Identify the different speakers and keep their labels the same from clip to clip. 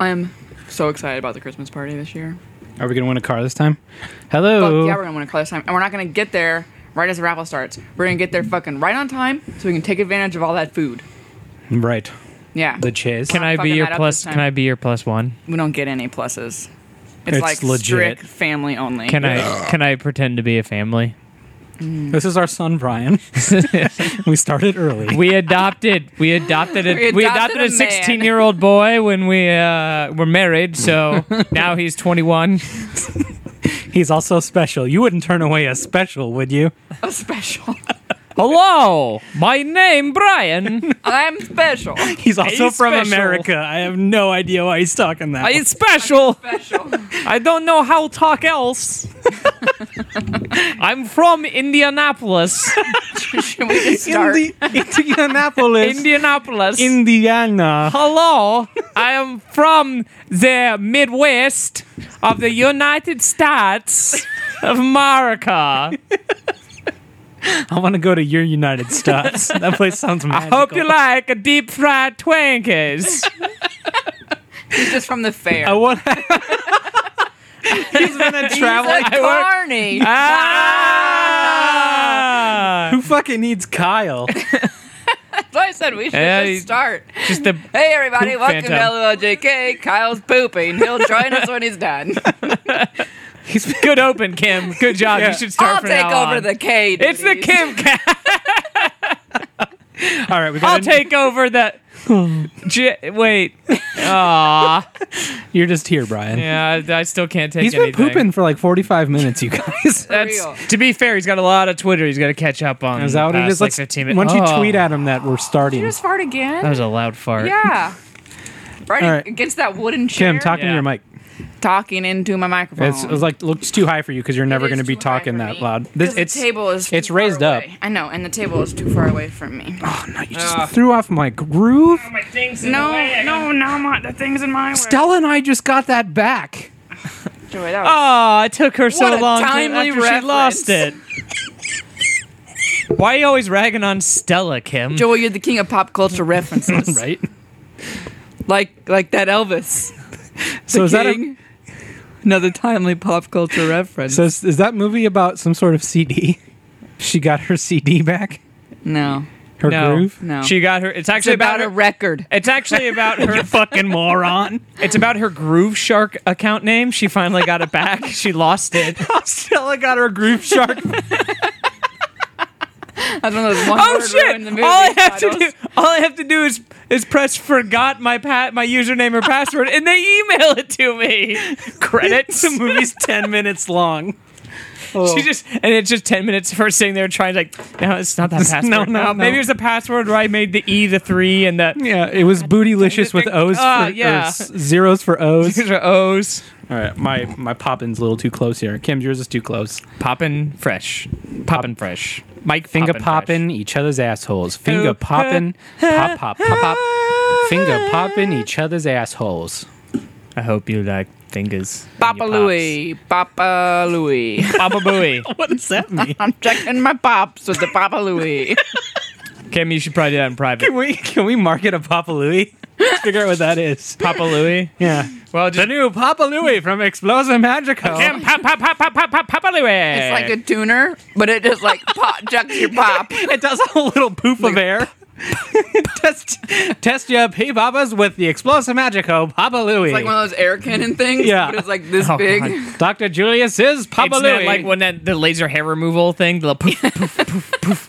Speaker 1: I'm so excited about the Christmas party this year.
Speaker 2: Are we gonna win a car this time?
Speaker 1: Fuck
Speaker 2: Hello.
Speaker 1: yeah, we're gonna win a car this time, and we're not gonna get there right as the raffle starts. We're gonna get there fucking right on time, so we can take advantage of all that food.
Speaker 2: right.
Speaker 1: Yeah,
Speaker 2: The chase.
Speaker 3: Can I be
Speaker 1: fucking
Speaker 3: your
Speaker 1: that up
Speaker 3: plus?
Speaker 1: this time.
Speaker 3: Can I be your plus one?
Speaker 1: we don't get any pluses. It's,
Speaker 2: It's
Speaker 1: like
Speaker 2: legit.
Speaker 1: strict family only.
Speaker 3: Can I? Can I pretend to be a family?
Speaker 2: This is our son Brian. we started early.
Speaker 3: We adopted. We adopted a.
Speaker 1: We
Speaker 3: We
Speaker 1: adopted
Speaker 3: adopted,
Speaker 1: a man.
Speaker 3: a sixteen-year-old boy when we uh, were married. So now he's twenty-one.
Speaker 2: He's also special. You wouldn't turn away a special, would you?
Speaker 1: I'm special.
Speaker 3: Hello, my name Brian.
Speaker 1: I'm special.
Speaker 2: He's also
Speaker 3: He's
Speaker 2: from
Speaker 3: special.
Speaker 2: America. I have no idea why he's talking that.
Speaker 3: I special.
Speaker 1: Special.
Speaker 3: I don't know how to talk else. I'm from Indianapolis.
Speaker 1: Should we just
Speaker 2: way.
Speaker 1: start?
Speaker 2: Indi- Indianapolis,
Speaker 3: Indianapolis.
Speaker 2: Indiana.
Speaker 3: Hello, I am from the Midwest of the United States of America.
Speaker 2: I want to go to your United States. that place sounds
Speaker 3: I
Speaker 2: magical.
Speaker 3: hope you like a deep fried Twinkies.
Speaker 1: He's just from the fair.
Speaker 2: I want. He's been a traveling.
Speaker 1: He's a carny.
Speaker 3: Ah!
Speaker 2: Who fucking needs Kyle?
Speaker 1: That's why I said we should
Speaker 3: Yeah, he-
Speaker 1: just start.
Speaker 3: Just a
Speaker 1: Hey everybody,
Speaker 3: Poop
Speaker 1: welcome
Speaker 3: phantom.
Speaker 1: to LOJK. Kyle's pooping. He'll join us when he's done.
Speaker 3: good open, Kim. Good job. You should start
Speaker 1: I'll
Speaker 3: from
Speaker 1: take
Speaker 3: now
Speaker 1: over
Speaker 3: on.
Speaker 1: the K.
Speaker 3: It's the
Speaker 1: duties.
Speaker 3: Kim cat.
Speaker 2: All right, we got.
Speaker 3: I'll take over the. J- wait. Aw.
Speaker 2: You're just here, Brian.
Speaker 3: Yeah, I, I still can't take
Speaker 2: He's been
Speaker 3: anything.
Speaker 2: pooping for like 45 minutes, you guys.
Speaker 3: That's
Speaker 1: real.
Speaker 3: to be fair. He's got a lot of Twitter. He's got to catch up on.
Speaker 2: Is that what
Speaker 3: the
Speaker 2: it
Speaker 3: past,
Speaker 2: is?
Speaker 3: Like
Speaker 2: Let's-
Speaker 3: fifteen Oh. minutes.
Speaker 2: Why don't you tweet at him that we're starting?
Speaker 1: You just fart
Speaker 3: That
Speaker 1: again?
Speaker 3: was a loud fart.
Speaker 1: Yeah. Right,
Speaker 2: Oh, All right.
Speaker 1: against that wooden chair.
Speaker 2: Kim, talking to
Speaker 3: Yeah.
Speaker 2: your mic.
Speaker 1: Talking into my microphone.
Speaker 2: It's, it's like looks too high for you because you're never
Speaker 1: It
Speaker 2: going to
Speaker 1: is
Speaker 2: be
Speaker 1: too high
Speaker 2: talking
Speaker 1: for
Speaker 2: that
Speaker 1: me,
Speaker 2: loud.
Speaker 1: 'cause the table is too
Speaker 2: it's
Speaker 1: far
Speaker 2: raised up.
Speaker 1: away. I know, and the table is too far away from me.
Speaker 2: Oh no! You just threw off my groove.
Speaker 1: no, no, no, my, the thing's in my way.
Speaker 2: Stella and I just got that back.
Speaker 1: Joey, that was-
Speaker 3: Oh, it took her so
Speaker 1: What a
Speaker 3: long to-
Speaker 1: timely
Speaker 3: after she lost it. Why are you always ragging on Stella, Kim?
Speaker 1: Joey, you're the king of pop culture references.
Speaker 2: Right.
Speaker 1: Like like that Elvis.
Speaker 2: So is that a-
Speaker 1: king. another timely pop culture reference?
Speaker 2: So is, is that movie about some sort of CD? She got her CD back.
Speaker 1: no,
Speaker 2: Her
Speaker 3: no,
Speaker 2: groove.
Speaker 1: No.
Speaker 3: She got her. It's
Speaker 1: it's
Speaker 3: actually
Speaker 1: about,
Speaker 3: about,
Speaker 1: a
Speaker 3: her.
Speaker 1: record.
Speaker 3: It's actually about her.
Speaker 2: Fucking moron.
Speaker 3: It's about her Groove Shark account name. She finally got it back. She lost it.
Speaker 2: Oh, Stella got her groove shark.
Speaker 1: That's one of those one
Speaker 3: Oh
Speaker 1: word
Speaker 3: shit!
Speaker 1: ruin the movie
Speaker 3: all I have
Speaker 1: titles.
Speaker 3: to do, all I have to do is is press forgot my pat my username or password, and they email it to me. Credits.
Speaker 2: the movie's ten minutes long. Oh.
Speaker 3: She just and it's just ten minutes of her sitting there trying to like no, it's not that password.
Speaker 2: No,
Speaker 3: Oh,
Speaker 2: no, no.
Speaker 3: Maybe it was a password where I made the E the three and the
Speaker 2: yeah, it was bootylicious with
Speaker 3: think-
Speaker 2: O's
Speaker 3: Ah,
Speaker 2: for
Speaker 3: yeah.
Speaker 2: or s- zeros for O's.
Speaker 3: these are O's.
Speaker 2: All right, my my poppin's a little too close here. Kim, yours is too close.
Speaker 3: Poppin' fresh. Poppin' fresh. Mike
Speaker 2: Finger
Speaker 3: fresh.
Speaker 2: popping each other's assholes. Finger popping, pop pop pop pop. Finger popping each other's assholes.
Speaker 3: I hope you like fingers. in
Speaker 1: Papa
Speaker 3: your pops.
Speaker 1: Louie, Papa Louie.
Speaker 3: Papa Booey.
Speaker 2: What does that mean?
Speaker 1: I'm checking my pops with the Papa Louie.
Speaker 3: Kim, you should probably do that in private.
Speaker 2: Can we can we market a Papa Louie? Let's figure out what that is.
Speaker 3: Papa Louie.
Speaker 2: Yeah,
Speaker 3: Well, just
Speaker 2: the new Papa Louie from Explosive Magical.
Speaker 3: Kim, pop, pop, pop, pop, pop, pop, Papa Louie.
Speaker 1: It's like a tuner, but it just like pop chucks your pop.
Speaker 2: It does a little poof of air. test test your pee papas with the Explosive Magical Papa Louie.
Speaker 1: It's like one of those air cannon things,
Speaker 2: Yeah.
Speaker 1: but it's like this
Speaker 3: Oh,
Speaker 1: big.
Speaker 3: God.
Speaker 2: Dr. Julius is Papa
Speaker 3: it's
Speaker 2: Louie.
Speaker 3: not like when that the laser hair removal thing. The poof, poof, poof,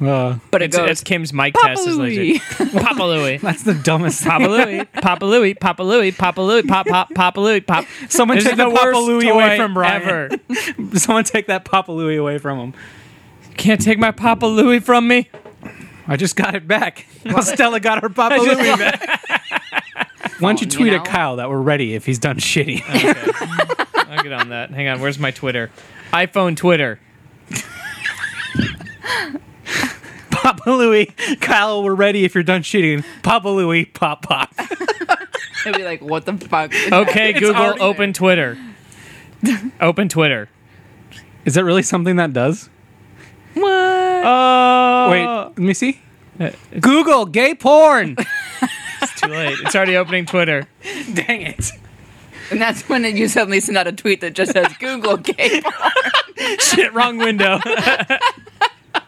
Speaker 2: Uh,
Speaker 1: But it
Speaker 3: it's,
Speaker 1: goes
Speaker 3: it's Kim's mic
Speaker 1: Papa
Speaker 3: test. Is
Speaker 1: Louie.
Speaker 3: laser. Papa Louie.
Speaker 2: that's the dumbest
Speaker 3: Papa Louie, Papa Louie, Papa Louie, Papa Louie, pop, pop, Papa Louie, pop.
Speaker 2: Someone
Speaker 3: This is
Speaker 2: take the,
Speaker 3: the
Speaker 2: Papa
Speaker 3: worst
Speaker 2: Louie away
Speaker 3: toy
Speaker 2: from Brian.
Speaker 3: ever.
Speaker 2: Someone take that Papa Louie away from him.
Speaker 3: Can't take my Papa Louie from me.
Speaker 2: I just got it back. Now Stella got her Papa Louie back. Why don't you
Speaker 1: Phone, you
Speaker 2: tweet
Speaker 1: know?
Speaker 2: at Kyle that we're ready if he's done shitty?
Speaker 3: I'll get on that. Hang on, where's my Twitter? iPhone Twitter.
Speaker 2: Papa Louie, Kyle, we're ready if you're done shitting. Papa Louie, pop pop.
Speaker 1: It'd be like, what the fuck?
Speaker 3: Okay, Google,
Speaker 1: already
Speaker 3: open Twitter. Open Twitter.
Speaker 2: Is that really something that does? Uh,
Speaker 3: Oh,
Speaker 2: Wait, let me see. Google gay porn.
Speaker 3: it's too too late. It's already opening Twitter.
Speaker 2: Dang it.
Speaker 1: And that's when you suddenly send out a tweet that just says Google gay porn.
Speaker 3: Shit, wrong window. but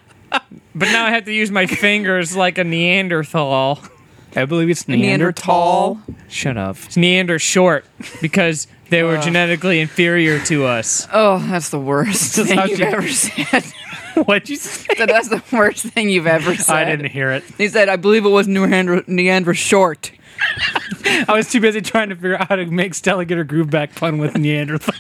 Speaker 3: now I have to use my fingers like a Neanderthal.
Speaker 2: I believe it's
Speaker 1: Neanderthal.
Speaker 3: Shut up. It's Neander short because they were genetically inferior to us.
Speaker 1: Oh, that's the worst
Speaker 2: That's
Speaker 1: thing
Speaker 2: how
Speaker 1: you've
Speaker 2: she-
Speaker 1: ever said.
Speaker 2: What'd you say?
Speaker 1: That- that's the worst thing you've ever said.
Speaker 2: I didn't hear
Speaker 3: e-
Speaker 2: it.
Speaker 1: He said, I believe it was Neander, Neander short.
Speaker 2: I was too busy trying to figure out how to make Stella get her groove back fun with Neanderthal.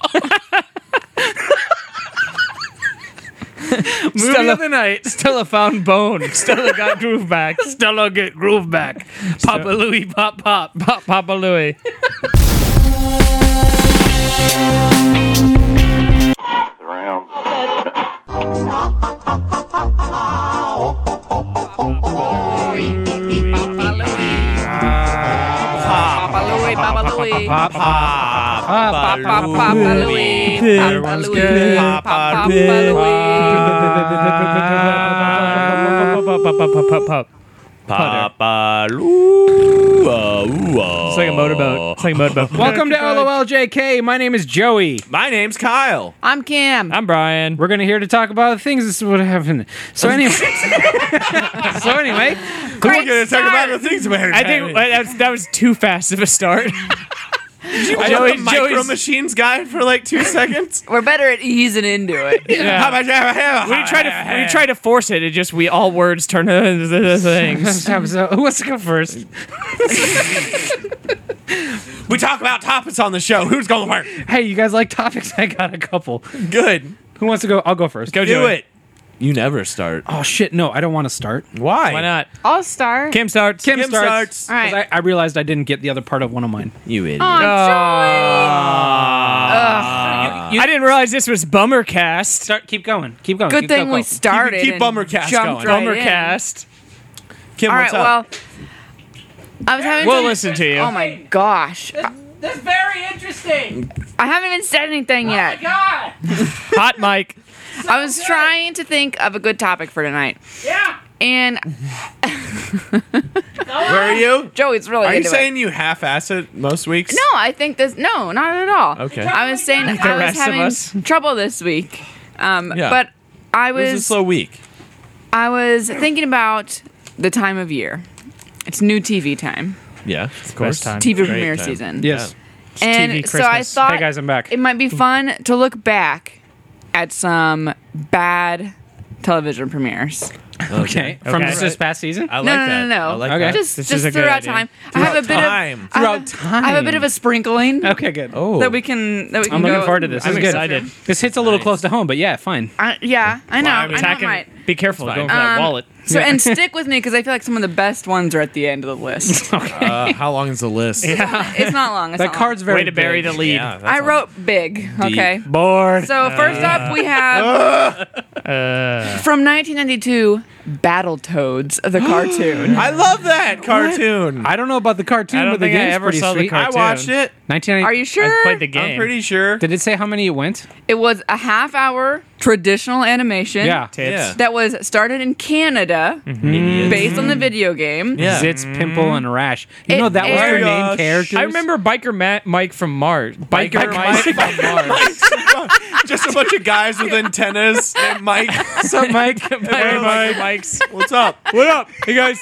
Speaker 2: Movie
Speaker 3: Stella-
Speaker 2: of the night.
Speaker 3: Stella found bone. Stella got groove back.
Speaker 2: Stella get groove back. Papa Louie, pop pop.
Speaker 3: Pop, Papa Louie.
Speaker 4: around.
Speaker 1: Papa Louie, Papa Louie.
Speaker 2: Pop pop.
Speaker 1: Papa, Papa Louie. Papa
Speaker 2: Everyone's
Speaker 1: Louie.
Speaker 2: good.
Speaker 1: Papa Louie.
Speaker 3: It's
Speaker 5: Papa Lou. uh, ooh, uh.
Speaker 3: like a motorboat. It's like a motorboat. Welcome to LOL.
Speaker 2: LOLJK. My name is Joey.
Speaker 5: My name's Kyle.
Speaker 1: I'm Cam.
Speaker 3: I'm Brian.
Speaker 2: We're gonna here to talk about things. This is what happened. So anyway, so anyway,
Speaker 1: Great
Speaker 5: We're gonna talk
Speaker 1: start.
Speaker 5: about the things we
Speaker 3: I think uh, that's, that was too fast of a start.
Speaker 5: I know
Speaker 3: Joey's-
Speaker 5: the micro
Speaker 3: Joey's-
Speaker 5: machines guy for like two seconds.
Speaker 1: We're better at easing into it.
Speaker 3: Yeah. We tried to we tried to force it. It just we all words turn into the things.
Speaker 2: so who wants to go first?
Speaker 5: We talk about topics on the show. Who's going work?
Speaker 2: Hey, you guys like topics? I got a couple.
Speaker 5: Good.
Speaker 2: Who wants to go? I'll go first.
Speaker 3: Go
Speaker 5: Do
Speaker 3: Joey.
Speaker 5: it. You never start.
Speaker 2: Oh shit! No, I don't want to start.
Speaker 5: Why?
Speaker 3: Why not?
Speaker 1: I'll start.
Speaker 3: Kim starts.
Speaker 2: Kim,
Speaker 5: Kim
Speaker 2: starts.
Speaker 5: starts.
Speaker 1: All right.
Speaker 2: 'Cause I, I realized I didn't get the other part of one of mine.
Speaker 5: You idiot.
Speaker 1: Oh,
Speaker 3: I didn't realize this was Bummercast.
Speaker 2: Start. Keep going. Keep going.
Speaker 1: Good thing we started.
Speaker 5: keep
Speaker 1: and
Speaker 5: Bummercast
Speaker 1: jumped
Speaker 5: going.
Speaker 1: Right
Speaker 3: Bummercast.
Speaker 1: In.
Speaker 5: Kim,
Speaker 1: All right,
Speaker 5: what's up?
Speaker 1: well, I was having.
Speaker 3: We'll
Speaker 1: some-
Speaker 3: listen to you.
Speaker 1: Oh my gosh,
Speaker 2: That's very interesting. Oh
Speaker 1: I haven't even said anything yet.
Speaker 2: God.
Speaker 3: Hot mic.
Speaker 1: I was trying to think of a good topic for tonight,
Speaker 2: Yeah.
Speaker 1: and
Speaker 5: Where are you?
Speaker 1: Joey's really
Speaker 5: Are you
Speaker 1: into it.
Speaker 5: saying you half-ass it most weeks?
Speaker 1: No, I think this. No, not at all.
Speaker 5: Okay.
Speaker 1: I was saying I was
Speaker 3: rest of us.
Speaker 1: having trouble this week, um,
Speaker 5: Yeah.
Speaker 1: but I
Speaker 5: It was a
Speaker 1: was
Speaker 5: slow week.
Speaker 1: I was thinking about the time of year. It's new TV time,
Speaker 5: Yeah, of
Speaker 3: course.
Speaker 5: course.
Speaker 3: time.
Speaker 1: TV
Speaker 5: Great
Speaker 1: premiere
Speaker 5: time.
Speaker 1: season.
Speaker 2: Yes.
Speaker 1: and
Speaker 3: TV
Speaker 1: so I
Speaker 3: Christmas.
Speaker 1: thought
Speaker 2: Hey guys, I'm back.
Speaker 1: it might be fun to look back at some bad television premieres.
Speaker 2: Okay. From
Speaker 3: Okay.
Speaker 2: this this past season.
Speaker 5: I like
Speaker 1: no,
Speaker 5: that.
Speaker 1: no, no, no.
Speaker 5: I like
Speaker 2: Okay.
Speaker 5: that.
Speaker 1: Just
Speaker 3: This is
Speaker 1: just
Speaker 3: a good
Speaker 1: throughout
Speaker 3: idea.
Speaker 1: time, I have a bit
Speaker 5: time.
Speaker 1: of I have
Speaker 2: Throughout
Speaker 1: a- I have a bit of a sprinkling
Speaker 2: okay. Good.
Speaker 5: oh,
Speaker 1: that we can that we can
Speaker 2: I'm
Speaker 1: go,
Speaker 2: looking forward to this.
Speaker 3: I'm
Speaker 2: this is good.
Speaker 3: excited.
Speaker 2: This hits a little close to home, but yeah, fine.
Speaker 1: I- yeah, I know.
Speaker 5: Well, I
Speaker 1: I'm
Speaker 5: was
Speaker 1: not
Speaker 3: Attacking.
Speaker 1: right.
Speaker 3: Be careful.
Speaker 5: It's
Speaker 3: Going for
Speaker 5: fine.
Speaker 3: that
Speaker 1: Um,
Speaker 3: wallet.
Speaker 1: So and stick with me because I feel like some of the best ones are at the end of the list.
Speaker 5: uh, how long is the list?
Speaker 1: it's not long. It's
Speaker 2: That
Speaker 1: not
Speaker 2: card's very
Speaker 3: Way to bury the
Speaker 2: big.
Speaker 3: lead.
Speaker 5: Yeah, that's
Speaker 1: Long. I
Speaker 5: all.
Speaker 1: wrote big. Okay.
Speaker 3: Bored.
Speaker 1: So first up, we have from 1992, Battletoads, the cartoon.
Speaker 5: I love that cartoon.
Speaker 2: I don't know about the cartoon,
Speaker 3: I don't
Speaker 2: but the
Speaker 3: think I
Speaker 2: game's
Speaker 3: ever
Speaker 2: pretty
Speaker 3: saw the
Speaker 2: sweet.
Speaker 5: I
Speaker 3: cartoon.
Speaker 5: watched it.
Speaker 2: 1990
Speaker 1: Are you sure?
Speaker 3: I played the game.
Speaker 5: I'm pretty sure.
Speaker 2: Did it say how many it went?
Speaker 1: It was a half hour traditional animation.
Speaker 2: Yeah.
Speaker 3: Tits.
Speaker 5: Yeah. Mm-hmm.
Speaker 1: That was started in Canada based on the video game.
Speaker 5: Yeah.
Speaker 2: Zits, pimple, and rash. You
Speaker 1: It
Speaker 2: know that was their
Speaker 1: aired-
Speaker 2: main character.
Speaker 3: I remember Biker Ma- Mike from Mars. Biker,
Speaker 5: Mike
Speaker 3: Mike from Mars.
Speaker 5: Just a bunch of guys with antennas named Mike.
Speaker 2: so Mike.
Speaker 3: Hey,
Speaker 5: Biker
Speaker 3: Mike. Mike's.
Speaker 5: What's up?
Speaker 3: What up? Hey guys.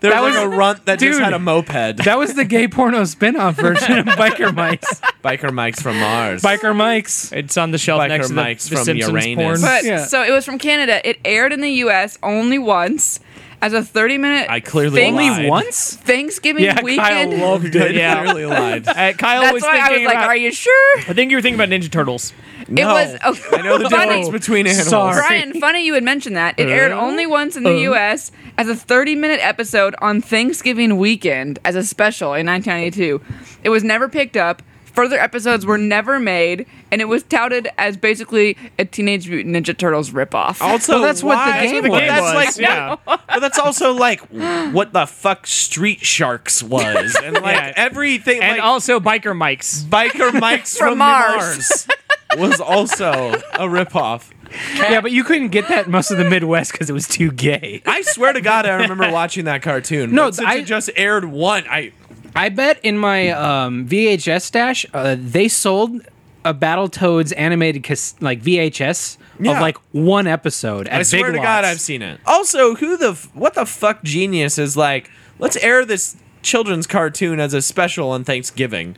Speaker 5: There
Speaker 2: That
Speaker 5: was
Speaker 2: was-
Speaker 5: like a runt that just
Speaker 2: Dude.
Speaker 5: had a moped.
Speaker 2: That was the gay porno spin-off version of Biker Mike's.
Speaker 5: Biker Mike's from Mars.
Speaker 2: Biker Mike's.
Speaker 3: It's on the shelf
Speaker 5: Biker
Speaker 3: next to
Speaker 5: Mike's
Speaker 3: the, the
Speaker 5: from
Speaker 3: Simpsons
Speaker 5: Uranus.
Speaker 3: porn.
Speaker 1: But
Speaker 2: Yeah.
Speaker 1: so it was from Canada. It aired in the U.S. only once as a 30 minute.
Speaker 5: I clearly
Speaker 1: Thanks-
Speaker 5: lied.
Speaker 2: Only once?
Speaker 1: Thanksgiving
Speaker 2: Yeah, Kyle
Speaker 1: weekend.
Speaker 5: loved it.
Speaker 3: Yeah.
Speaker 5: Yeah. Clearly lied.
Speaker 3: Uh, Kyle
Speaker 1: That's
Speaker 3: was
Speaker 1: why I
Speaker 3: thinking
Speaker 1: was like,
Speaker 3: about,
Speaker 1: "Are you sure?"
Speaker 3: I think you were thinking about Ninja Turtles.
Speaker 1: It was. Oh,
Speaker 5: I know the
Speaker 1: funny,
Speaker 5: difference between animals.
Speaker 2: Sorry. Uh-huh.
Speaker 1: Brian, funny you would mention that. It aired only once in the U.S. as a 30-minute episode on Thanksgiving weekend as a special in 1992. It was never picked up. Further episodes were never made, and it was touted as basically a Teenage Mutant Ninja Turtles ripoff.
Speaker 5: Also,
Speaker 2: Well, that's what the
Speaker 5: why-
Speaker 2: game
Speaker 5: but
Speaker 2: was.
Speaker 5: That's
Speaker 3: was,
Speaker 5: like,
Speaker 3: yeah.
Speaker 5: what, but that's also like what the fuck Street Sharks was, and like
Speaker 3: Yeah.
Speaker 5: everything.
Speaker 3: And
Speaker 5: like,
Speaker 3: also Biker Mike's.
Speaker 5: Biker Mike's
Speaker 1: From
Speaker 5: from,
Speaker 1: Mars.
Speaker 5: Mars. was also a ripoff.
Speaker 2: yeah, but you couldn't get that in most of the Midwest because it was too gay.
Speaker 5: I swear to God, I remember watching that cartoon.
Speaker 2: No,
Speaker 5: But since
Speaker 2: I-
Speaker 5: it just aired one. I
Speaker 2: I bet in my um, VHS stash, uh, they sold a Battletoads animated cas- like VHS
Speaker 5: Yeah.
Speaker 2: of like one episode. At
Speaker 5: I swear
Speaker 2: Big
Speaker 5: to God,
Speaker 2: Lots.
Speaker 5: I've seen it. Also, who the f- what the fuck genius is like? Let's air this children's cartoon as a special on Thanksgiving.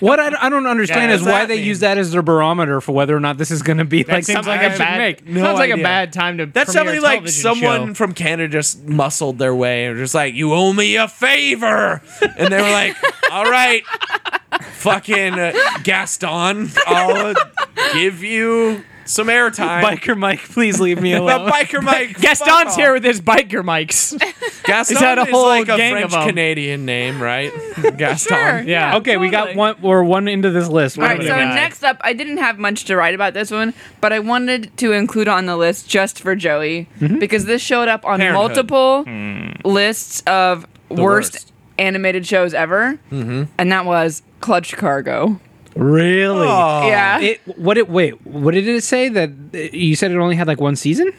Speaker 2: What I, I don't understand
Speaker 5: Yeah,
Speaker 2: is
Speaker 5: what does
Speaker 2: why
Speaker 5: that
Speaker 2: they
Speaker 5: mean?
Speaker 2: use that as their barometer for whether or not this is going to be
Speaker 3: That
Speaker 2: like
Speaker 3: seems
Speaker 2: something
Speaker 3: like
Speaker 2: I
Speaker 3: a
Speaker 2: should
Speaker 3: bad.
Speaker 2: make.
Speaker 5: No
Speaker 3: sounds like a
Speaker 5: idea.
Speaker 3: bad time to.
Speaker 5: That's
Speaker 3: premiere a
Speaker 5: somebody like
Speaker 3: television
Speaker 5: someone
Speaker 3: show.
Speaker 5: from Canada just muscled their way and just like, "You owe me a favor," and they were like, "All right, fucking uh, Gaston, I'll give you some airtime."
Speaker 2: Biker Mike, please leave me
Speaker 5: But
Speaker 2: alone.
Speaker 5: biker Mike. fuck
Speaker 3: Gaston's
Speaker 5: off.
Speaker 3: here with his biker mics.
Speaker 5: Gaston
Speaker 3: had a
Speaker 5: is
Speaker 3: whole
Speaker 5: like a
Speaker 3: gang of
Speaker 5: French
Speaker 3: 'em.
Speaker 5: Canadian name, right? Gaston.
Speaker 1: Sure.
Speaker 3: Yeah.
Speaker 2: okay, we got
Speaker 1: totally.
Speaker 2: one. We're one into this list.
Speaker 1: All right, so
Speaker 2: Whatever.
Speaker 1: next up, I didn't have much to write about this one, but I wanted to include on the list just for Joey because this showed up on
Speaker 5: Parenthood.
Speaker 1: multiple lists of worst,
Speaker 5: worst.
Speaker 1: animated shows ever, and that was Clutch Cargo.
Speaker 2: really.
Speaker 5: Aw.
Speaker 1: yeah,
Speaker 2: It what it wait what did it say that uh, you said it only had like one season?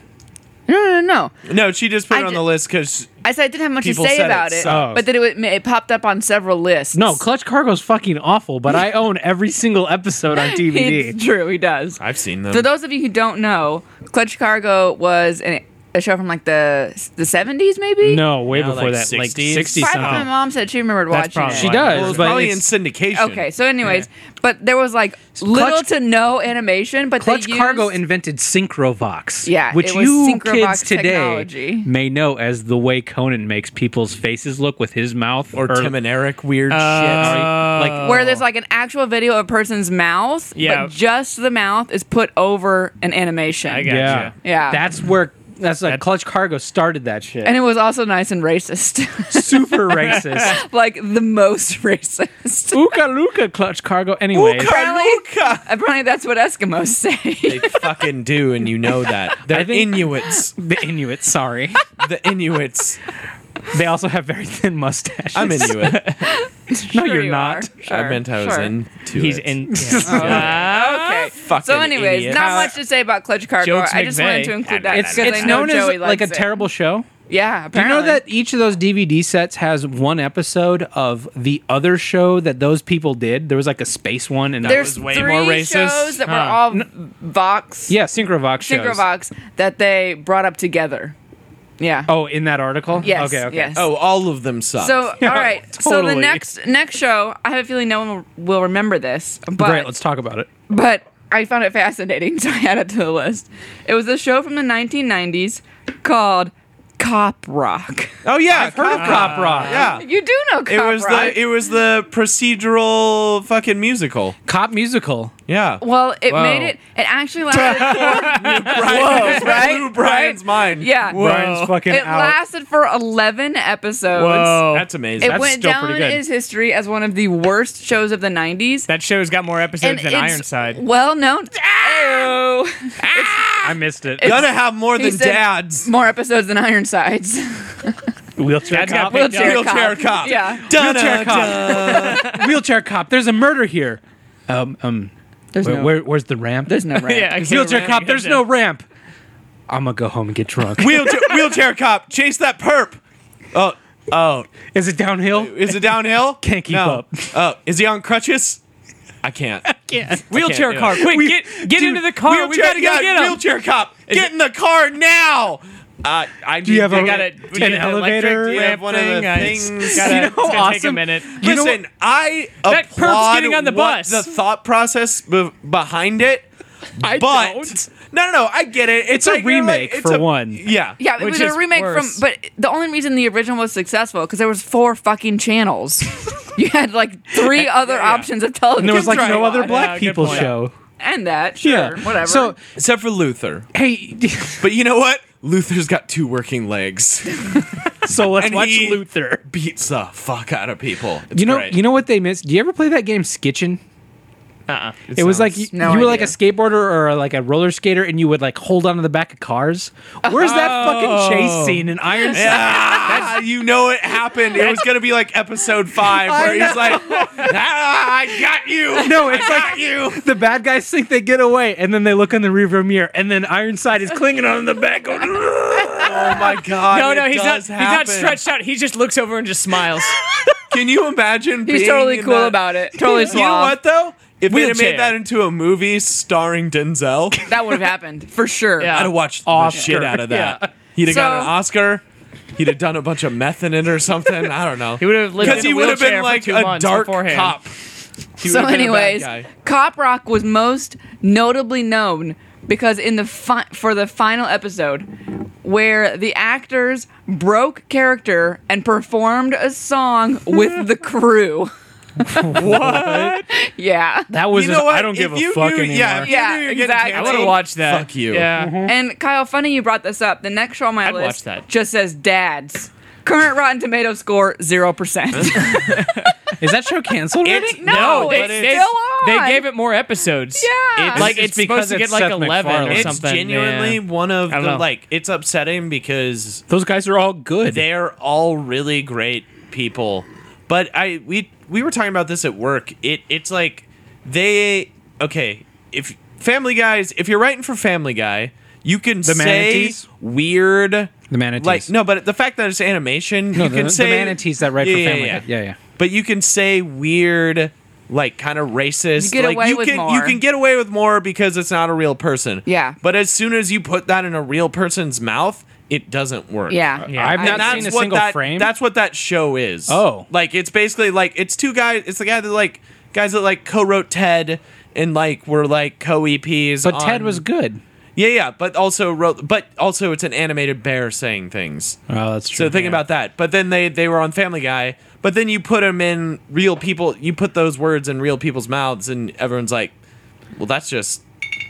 Speaker 1: no, no, no, no.
Speaker 5: No, she just put
Speaker 1: I
Speaker 5: it on
Speaker 1: ju-
Speaker 5: the list because
Speaker 1: I said I didn't have much to
Speaker 5: People
Speaker 1: say
Speaker 5: said it
Speaker 1: about it,
Speaker 5: sucks.
Speaker 1: but that it, wa- it popped up on several lists.
Speaker 2: No, Clutch Cargo's fucking awful, but I own every single episode on DVD.
Speaker 1: it's true. He does.
Speaker 5: I've seen them.
Speaker 1: For those of you who don't know, Clutch Cargo was an, a show from like the the seventies, maybe.
Speaker 2: No, way
Speaker 5: No,
Speaker 2: before
Speaker 5: like
Speaker 2: that,
Speaker 5: 60s?
Speaker 2: like sixty
Speaker 1: Probably my
Speaker 2: something.
Speaker 1: mom said she remembered
Speaker 3: That's
Speaker 1: watching
Speaker 3: probably
Speaker 1: it.
Speaker 2: She
Speaker 3: Like,
Speaker 5: well, it
Speaker 2: does,
Speaker 5: was
Speaker 2: but
Speaker 5: probably in
Speaker 2: it's-
Speaker 5: syndication.
Speaker 1: Okay, so anyways, but there was like little to no animation, but
Speaker 2: Clutch
Speaker 1: they used,
Speaker 2: Cargo invented Synchrovox,
Speaker 1: Yeah,
Speaker 2: which
Speaker 1: it was
Speaker 2: you
Speaker 1: Synchrovox
Speaker 2: kids today
Speaker 1: technology.
Speaker 2: may know as the way Conan makes people's faces look with his mouth
Speaker 5: or Tim and Eric weird
Speaker 2: Uh, like
Speaker 5: shit.
Speaker 1: Oh. where there's like an actual video of a person's mouth,
Speaker 3: Yeah.
Speaker 1: but just the mouth is put over an animation.
Speaker 3: I gotcha.
Speaker 2: yeah,
Speaker 1: Yeah.
Speaker 2: That's where that's like Clutch Cargo started that shit.
Speaker 1: And it was also nice and racist.
Speaker 2: super racist.
Speaker 1: like the most racist.
Speaker 2: Ooka Luka Clutch Cargo. Anyways,
Speaker 1: Apparently, apparently that's what Eskimos say.
Speaker 5: They fucking do, and you know that. They're
Speaker 2: think-
Speaker 5: Inuits.
Speaker 2: the Inuits. Sorry.
Speaker 5: The Inuits.
Speaker 2: They also have very thin mustaches.
Speaker 5: I'm Inuit.
Speaker 2: No,
Speaker 1: Sure
Speaker 2: you're
Speaker 1: you
Speaker 2: not.
Speaker 1: are. Sure,
Speaker 5: I meant I was
Speaker 1: sure.
Speaker 5: into
Speaker 3: He's
Speaker 5: it.
Speaker 3: in.
Speaker 1: Oh, Okay.
Speaker 5: Fucking
Speaker 1: so, anyways,
Speaker 5: idiot.
Speaker 1: not much to say about Clutch Cargo.
Speaker 3: Jokes
Speaker 1: I just wanted
Speaker 3: McVeigh.
Speaker 1: to include that.
Speaker 2: It's,
Speaker 1: 'cause I
Speaker 2: it's
Speaker 1: know
Speaker 2: known as
Speaker 1: Joey
Speaker 2: like a
Speaker 1: likes it.
Speaker 2: terrible show.
Speaker 1: Yeah,
Speaker 2: Do you
Speaker 1: apparently.
Speaker 2: know that each of those DVD sets has one episode of the other show that those people did? There was like a space one and
Speaker 1: there's
Speaker 5: was way
Speaker 1: three
Speaker 5: more racist.
Speaker 1: shows that were
Speaker 2: Huh.
Speaker 1: all Vox,
Speaker 2: yeah, Synchrovox shows.
Speaker 1: Synchrovox that they brought up together. Yeah.
Speaker 2: Oh, in that article?
Speaker 1: yes.
Speaker 2: Okay, okay.
Speaker 1: Yes.
Speaker 5: Oh, all of them suck.
Speaker 1: So, all right. So the
Speaker 2: totally.
Speaker 1: next next show, I have a feeling no one will, will remember this, but
Speaker 2: Great, let's talk about it.
Speaker 1: but I found it fascinating, so I added to the list. It was a show from the 1990s called Cop Rock.
Speaker 5: oh yeah,
Speaker 2: I've heard of
Speaker 1: Uh,
Speaker 2: Cop Rock.
Speaker 5: Yeah,
Speaker 1: You do know Cop
Speaker 5: it was
Speaker 1: Rock.
Speaker 5: the it was the procedural fucking musical.
Speaker 2: Cop musical.
Speaker 5: Yeah,
Speaker 1: well, it
Speaker 3: Whoa.
Speaker 1: made it. It actually lasted.
Speaker 5: Brian,
Speaker 1: right?
Speaker 5: blew Brian's mind.
Speaker 1: yeah.
Speaker 2: Brian's fucking
Speaker 1: It
Speaker 2: out.
Speaker 1: lasted for 11 episodes.
Speaker 3: Whoa.
Speaker 5: that's amazing.
Speaker 1: It
Speaker 5: That's-
Speaker 1: went
Speaker 3: still
Speaker 1: down
Speaker 3: pretty good.
Speaker 1: in his history as one of the worst shows of the 90s.
Speaker 3: That show's got more episodes than Ironside.
Speaker 1: Well known. Ew.
Speaker 2: I missed it.
Speaker 5: Gonna have more
Speaker 1: He
Speaker 5: than
Speaker 1: said
Speaker 5: dads.
Speaker 1: More episodes than Ironsides.
Speaker 2: Wheelchair
Speaker 3: That's got
Speaker 2: cop.
Speaker 3: big
Speaker 1: Wheelchair,
Speaker 5: Wheelchair
Speaker 1: cop.
Speaker 5: cop.
Speaker 1: Yeah.
Speaker 2: Wheelchair cop. Wheelchair cop. There's a murder here. Um, um,
Speaker 1: There's
Speaker 2: where,
Speaker 1: no.
Speaker 2: where- where's the ramp?
Speaker 1: there's no. Ramp.
Speaker 3: Yeah,
Speaker 2: Wheelchair cop. There's no ramp. I'm gonna go home and get drunk.
Speaker 5: wheelchair, wheelchair cop, chase that perp. Oh, oh,
Speaker 2: Is it downhill?
Speaker 5: is it downhill?
Speaker 2: Can't keep
Speaker 5: no.
Speaker 2: up.
Speaker 5: Oh, is he on crutches? I can't.
Speaker 3: Wheelchair
Speaker 5: do
Speaker 3: car.
Speaker 5: it.
Speaker 3: Quick, get get into the car. We
Speaker 5: Wheelchair
Speaker 3: gotta go
Speaker 5: cop,
Speaker 3: get him.
Speaker 5: Wheelchair cop, get in the car now. Uh, I do
Speaker 2: you have a-
Speaker 3: Got it.
Speaker 2: An elevator
Speaker 5: Do you have one of the things?
Speaker 3: Gotta,
Speaker 2: You know
Speaker 3: it's gonna take a
Speaker 2: awesome-
Speaker 3: minute.
Speaker 2: You know
Speaker 5: Listen, I
Speaker 3: That perp's
Speaker 5: applaud
Speaker 3: getting on the
Speaker 5: what
Speaker 3: bus.
Speaker 5: The thought process be- behind it.
Speaker 3: I
Speaker 5: but
Speaker 3: don't.
Speaker 5: no, no, no. I get it. It's,
Speaker 2: a
Speaker 5: like you're like-
Speaker 2: remake,
Speaker 5: it's
Speaker 2: for
Speaker 5: a-
Speaker 2: one.
Speaker 5: Yeah,
Speaker 1: Yeah, it
Speaker 3: Which
Speaker 1: was a
Speaker 3: is
Speaker 1: remake
Speaker 3: worse.
Speaker 1: from, but the only reason the original was successful because there was four fucking channels. you had like three other options of television.
Speaker 2: And there was like
Speaker 5: Right.
Speaker 2: no other black
Speaker 3: Yeah, good
Speaker 2: people
Speaker 3: point.
Speaker 2: show.
Speaker 1: and that sure whatever.
Speaker 2: So
Speaker 5: Except for Luther.
Speaker 2: hey,
Speaker 5: But you know what? Luther's got two working legs.
Speaker 2: so let's
Speaker 5: And
Speaker 2: watch
Speaker 5: he-
Speaker 2: Luther.
Speaker 5: Beats the fuck out of people. It's
Speaker 2: You know,
Speaker 5: great.
Speaker 2: you know what they missed? Do you ever play that game Skitchin?
Speaker 3: Uh-uh.
Speaker 2: It was like you,
Speaker 1: sounds- No
Speaker 2: you were like a
Speaker 1: idea.
Speaker 2: skateboarder or like a roller skater, and you would like hold onto the back of cars. Where's that fucking chase scene in Iron Sight?
Speaker 5: Ah, you know it happened. It was gonna be like episode five where he's like, ah, "I got you."
Speaker 2: No, it's
Speaker 5: I
Speaker 2: like-
Speaker 5: got you.
Speaker 2: The bad guys think they get away, and then they look in the rearview mirror, and then Ironside is clinging on the back. Going, "Ugh."
Speaker 5: Oh my god!
Speaker 3: No,
Speaker 5: it
Speaker 3: no, he's not.
Speaker 5: does
Speaker 3: He's not
Speaker 5: happen.
Speaker 3: stretched out. He just looks over and just smiles.
Speaker 5: Can you imagine?
Speaker 1: He's
Speaker 5: being
Speaker 1: totally
Speaker 5: in
Speaker 1: cool
Speaker 5: that-
Speaker 1: about it. Totally
Speaker 5: You know
Speaker 1: suave.
Speaker 5: what though? If we had
Speaker 3: Wheelchair.
Speaker 5: made that into a movie starring Denzel,
Speaker 1: That would have happened for sure.
Speaker 3: Yeah.
Speaker 5: I'd have watched
Speaker 2: Oscar.
Speaker 5: the shit out of that.
Speaker 3: Yeah.
Speaker 5: He'd have
Speaker 1: So-
Speaker 5: got an Oscar. He'd have done a bunch of meth in it or something. I don't know.
Speaker 3: He would have lived in
Speaker 5: Because
Speaker 3: a
Speaker 5: he would have
Speaker 3: wheelchair
Speaker 5: been
Speaker 3: for
Speaker 5: like
Speaker 3: two
Speaker 5: a
Speaker 3: months
Speaker 5: dark
Speaker 3: beforehand.
Speaker 5: cop. He
Speaker 1: So,
Speaker 5: would've been a bad
Speaker 1: anyways,
Speaker 5: guy.
Speaker 1: Cop Rock was most notably known because in the fi- for the final episode, where the actors broke character and performed a song with the crew.
Speaker 5: what?
Speaker 1: Yeah,
Speaker 2: that was
Speaker 5: You
Speaker 2: just,
Speaker 5: know what?
Speaker 2: I don't give
Speaker 5: If
Speaker 2: a
Speaker 5: you
Speaker 2: fuck
Speaker 5: knew-
Speaker 2: anymore.
Speaker 5: Yeah, if you
Speaker 1: Yeah,
Speaker 5: knew you were getting
Speaker 1: exactly.
Speaker 3: I
Speaker 1: I
Speaker 3: would
Speaker 5: canceled,
Speaker 3: have watched that.
Speaker 5: Fuck you.
Speaker 3: Yeah.
Speaker 1: and Kyle, funny you brought this up. The next show on my
Speaker 3: I'd watch
Speaker 1: list
Speaker 3: that.
Speaker 1: just says dads. Current Rotten Tomato score zero percent.
Speaker 2: Is that show canceled? already?
Speaker 1: No,
Speaker 3: they,
Speaker 1: it's
Speaker 3: they,
Speaker 1: still on.
Speaker 3: they gave it more episodes.
Speaker 1: Yeah. It's
Speaker 3: like
Speaker 2: just
Speaker 3: it's,
Speaker 2: because
Speaker 3: supposed to get
Speaker 2: it's
Speaker 3: like
Speaker 2: Seth
Speaker 3: eleven or
Speaker 2: MacFarlane.
Speaker 5: It's
Speaker 3: something.
Speaker 5: genuinely
Speaker 3: yeah.
Speaker 5: one of
Speaker 3: I
Speaker 5: the
Speaker 3: don't know.
Speaker 5: like. It's upsetting because
Speaker 2: Those guys are all good.
Speaker 5: they're all really great people. But I we we were talking about this at work. It it's like they okay, if Family Guys, if you're writing for Family Guy, you can say
Speaker 2: manatees?
Speaker 5: weird
Speaker 2: The manatees.
Speaker 5: Like no, but the fact that it's animation,
Speaker 2: no,
Speaker 5: you
Speaker 2: the,
Speaker 5: can
Speaker 2: the
Speaker 5: say
Speaker 2: manatees that write
Speaker 5: Yeah,
Speaker 2: for
Speaker 5: yeah,
Speaker 2: Family.
Speaker 5: yeah.
Speaker 2: Guy. yeah, yeah.
Speaker 5: But you can say weird like kind of racist
Speaker 1: You get
Speaker 5: like
Speaker 1: away
Speaker 5: you
Speaker 1: with
Speaker 5: can you
Speaker 1: more.
Speaker 5: can get away with more because it's not a real person.
Speaker 1: Yeah.
Speaker 5: But as soon as you put that in a real person's mouth, it doesn't work.
Speaker 1: yeah.
Speaker 3: Yeah.
Speaker 2: I've
Speaker 1: And
Speaker 2: not
Speaker 5: that's
Speaker 2: seen a
Speaker 5: what
Speaker 2: single
Speaker 5: that,
Speaker 2: frame.
Speaker 5: That's what that show is.
Speaker 2: Oh.
Speaker 5: like it's basically like it's two guys. It's the guy that like guys that like co-wrote Ted and like were like co-EPs.
Speaker 2: but Ted
Speaker 5: on-
Speaker 2: was good.
Speaker 5: yeah, yeah. But also wrote. But also it's an animated bear saying things.
Speaker 2: Oh, that's
Speaker 5: So
Speaker 2: true.
Speaker 5: think
Speaker 2: yeah.
Speaker 5: about that. But then they they were on Family Guy. But then you put them in real people. You put those words in real people's mouths, and everyone's like, "Well, that's just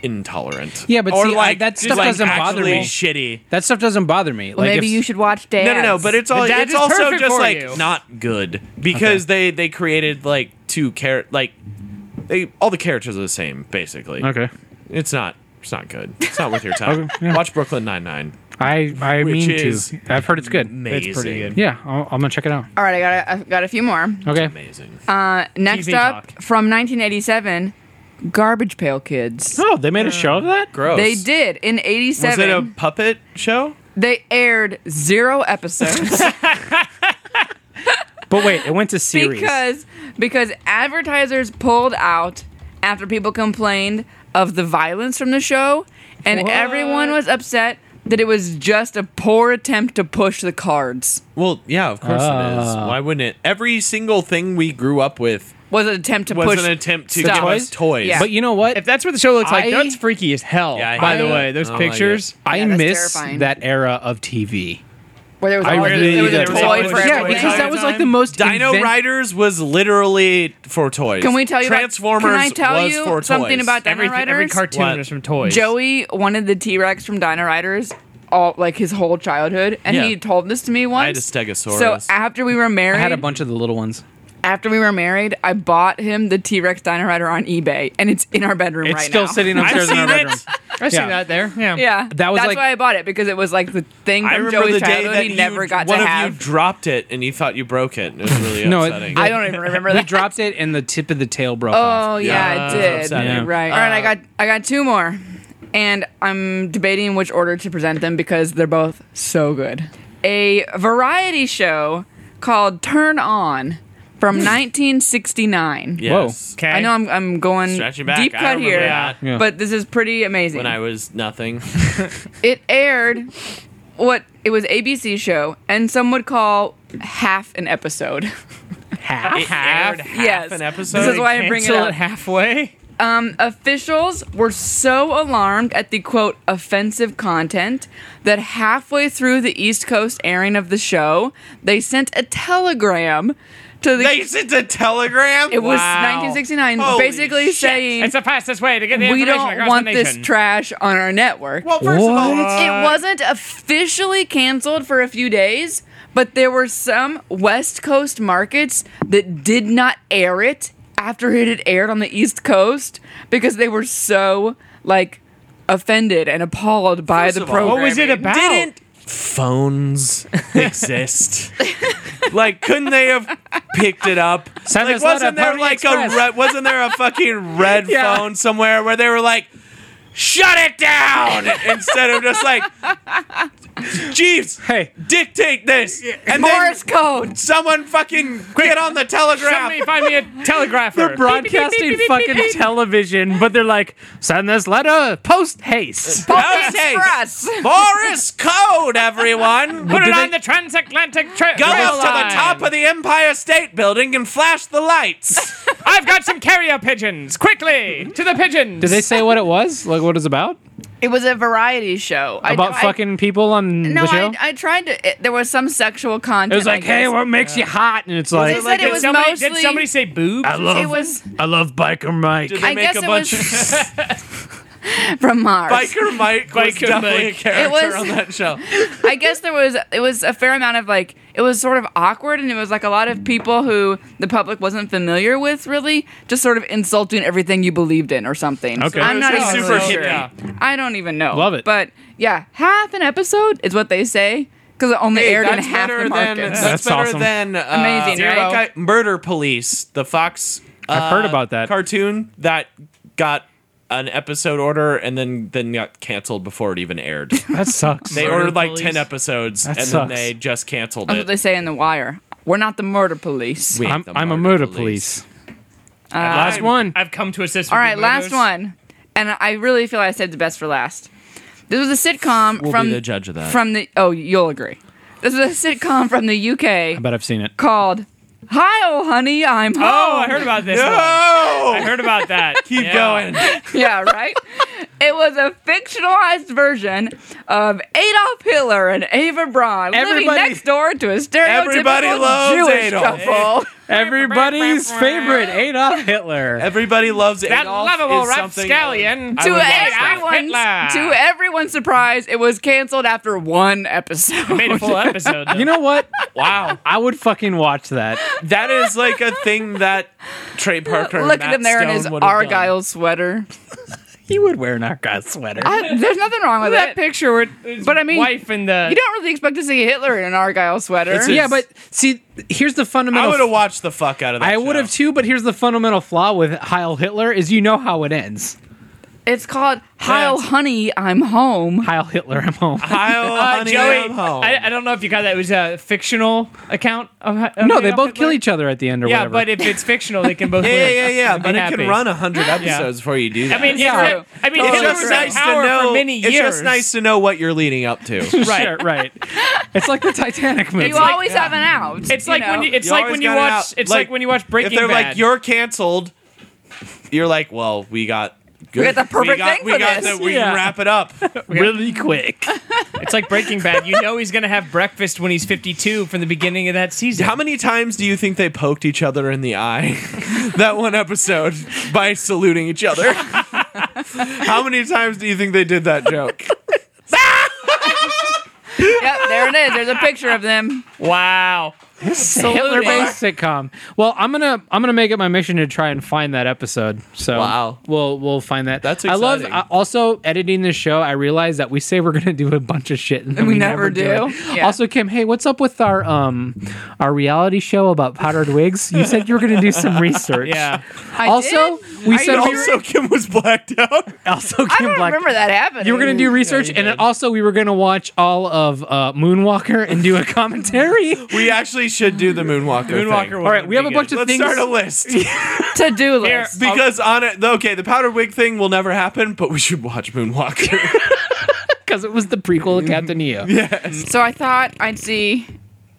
Speaker 5: intolerant."
Speaker 2: Yeah, but
Speaker 5: or
Speaker 2: see, I-
Speaker 5: like
Speaker 2: that
Speaker 5: just,
Speaker 2: stuff
Speaker 5: like,
Speaker 2: doesn't bother
Speaker 5: actually
Speaker 2: me.
Speaker 5: Shitty.
Speaker 2: that stuff doesn't bother me.
Speaker 1: Well,
Speaker 2: like
Speaker 1: maybe
Speaker 2: if-
Speaker 1: you should watch dads.
Speaker 5: No, no, no. But it's all.
Speaker 3: The dad
Speaker 5: It's
Speaker 3: is
Speaker 5: also
Speaker 3: perfect
Speaker 5: just
Speaker 3: for
Speaker 5: like
Speaker 3: you.
Speaker 5: not good because they they created like two char like they all the characters are the same basically.
Speaker 2: Okay.
Speaker 5: It's not. It's not good. It's not worth your time. Watch Brooklyn Nine Nine.
Speaker 2: I I
Speaker 5: Which
Speaker 2: mean
Speaker 5: is
Speaker 2: to. I've heard it's good.
Speaker 5: Amazing.
Speaker 3: It's pretty good.
Speaker 2: Yeah, I'll, I'm gonna check it out.
Speaker 1: all right, I got a, I got a few more.
Speaker 2: Okay.
Speaker 5: Amazing.
Speaker 1: Uh, next
Speaker 3: TV
Speaker 1: up
Speaker 3: talk.
Speaker 1: from 1987, Garbage Pail Kids.
Speaker 2: Oh, they made a show of that.
Speaker 5: Gross.
Speaker 1: They did in
Speaker 5: Was
Speaker 1: '87.
Speaker 5: it a puppet show?
Speaker 1: they aired zero episodes
Speaker 2: But wait, it went to series.
Speaker 1: because because advertisers pulled out after people complained of the violence from the show, and everyone was upset that it was just a poor attempt to push the cards.
Speaker 5: Well, yeah, of course it is.
Speaker 2: Ah.
Speaker 5: Why wouldn't it? Every single thing we grew up with
Speaker 1: Was an attempt to
Speaker 5: was
Speaker 1: push
Speaker 5: an attempt to
Speaker 1: stuff.
Speaker 5: give us toys.
Speaker 1: Yeah.
Speaker 2: But you know what?
Speaker 3: If that's what the show looks like,
Speaker 2: I-
Speaker 3: that's freaky as hell.
Speaker 5: Yeah, I
Speaker 3: by the
Speaker 5: hate
Speaker 3: way,
Speaker 5: it.
Speaker 3: those
Speaker 5: I don't like
Speaker 3: pictures.
Speaker 2: I
Speaker 1: Yeah, that's
Speaker 2: miss
Speaker 1: terrifying.
Speaker 2: that era of TV.
Speaker 1: where there was,
Speaker 2: I
Speaker 1: always,
Speaker 2: really-
Speaker 1: there was a
Speaker 2: there was
Speaker 1: toy for
Speaker 2: always a toy.
Speaker 1: everyone.
Speaker 2: Yeah, because that was like the most
Speaker 5: Dino
Speaker 2: invent-
Speaker 5: Riders was literally for toys.
Speaker 1: Can we tell you about-
Speaker 5: Transformers?
Speaker 1: can I tell
Speaker 5: was
Speaker 1: you
Speaker 5: for
Speaker 1: something
Speaker 5: toys.
Speaker 1: about Dino
Speaker 3: Every every
Speaker 1: Riders?
Speaker 3: cartoon
Speaker 5: What?
Speaker 3: is from toys.
Speaker 1: Joey wanted the T Rex from Dino Riders all like his whole childhood, and
Speaker 5: Yeah.
Speaker 1: he told this to me once.
Speaker 5: I had a Stegosaurus.
Speaker 1: So after we were
Speaker 2: I
Speaker 1: married,
Speaker 2: had a bunch of the little ones.
Speaker 1: after we were married, I bought him the T Rex Dino Rider on eBay, and it's in our bedroom
Speaker 2: It's
Speaker 1: right
Speaker 2: still
Speaker 1: now.
Speaker 2: sitting upstairs in our
Speaker 5: seen it.
Speaker 2: bedroom.
Speaker 3: I see
Speaker 2: Yeah.
Speaker 3: that there. Yeah.
Speaker 1: Yeah,
Speaker 2: That was
Speaker 1: that's
Speaker 2: like-
Speaker 1: why I bought it because it was like the thing
Speaker 5: I
Speaker 1: from
Speaker 5: remember
Speaker 1: Joey's
Speaker 5: the day
Speaker 1: childhood
Speaker 5: that
Speaker 1: he
Speaker 5: you-
Speaker 1: never got to
Speaker 5: one of
Speaker 1: have.
Speaker 5: you dropped it and you thought you broke it. It was really
Speaker 2: No, it-
Speaker 5: upsetting.
Speaker 1: I don't even remember
Speaker 2: We
Speaker 1: that.
Speaker 2: dropped it, and the tip of the tail broke off.
Speaker 1: Oh yeah,
Speaker 5: Yeah,
Speaker 1: I
Speaker 5: that's
Speaker 1: did.
Speaker 5: upsetting.
Speaker 2: Yeah.
Speaker 1: Right. All right, I got I got two more, and I'm debating which order to present them because they're both so good. A variety show called Turn On from 1969.
Speaker 5: yes.
Speaker 3: Okay.
Speaker 1: I know I'm, I'm going
Speaker 5: Stretch it back.
Speaker 1: deep
Speaker 5: I
Speaker 1: cut
Speaker 5: remember
Speaker 1: here,
Speaker 5: that.
Speaker 2: Yeah.
Speaker 1: but this is pretty amazing.
Speaker 5: When I was nothing.
Speaker 1: it aired what it was ABC show, and some would call half an episode.
Speaker 5: It aired half
Speaker 1: yes,
Speaker 5: an episode.
Speaker 1: This is why I bring it
Speaker 3: Cancel
Speaker 1: up.
Speaker 3: halfway.
Speaker 1: Um, officials were so alarmed at the quote offensive content that halfway through the East Coast airing of the show, they sent a telegram to the.
Speaker 5: They sent a telegram.
Speaker 1: it was
Speaker 3: Wow.
Speaker 1: 1969,
Speaker 5: Holy
Speaker 1: basically saying
Speaker 3: It's the fastest way to get the
Speaker 1: we
Speaker 3: information
Speaker 1: don't
Speaker 3: across
Speaker 1: want
Speaker 3: the
Speaker 1: this
Speaker 3: nation.
Speaker 1: trash on our network.
Speaker 5: Well, first of all,
Speaker 2: What?
Speaker 1: it wasn't officially canceled for a few days, but there were some West Coast markets that did not air it after it had aired on the East Coast because they were so like offended and appalled by
Speaker 5: First
Speaker 1: the
Speaker 5: of all,
Speaker 1: program.
Speaker 5: what
Speaker 3: was it about?
Speaker 5: Didn't phones exist? like, couldn't they have picked it up?
Speaker 2: Send
Speaker 5: like,
Speaker 2: us letter,
Speaker 5: wasn't there
Speaker 2: Pony
Speaker 5: like
Speaker 2: Express.
Speaker 5: a red, wasn't there a fucking red
Speaker 2: Yeah.
Speaker 5: phone somewhere where they were like, shut it down instead of just like, Jeeves,
Speaker 2: Hey.
Speaker 5: dictate this, and then
Speaker 1: Morse code.
Speaker 5: someone fucking get on the telegraph.
Speaker 3: Somebody find me a telegrapher.
Speaker 2: They're broadcasting fucking television, but they're like, send this letter post haste.
Speaker 5: Post haste.
Speaker 1: Express.
Speaker 5: Morse code, everyone.
Speaker 3: Put
Speaker 2: Do
Speaker 3: it
Speaker 2: they-
Speaker 3: on the transatlantic tra-
Speaker 5: Go
Speaker 3: rail
Speaker 5: up to the top of the Empire State Building and flash the lights.
Speaker 3: I've got some carrier pigeons. Quickly to the pigeons.
Speaker 2: Did they say what it was? Like what it's about?
Speaker 1: It was a variety show I-
Speaker 2: About
Speaker 1: I-
Speaker 2: fucking people on
Speaker 1: No,
Speaker 2: the show?
Speaker 1: I, I tried to. It, there was some sexual content.
Speaker 2: it was like,
Speaker 1: I
Speaker 2: hey,
Speaker 1: guess.
Speaker 2: what makes you hot? And it's
Speaker 1: They
Speaker 2: like,
Speaker 1: said it
Speaker 3: Did
Speaker 1: was
Speaker 3: somebody,
Speaker 1: mostly.
Speaker 3: did somebody say boobs?
Speaker 2: I love,
Speaker 1: it was.
Speaker 2: I love Biker Mike.
Speaker 5: Did
Speaker 1: I guess it was from Mars.
Speaker 5: Biker Mike was
Speaker 3: Biker
Speaker 5: definitely
Speaker 3: Mike.
Speaker 5: a character
Speaker 1: It was-
Speaker 5: on that show.
Speaker 1: I guess there was it was a fair amount of like it was sort of awkward and it was like a lot of people who the public wasn't familiar with really just sort of insulting everything you believed in or something.
Speaker 2: Okay.
Speaker 1: I'm not
Speaker 5: It
Speaker 1: even
Speaker 5: was
Speaker 1: super
Speaker 5: super
Speaker 1: sure.
Speaker 5: hippie.
Speaker 3: Yeah.
Speaker 1: I don't even know.
Speaker 2: Love it.
Speaker 1: But yeah, half an episode is what they say because it only aired in
Speaker 5: that's
Speaker 1: half
Speaker 5: better
Speaker 1: the
Speaker 5: than
Speaker 1: market.
Speaker 5: that's,
Speaker 2: That's
Speaker 5: better
Speaker 2: awesome.
Speaker 5: than uh,
Speaker 1: Amazing,
Speaker 5: Zero
Speaker 1: right?
Speaker 5: Guy- Murder Police, the Fox. uh,
Speaker 1: Uh,
Speaker 2: I've heard about that.
Speaker 5: cartoon that got an episode order and then then got canceled before it even aired.
Speaker 2: that sucks.
Speaker 5: They
Speaker 3: Murder
Speaker 5: ordered like
Speaker 3: Police?
Speaker 5: ten episodes and
Speaker 2: sucks.
Speaker 5: then they just canceled
Speaker 1: That's what
Speaker 5: it.
Speaker 1: they say in Oh, The Wire. We're not the murder police.
Speaker 5: We ain't
Speaker 2: I'm,
Speaker 5: the
Speaker 2: I'm a murder police. Last one.
Speaker 3: I've come to assist.
Speaker 1: All
Speaker 3: with
Speaker 1: right,
Speaker 3: your
Speaker 1: last
Speaker 3: murders.
Speaker 1: one. And I really feel I saved the best for last. This was a sitcom
Speaker 5: We'll
Speaker 1: from
Speaker 5: be the judge of that.
Speaker 1: From the oh, you'll agree. This is a sitcom from the UK
Speaker 2: I bet I've seen it.
Speaker 1: called "Hi, Oh Honey, I'm Home."
Speaker 3: Oh, I heard about this. one. I
Speaker 5: No,
Speaker 3: heard about that.
Speaker 5: keep
Speaker 3: Yeah.
Speaker 5: going.
Speaker 1: yeah, right. It was a fictionalized version of Adolf Hitler and Ava Braun living
Speaker 2: Everybody-
Speaker 1: next door to a stereotypical
Speaker 5: Everybody loves
Speaker 1: Jewish
Speaker 5: Adolf.
Speaker 1: couple.
Speaker 2: Everybody's favorite Adolf Hitler.
Speaker 5: Everybody loves it.
Speaker 3: That
Speaker 5: Adolf
Speaker 3: lovable
Speaker 5: is something-
Speaker 3: rapscallion.
Speaker 5: I
Speaker 1: To
Speaker 5: would watch
Speaker 1: everyone's,
Speaker 3: that. Hitler.
Speaker 1: to everyone's surprise, it was canceled after one episode.
Speaker 3: Made a full episode. Though.
Speaker 2: You know what?
Speaker 5: Wow,
Speaker 2: I would fucking watch that.
Speaker 5: that is like a thing that Trey Parker. and
Speaker 1: Look at
Speaker 5: Matt
Speaker 1: him there in
Speaker 5: Stone
Speaker 1: his
Speaker 5: would have done.
Speaker 1: Argyle sweater.
Speaker 2: He would wear an Argyle sweater.
Speaker 1: I, there's nothing wrong with
Speaker 3: that
Speaker 1: it.
Speaker 3: picture with his
Speaker 1: But I mean,
Speaker 3: wife and the
Speaker 1: You don't really expect to see Hitler in an Argyle sweater.
Speaker 5: It's a-
Speaker 2: yeah, but see, here's the
Speaker 5: I
Speaker 2: fundamental.
Speaker 5: would have watched the fuck out of that.
Speaker 2: I would have
Speaker 5: show.
Speaker 2: too, but here's the fundamental flaw with Heil Hitler is you know how it ends.
Speaker 1: It's called Heil Honey, I'm Home.
Speaker 2: Heil Hitler, I'm home.
Speaker 5: Kyle,
Speaker 3: Uh,
Speaker 5: honey,
Speaker 3: Joey,
Speaker 5: I'm home.
Speaker 3: I, I don't know if you got that. It was a fictional account of. of
Speaker 2: no, they
Speaker 3: Adolf
Speaker 2: both
Speaker 3: Hitler.
Speaker 2: kill each other at the end or
Speaker 3: Yeah,
Speaker 2: whatever.
Speaker 3: but if it's fictional, they can both.
Speaker 5: yeah,
Speaker 3: live
Speaker 5: yeah, yeah, yeah.
Speaker 3: and be
Speaker 5: But it
Speaker 3: happy.
Speaker 5: can run hundred episodes before you do that.
Speaker 3: I mean,
Speaker 2: Yeah.
Speaker 3: yeah. I mean,
Speaker 1: It's
Speaker 5: it's
Speaker 3: Hitler
Speaker 5: just
Speaker 3: was
Speaker 5: nice
Speaker 3: in power
Speaker 5: to know.
Speaker 3: for many years.
Speaker 5: It's just nice to know what you're leading up to.
Speaker 2: right,
Speaker 3: right.
Speaker 2: right. It's like the Titanic movie.
Speaker 1: You always have an out.
Speaker 3: It's like
Speaker 1: know?
Speaker 3: when you, it's
Speaker 5: You
Speaker 3: like
Speaker 5: always
Speaker 3: when you
Speaker 5: got it out.
Speaker 3: watch it's like,
Speaker 5: Like,
Speaker 3: when you watch
Speaker 5: if
Speaker 3: Breaking
Speaker 5: they're
Speaker 3: Bad.
Speaker 5: like you're canceled, you're like, well, we got good.
Speaker 1: got the perfect
Speaker 5: got,
Speaker 1: thing
Speaker 5: we
Speaker 1: for
Speaker 5: got
Speaker 1: this.
Speaker 5: The, we
Speaker 2: Yeah.
Speaker 5: can wrap it up.
Speaker 2: really quick.
Speaker 3: it's like Breaking Bad. You know he's gonna have breakfast when he's 52 from the beginning of that season.
Speaker 5: How many times do you think they poked each other in the eye that one episode by saluting each other? How many times do you think they did that joke?
Speaker 1: Yep, there it is. There's a picture of them.
Speaker 3: Wow.
Speaker 2: Hitler based sitcom. Well, I'm gonna I'm gonna make it my mission to try and find that episode. So
Speaker 5: Wow.
Speaker 2: we'll we'll find that.
Speaker 5: That's
Speaker 2: I love
Speaker 5: exciting.
Speaker 2: uh, also editing this show. I realized that we say we're gonna do a bunch of shit and then
Speaker 1: we never do.
Speaker 2: it.
Speaker 1: Yeah.
Speaker 2: Also, Kim, hey, what's up with our um our reality show about powdered wigs? You said you were gonna do some research.
Speaker 3: Yeah.
Speaker 1: I
Speaker 2: Also,
Speaker 1: did?
Speaker 2: we
Speaker 1: I
Speaker 2: said
Speaker 1: don't-
Speaker 2: we were,
Speaker 5: Also, Kim was blacked out.
Speaker 2: also
Speaker 1: I
Speaker 2: Kim
Speaker 1: don't
Speaker 2: Black.
Speaker 1: remember that happening.
Speaker 2: You were gonna do research, and then also we were gonna watch all of uh, Moonwalker and do a commentary.
Speaker 5: We actually should do the Moonwalker.
Speaker 3: Moonwalker.
Speaker 5: Thing.
Speaker 3: would
Speaker 2: all right, we
Speaker 3: be
Speaker 2: have a
Speaker 3: good.
Speaker 2: bunch of
Speaker 5: Let's
Speaker 2: things.
Speaker 5: start a list.
Speaker 1: to do
Speaker 3: Here,
Speaker 1: list.
Speaker 5: Because on it, okay, the powder wig thing will never happen, but we should watch Moonwalker.
Speaker 2: because it was the prequel of Captain EO.
Speaker 1: So I thought I'd see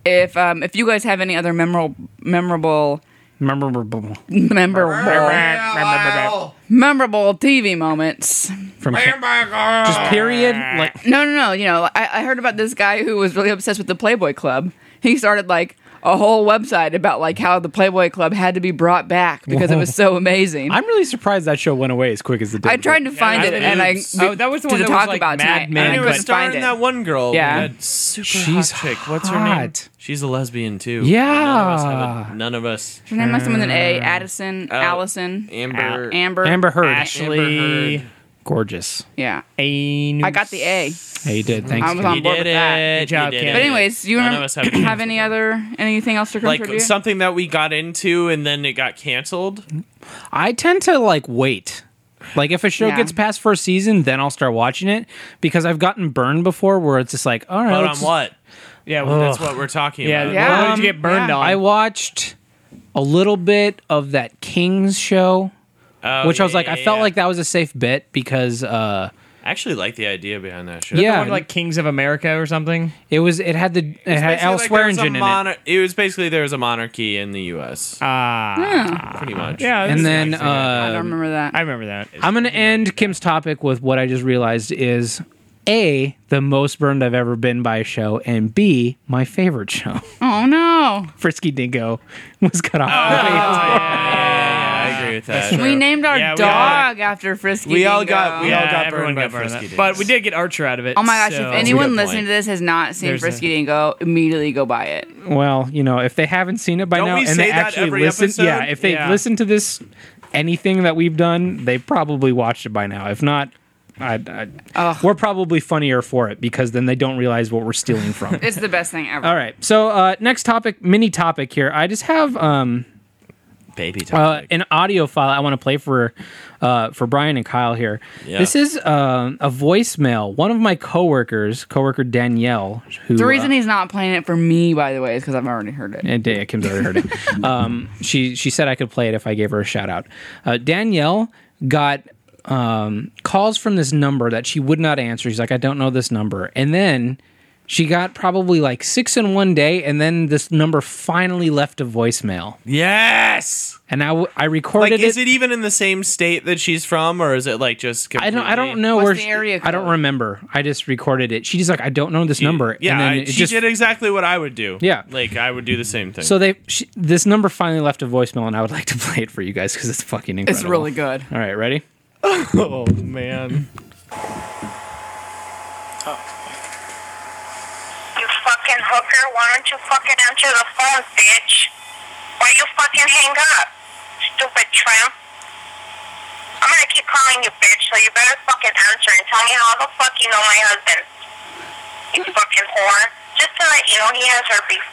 Speaker 1: if um, if you guys have any other memorable memorable
Speaker 2: Memorable
Speaker 1: memorable memorable TV moments.
Speaker 2: from just period. Like
Speaker 1: No, no, no. You know, I, I heard about this guy who was really obsessed with the Playboy Club. He started like, a whole website about like how the Playboy Club had to be brought back because it was so amazing.
Speaker 2: I'm really surprised that show went away as quick as it did.
Speaker 1: I tried to find it,
Speaker 5: that
Speaker 1: and I
Speaker 5: was-
Speaker 3: oh, that was the
Speaker 1: to
Speaker 3: one that
Speaker 1: talk
Speaker 3: was, like,
Speaker 1: about
Speaker 3: Mad
Speaker 1: tonight,
Speaker 3: Men,
Speaker 1: and I
Speaker 5: It
Speaker 3: but-
Speaker 5: was
Speaker 1: couldn't find
Speaker 5: starring
Speaker 1: it.
Speaker 5: that one girl.
Speaker 1: Yeah.
Speaker 5: that super
Speaker 2: She's
Speaker 5: hot chick. What's her name?
Speaker 2: hot.
Speaker 5: She's a lesbian too.
Speaker 2: Yeah.
Speaker 5: None of us. Have a, none of us.
Speaker 1: Her name must have been an A. Addison,
Speaker 5: Al-
Speaker 1: Allison,
Speaker 5: Oh, Amber.
Speaker 1: Amber,
Speaker 2: Amber Heard.
Speaker 5: Amber
Speaker 3: Ashley.
Speaker 5: Heard.
Speaker 2: Gorgeous.
Speaker 1: Yeah,
Speaker 3: Ain-
Speaker 1: I got the A.
Speaker 2: Hey, you did. Thanks.
Speaker 1: I was
Speaker 2: Kenny.
Speaker 1: on
Speaker 5: You
Speaker 1: board
Speaker 5: did
Speaker 1: with that.
Speaker 5: it.
Speaker 3: Good job,
Speaker 5: you did
Speaker 3: Kenny.
Speaker 5: it.
Speaker 1: But anyways, you
Speaker 5: None of
Speaker 1: remem-
Speaker 5: us
Speaker 1: have,
Speaker 5: have-
Speaker 1: any other anything else to
Speaker 5: like
Speaker 1: contribute?
Speaker 5: something that we got into and then it got canceled.
Speaker 2: I tend to like wait. Like if a show
Speaker 1: Yeah.
Speaker 2: gets past first season, then I'll start watching it because I've gotten burned before where it's just like, all right.
Speaker 5: But on
Speaker 2: let's-
Speaker 5: what?
Speaker 3: Yeah,
Speaker 5: That's what we're talking
Speaker 3: yeah.
Speaker 5: about.
Speaker 1: Yeah.
Speaker 3: What did you get burned
Speaker 1: Yeah.
Speaker 3: on?
Speaker 2: I watched a little bit of that Kings show,
Speaker 5: Oh,
Speaker 2: which I was
Speaker 5: yeah,
Speaker 2: like,
Speaker 5: yeah,
Speaker 2: I felt
Speaker 5: yeah.
Speaker 2: like that was a safe bet because uh,
Speaker 5: I actually like the idea behind that show.
Speaker 2: Yeah.
Speaker 3: The one, like Kings of America or something.
Speaker 2: it was it had the it, had Al Swearingen in it.
Speaker 5: it. was basically there was a monarchy in the U.S.
Speaker 3: Ah,
Speaker 1: Hmm.
Speaker 5: pretty much.
Speaker 3: yeah.
Speaker 2: And
Speaker 3: that's
Speaker 2: then
Speaker 3: nice.
Speaker 1: I don't
Speaker 2: uh,
Speaker 1: remember that.
Speaker 3: I remember that.
Speaker 2: I'm gonna end Kim's topic with what I just realized is a the most burned I've ever been by a show, and b my favorite show.
Speaker 1: oh no,
Speaker 2: Frisky Dingo was cut off.
Speaker 5: Oh, I agree with that.
Speaker 1: we named our
Speaker 3: Yeah, we
Speaker 1: dog after Frisky.
Speaker 5: We all
Speaker 1: Dingo.
Speaker 5: got- we all- got
Speaker 3: everyone
Speaker 5: burned by
Speaker 3: burned
Speaker 5: Frisky
Speaker 3: that. But
Speaker 5: Dinks.
Speaker 3: we did get Archer out of it.
Speaker 1: Oh my gosh!
Speaker 3: so-
Speaker 1: if anyone
Speaker 5: good
Speaker 1: listening
Speaker 5: point.
Speaker 1: to this has not seen
Speaker 3: There's
Speaker 1: Frisky Dingo, immediately go buy it.
Speaker 2: Well, you know, if they haven't seen it by
Speaker 5: Don't
Speaker 2: now
Speaker 5: we
Speaker 2: and
Speaker 5: say
Speaker 2: they
Speaker 5: that
Speaker 2: actually
Speaker 5: every
Speaker 2: listen,
Speaker 5: episode?
Speaker 2: yeah, if they
Speaker 3: Yeah.
Speaker 2: have listened to this anything that we've done, they probably watched it by now. If not, I, I, we're probably funnier for it because then they don't realize what we're stealing from.
Speaker 1: It's the best thing ever.
Speaker 2: All right. So, uh, next topic, mini topic here. I just have um,
Speaker 5: baby
Speaker 2: uh, an audio file I want to play for uh, for Brian and Kyle here.
Speaker 5: Yeah.
Speaker 2: This is um a voicemail. One of my coworkers, coworker Danielle, who
Speaker 1: The
Speaker 2: uh,
Speaker 1: reason he's not playing it for me, by the way, is because I've already heard it.
Speaker 2: And Dan- eh, Kim's already heard it. Um, she she said I could play it if I gave her a shout out. Uh, Danielle got um, calls from this number that she would not answer. She's like, I don't know this number, and then she got probably like six in one day, and then this number finally left a voicemail,
Speaker 5: yes.
Speaker 2: and I w- I
Speaker 5: Like,
Speaker 2: recorded
Speaker 5: is it even in the same state that she's from, or is it like just?
Speaker 2: I don't. I don't
Speaker 5: completely-
Speaker 2: know
Speaker 1: What's
Speaker 2: where.
Speaker 1: the
Speaker 2: she-
Speaker 1: area
Speaker 2: I don't
Speaker 1: code?
Speaker 2: remember. I just recorded it. She's like, I don't know this number.
Speaker 5: Yeah,
Speaker 2: and then
Speaker 5: I-
Speaker 2: it
Speaker 5: she
Speaker 2: just
Speaker 5: did exactly what I would do.
Speaker 2: Yeah.
Speaker 5: like I would do the same thing.
Speaker 2: So they she, this number finally left a voicemail, and I would like to play it for you guys because it's fucking incredible.
Speaker 1: It's really good.
Speaker 2: All right, ready?
Speaker 5: oh man,
Speaker 6: You fucking hooker, why don't you fucking answer the phone, bitch? Why you fucking hang up, stupid tramp? I'm gonna keep calling you, bitch, so you better fucking answer and tell me how the fuck you know my husband. You fucking whore. Just to let you know, he has herpes.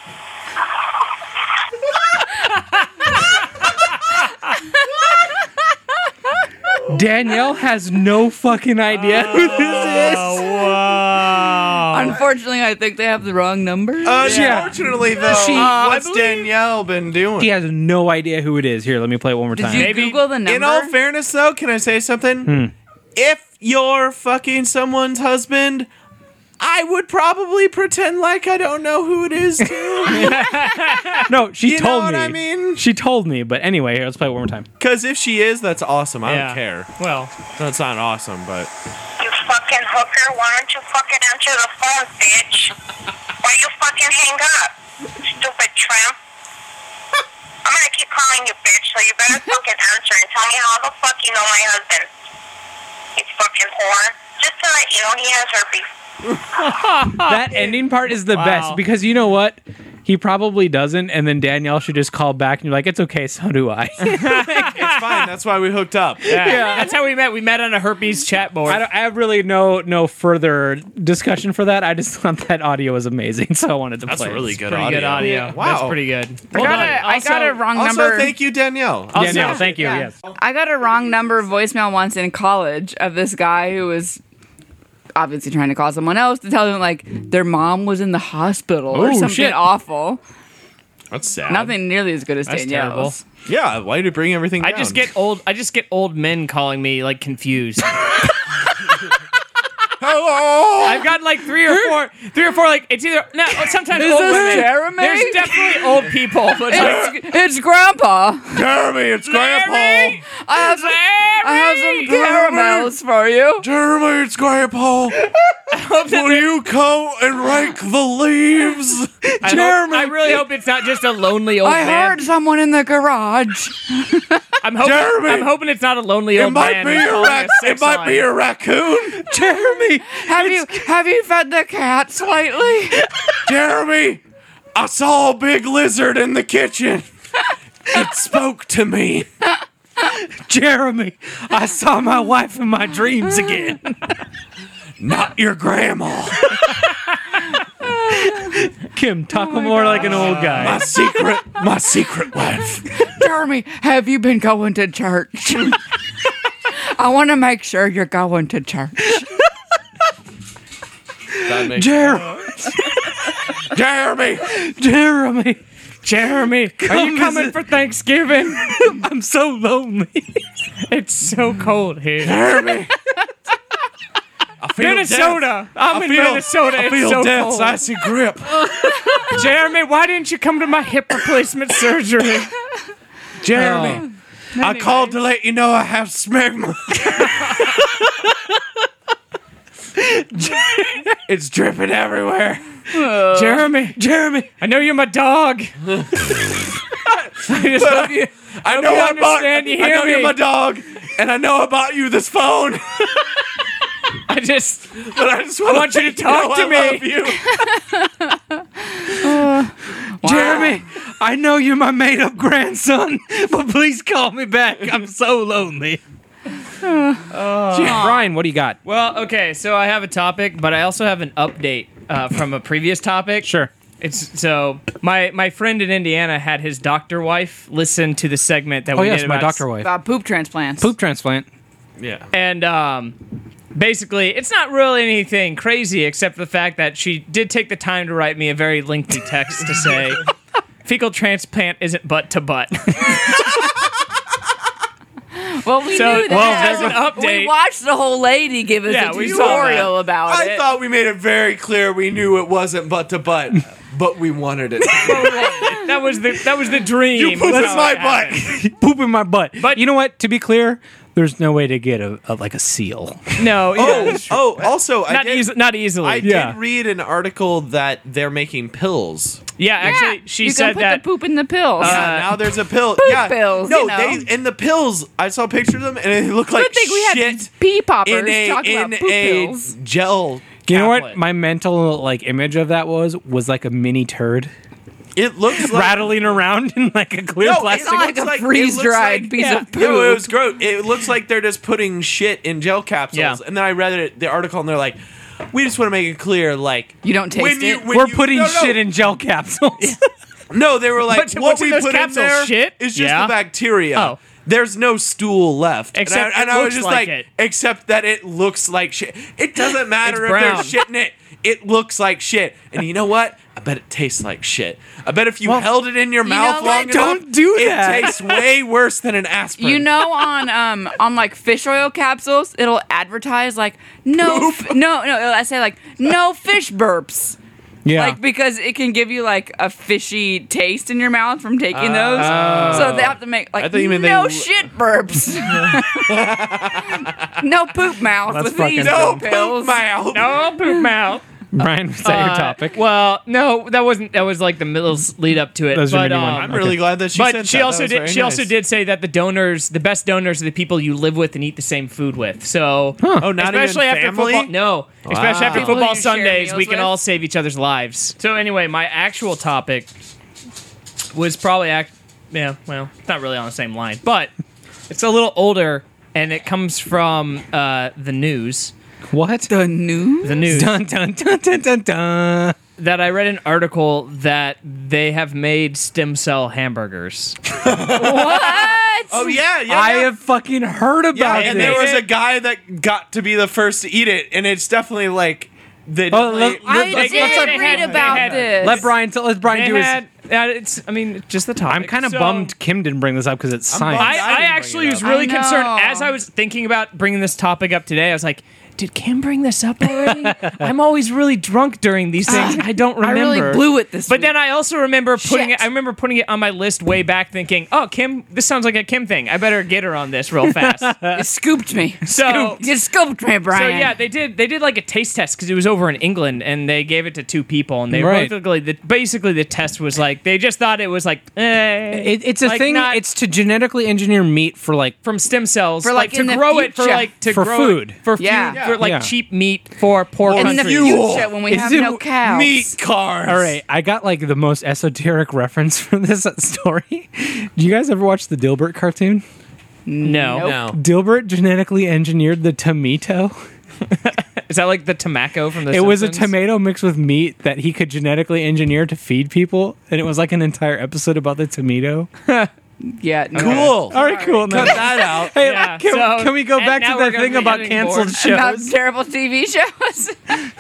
Speaker 2: Danielle has no fucking idea who this is.
Speaker 5: Oh.
Speaker 2: Uh,
Speaker 1: Unfortunately, I think they have the wrong number.
Speaker 3: Uh,
Speaker 5: Uh, unfortunately though, uh,
Speaker 2: She-
Speaker 5: what's Danielle been doing?
Speaker 2: She has no idea who it is. Here, let me play it one more
Speaker 1: Did
Speaker 2: time.
Speaker 1: you
Speaker 3: Maybe-
Speaker 1: Google the number?
Speaker 5: In all fairness, though, can I say something? If you're fucking someone's husband, I would probably pretend like I don't know who it is too.
Speaker 2: no, she
Speaker 5: You know
Speaker 2: told
Speaker 5: what
Speaker 2: me.
Speaker 5: I mean?
Speaker 2: She told me, but anyway, here, let's play it one more time.
Speaker 5: Because if she is, that's awesome. I
Speaker 3: Yeah.
Speaker 5: don't care.
Speaker 3: Well,
Speaker 5: That's not awesome, but
Speaker 6: You fucking hooker, why don't you fucking answer the phone, bitch? Why you fucking hang up, stupid tramp? I'm gonna keep calling you, bitch, so you better fucking answer and tell me how the fuck you know my husband. You fucking whore. Just to let you know, he has herpes.
Speaker 5: Oh.
Speaker 2: that ending part is the
Speaker 3: Wow.
Speaker 2: best because you know what? He probably doesn't, and then Danielle should just call back and you're like, it's okay, so do I.
Speaker 5: it's fine. That's why we hooked up.
Speaker 3: yeah. That's how we met. We met on a herpes chat board.
Speaker 2: I, don't, I have really no no further discussion for that. I just thought that audio was amazing, so I wanted to
Speaker 5: That's
Speaker 2: play. it.
Speaker 5: really good
Speaker 3: pretty
Speaker 5: audio.
Speaker 3: good audio.
Speaker 5: Yeah. Wow.
Speaker 3: That's pretty good.
Speaker 1: I got, a, I got a wrong
Speaker 5: Also,
Speaker 1: number.
Speaker 5: thank you, Danielle.
Speaker 2: Yeah, no, thank you.
Speaker 1: Yeah.
Speaker 2: Yes.
Speaker 1: I got a wrong number voicemail once in college of this guy who was obviously trying to call someone else to tell them like their mom was in the hospital or
Speaker 2: Oh,
Speaker 1: something
Speaker 2: shit.
Speaker 1: awful.
Speaker 5: That's sad.
Speaker 1: Nothing nearly as good as
Speaker 3: That's
Speaker 1: Danielle's.
Speaker 5: Yeah, why did you bring everything
Speaker 3: I
Speaker 5: down?
Speaker 3: just get old. I just get old men calling me like confused.
Speaker 5: Hello!
Speaker 3: I've got like three or four, three or four. Like it's either no. Sometimes
Speaker 1: Is
Speaker 3: old
Speaker 5: Oh,
Speaker 1: this
Speaker 3: women.
Speaker 1: Jeremy?
Speaker 3: There's definitely old people. But like,
Speaker 1: It's, it's grandpa.
Speaker 5: Jeremy, it's
Speaker 3: Jeremy!
Speaker 5: Grandpa!
Speaker 1: I have, I have some caramels for you.
Speaker 5: Jeremy, it's Grandpa. Will you go and rake the leaves?
Speaker 3: I, hope- I really hope it's not just a lonely old
Speaker 1: I
Speaker 3: man.
Speaker 1: heard someone in the garage.
Speaker 3: I'm hoping,
Speaker 5: Jeremy!
Speaker 3: I'm hoping it's not a lonely
Speaker 5: It
Speaker 3: old man.
Speaker 5: might be
Speaker 3: who's
Speaker 5: a
Speaker 3: calling
Speaker 5: rac-
Speaker 3: us
Speaker 5: It
Speaker 3: sex
Speaker 5: might
Speaker 3: line.
Speaker 5: be a raccoon. Jeremy,
Speaker 1: Have you have you fed the cats lately?
Speaker 5: Jeremy, I saw a big lizard in the kitchen. It spoke to me.
Speaker 2: Jeremy, I saw my wife in my dreams again.
Speaker 5: Not your grandma.
Speaker 2: Kim, talk more like an old
Speaker 5: My
Speaker 2: guy.
Speaker 5: secret, my secret wife.
Speaker 1: Jeremy, have you been going to church? I want to make sure you're going to church.
Speaker 2: Jer-
Speaker 5: Jeremy,
Speaker 2: Jeremy, Jeremy,
Speaker 3: Are you coming for Thanksgiving?
Speaker 2: I'm so lonely.
Speaker 3: It's so cold here.
Speaker 5: Jeremy. I feel
Speaker 3: Minnesota.
Speaker 5: death.
Speaker 3: I'm in Minnesota.
Speaker 5: I
Speaker 3: It's
Speaker 5: feel
Speaker 3: so
Speaker 5: death's
Speaker 3: cold.
Speaker 5: icy grip.
Speaker 3: Jeremy, why didn't you come to my hip replacement surgery? Oh.
Speaker 5: Jeremy, I called to let you know I have smegma. it's dripping everywhere.
Speaker 3: Jeremy,
Speaker 2: Jeremy,
Speaker 3: I know you're my dog. I just love you.
Speaker 5: I know I bought. I
Speaker 3: understand, you hear
Speaker 5: know you're
Speaker 3: me.
Speaker 5: my dog, and I know I bought you this phone.
Speaker 3: I just
Speaker 5: But I just want,
Speaker 3: want you to talk
Speaker 5: you
Speaker 3: to
Speaker 5: know I
Speaker 3: me.
Speaker 5: love you.
Speaker 2: Jeremy, I know you're my made up grandson, but please call me back. I'm so lonely. Brian, what do you got?
Speaker 3: well, okay. So I have a topic, but I also have an update uh, from a previous topic.
Speaker 2: Sure.
Speaker 3: It's so my my friend in Indiana had his doctor wife listen to the segment that
Speaker 2: Oh,
Speaker 3: we
Speaker 2: yes,
Speaker 3: did
Speaker 2: my
Speaker 3: about
Speaker 2: doctor wife.
Speaker 1: About poop transplants.
Speaker 2: Poop transplant.
Speaker 3: and um, basically it's not really anything crazy except for the fact that she did take the time to write me a very lengthy text to say fecal transplant isn't butt to butt.
Speaker 1: Well, we
Speaker 3: So-
Speaker 1: knew that.
Speaker 3: well, there's an
Speaker 1: We
Speaker 3: update.
Speaker 1: watched the whole lady give us
Speaker 3: Yeah,
Speaker 1: a
Speaker 3: we saw that.
Speaker 1: tutorial about
Speaker 5: I
Speaker 1: it.
Speaker 5: thought we made it very clear we knew it wasn't butt to butt, but we wanted it.
Speaker 3: that was the that was the dream.
Speaker 5: you put it
Speaker 3: That's how
Speaker 5: in my
Speaker 3: it happened.
Speaker 5: butt.
Speaker 2: Poop in my butt.
Speaker 3: But-
Speaker 2: you know what? To be clear, there's no way to get a, a like a seal.
Speaker 3: No, yeah.
Speaker 7: Oh, oh, also, I,
Speaker 3: not
Speaker 7: did,
Speaker 3: easy, not easily.
Speaker 7: I
Speaker 2: Yeah.
Speaker 7: did read an article that they're making pills.
Speaker 3: yeah, actually, she
Speaker 1: you
Speaker 3: said
Speaker 1: can put
Speaker 3: that. uh,
Speaker 1: the poop in the pills.
Speaker 7: yeah, now there's a pill. yeah,
Speaker 1: pills,
Speaker 7: No,
Speaker 1: you know.
Speaker 7: they and the pills. I saw pictures of them, and they look like
Speaker 1: Good thing we had
Speaker 7: shit
Speaker 1: these pee poppers
Speaker 7: in a
Speaker 1: talking
Speaker 7: in
Speaker 1: about poop
Speaker 7: a
Speaker 1: pills.
Speaker 7: gel.
Speaker 2: You know what?
Speaker 7: tablet.
Speaker 2: My mental like image of that was was like a mini turd
Speaker 7: It looks like
Speaker 2: rattling around in like a clear
Speaker 7: No,
Speaker 2: plastic.
Speaker 7: it's
Speaker 1: Not like
Speaker 7: looks
Speaker 1: a
Speaker 7: like- it
Speaker 1: freeze dried
Speaker 7: looks like-
Speaker 1: piece
Speaker 2: yeah.
Speaker 1: of poop.
Speaker 7: No, it was gross. It looks like they're just putting shit in gel capsules.
Speaker 3: Yeah.
Speaker 7: And then I read it, the article, and they're like, "We just want to make it clear, like."
Speaker 1: you don't taste
Speaker 7: When you,
Speaker 1: it.
Speaker 7: when
Speaker 2: We're
Speaker 7: you-
Speaker 2: putting
Speaker 7: no, no.
Speaker 2: shit in gel capsules.
Speaker 7: No, they were like,
Speaker 3: What's-
Speaker 7: what
Speaker 3: what's in
Speaker 7: we
Speaker 3: those
Speaker 7: put
Speaker 3: capsules?
Speaker 7: in there
Speaker 3: Shit?
Speaker 7: is just
Speaker 3: Yeah.
Speaker 7: the bacteria.
Speaker 3: Oh.
Speaker 7: There's no stool left.
Speaker 3: Except
Speaker 7: and I, and
Speaker 3: it
Speaker 7: I
Speaker 3: looks
Speaker 7: was just like,
Speaker 3: like it.
Speaker 7: except that it looks like shit. It doesn't matter if
Speaker 3: brown.
Speaker 7: they're shitting it. It looks like shit. And you know what? I bet it tastes like shit. I bet if you held it in your mouth
Speaker 1: know
Speaker 7: long enough,
Speaker 1: what?
Speaker 2: Don't do that.
Speaker 7: It tastes way worse than an aspirin.
Speaker 1: You know, on um, on like fish oil capsules, it'll advertise like no, f- no, no. It'll say like no fish burps,
Speaker 2: yeah.
Speaker 1: like because it can give you like a fishy taste in your mouth from taking those. So they have to make like
Speaker 7: thought you meant they
Speaker 1: no
Speaker 7: l-
Speaker 1: shit burps, no poop mouth
Speaker 2: That's
Speaker 1: with these
Speaker 2: fucking
Speaker 7: no
Speaker 1: poop
Speaker 2: dumb.
Speaker 1: pills.
Speaker 7: poop mouth.
Speaker 3: no poop mouth.
Speaker 2: Brian, was that
Speaker 7: uh,
Speaker 2: your topic?
Speaker 3: Well, no, that wasn't. That was like the middle s- lead up to it.
Speaker 2: That was your
Speaker 3: but
Speaker 2: mini
Speaker 3: um,
Speaker 2: one.
Speaker 7: I'm
Speaker 2: Okay.
Speaker 7: really glad that she said
Speaker 3: but she
Speaker 7: that. That
Speaker 3: also
Speaker 7: was
Speaker 3: did.
Speaker 7: very
Speaker 3: She also
Speaker 7: nice.
Speaker 3: did say that the donors, the best donors, are the people you live with and eat the same food with. So,
Speaker 7: Oh, not
Speaker 3: especially
Speaker 7: even
Speaker 3: after
Speaker 7: family?
Speaker 3: football, no, especially after
Speaker 1: People
Speaker 3: football
Speaker 1: you share
Speaker 3: Sundays, we
Speaker 1: meals
Speaker 3: can
Speaker 1: with?
Speaker 3: all save each other's lives. So anyway, my actual topic was probably act. Yeah, well, it's not really on the same line, but it's a little older, and it comes from uh, the news.
Speaker 2: what?
Speaker 1: the news.
Speaker 3: The news.
Speaker 2: Dun dun dun dun dun dun.
Speaker 3: that I read an article that they have made stem cell hamburgers.
Speaker 1: What?
Speaker 7: Oh yeah, yeah.
Speaker 2: I
Speaker 7: yeah.
Speaker 2: have fucking heard
Speaker 7: Yeah,
Speaker 2: about
Speaker 7: and
Speaker 2: this.
Speaker 7: there was a guy that got to be the first to eat it, and it's definitely like they.
Speaker 2: Oh,
Speaker 7: definitely-
Speaker 2: let- let-
Speaker 1: I
Speaker 2: let's-
Speaker 1: did
Speaker 2: let's let-
Speaker 1: read
Speaker 3: they had-
Speaker 1: about
Speaker 3: they had-
Speaker 1: this.
Speaker 2: let Brian tell let Brian
Speaker 3: They
Speaker 2: do his.
Speaker 3: had, uh, it's, I mean, just the topic.
Speaker 2: I'm kind of
Speaker 3: So,
Speaker 2: bummed Kim didn't bring this up because it's science.
Speaker 3: I,
Speaker 7: I didn't
Speaker 3: I
Speaker 7: bring
Speaker 3: actually
Speaker 7: it
Speaker 3: was
Speaker 7: up.
Speaker 3: really
Speaker 1: I know.
Speaker 3: concerned as I was thinking about bringing this topic up today. I was like, did Kim bring this up already? I'm always really drunk during these things. I don't
Speaker 1: Uh, I
Speaker 3: remember.
Speaker 1: really blew it this
Speaker 3: But
Speaker 1: week.
Speaker 3: then I also remember putting
Speaker 1: Shit.
Speaker 3: it. I remember putting it on my list way back, thinking, "Oh, Kim, this sounds like a Kim thing. I better get her on this real fast."
Speaker 1: you scooped me.
Speaker 3: so,
Speaker 1: You scooped me, Brian.
Speaker 3: so yeah, they did. They did like a taste test because it was over in England, and they gave it to two people, and they
Speaker 2: Right.
Speaker 3: basically the basically the test was like they just thought it was like eh,
Speaker 2: It, it's a
Speaker 3: like
Speaker 2: thing.
Speaker 3: not-
Speaker 2: it's to genetically engineer meat for like.
Speaker 3: from stem cells
Speaker 1: For, like,
Speaker 3: to
Speaker 1: in the
Speaker 3: grow it for
Speaker 1: future.
Speaker 3: like to
Speaker 2: For
Speaker 3: grow
Speaker 2: food.
Speaker 3: it, for
Speaker 1: Yeah.
Speaker 3: yeah. for like
Speaker 2: Yeah.
Speaker 3: cheap meat for poor
Speaker 1: in the
Speaker 3: countries.
Speaker 1: future when we have
Speaker 2: It's
Speaker 1: no cows.
Speaker 5: Meat cars.
Speaker 2: All right, I got like the most esoteric reference for this story. Do you guys ever watch the Dilbert cartoon?
Speaker 3: no.
Speaker 1: Nope.
Speaker 5: No.
Speaker 2: Dilbert genetically engineered the tomato.
Speaker 3: is that like the tobacco from the?
Speaker 2: it was a
Speaker 3: Simpsons?
Speaker 2: tomato mixed with meat that he could genetically engineer to feed people, and it was like an entire episode about the tomato.
Speaker 1: Yeah. No.
Speaker 5: Cool.
Speaker 7: Uh,
Speaker 2: All right, cool.
Speaker 5: Cut
Speaker 2: no.
Speaker 5: that out.
Speaker 2: Hey,
Speaker 3: Yeah,
Speaker 2: can,
Speaker 3: so-
Speaker 2: can we go
Speaker 3: and
Speaker 2: back
Speaker 3: now
Speaker 2: to
Speaker 3: we're
Speaker 2: that
Speaker 3: gonna
Speaker 2: thing
Speaker 3: be
Speaker 2: about
Speaker 3: getting
Speaker 2: canceled
Speaker 3: bored.
Speaker 1: About
Speaker 2: shows?
Speaker 1: terrible TV shows.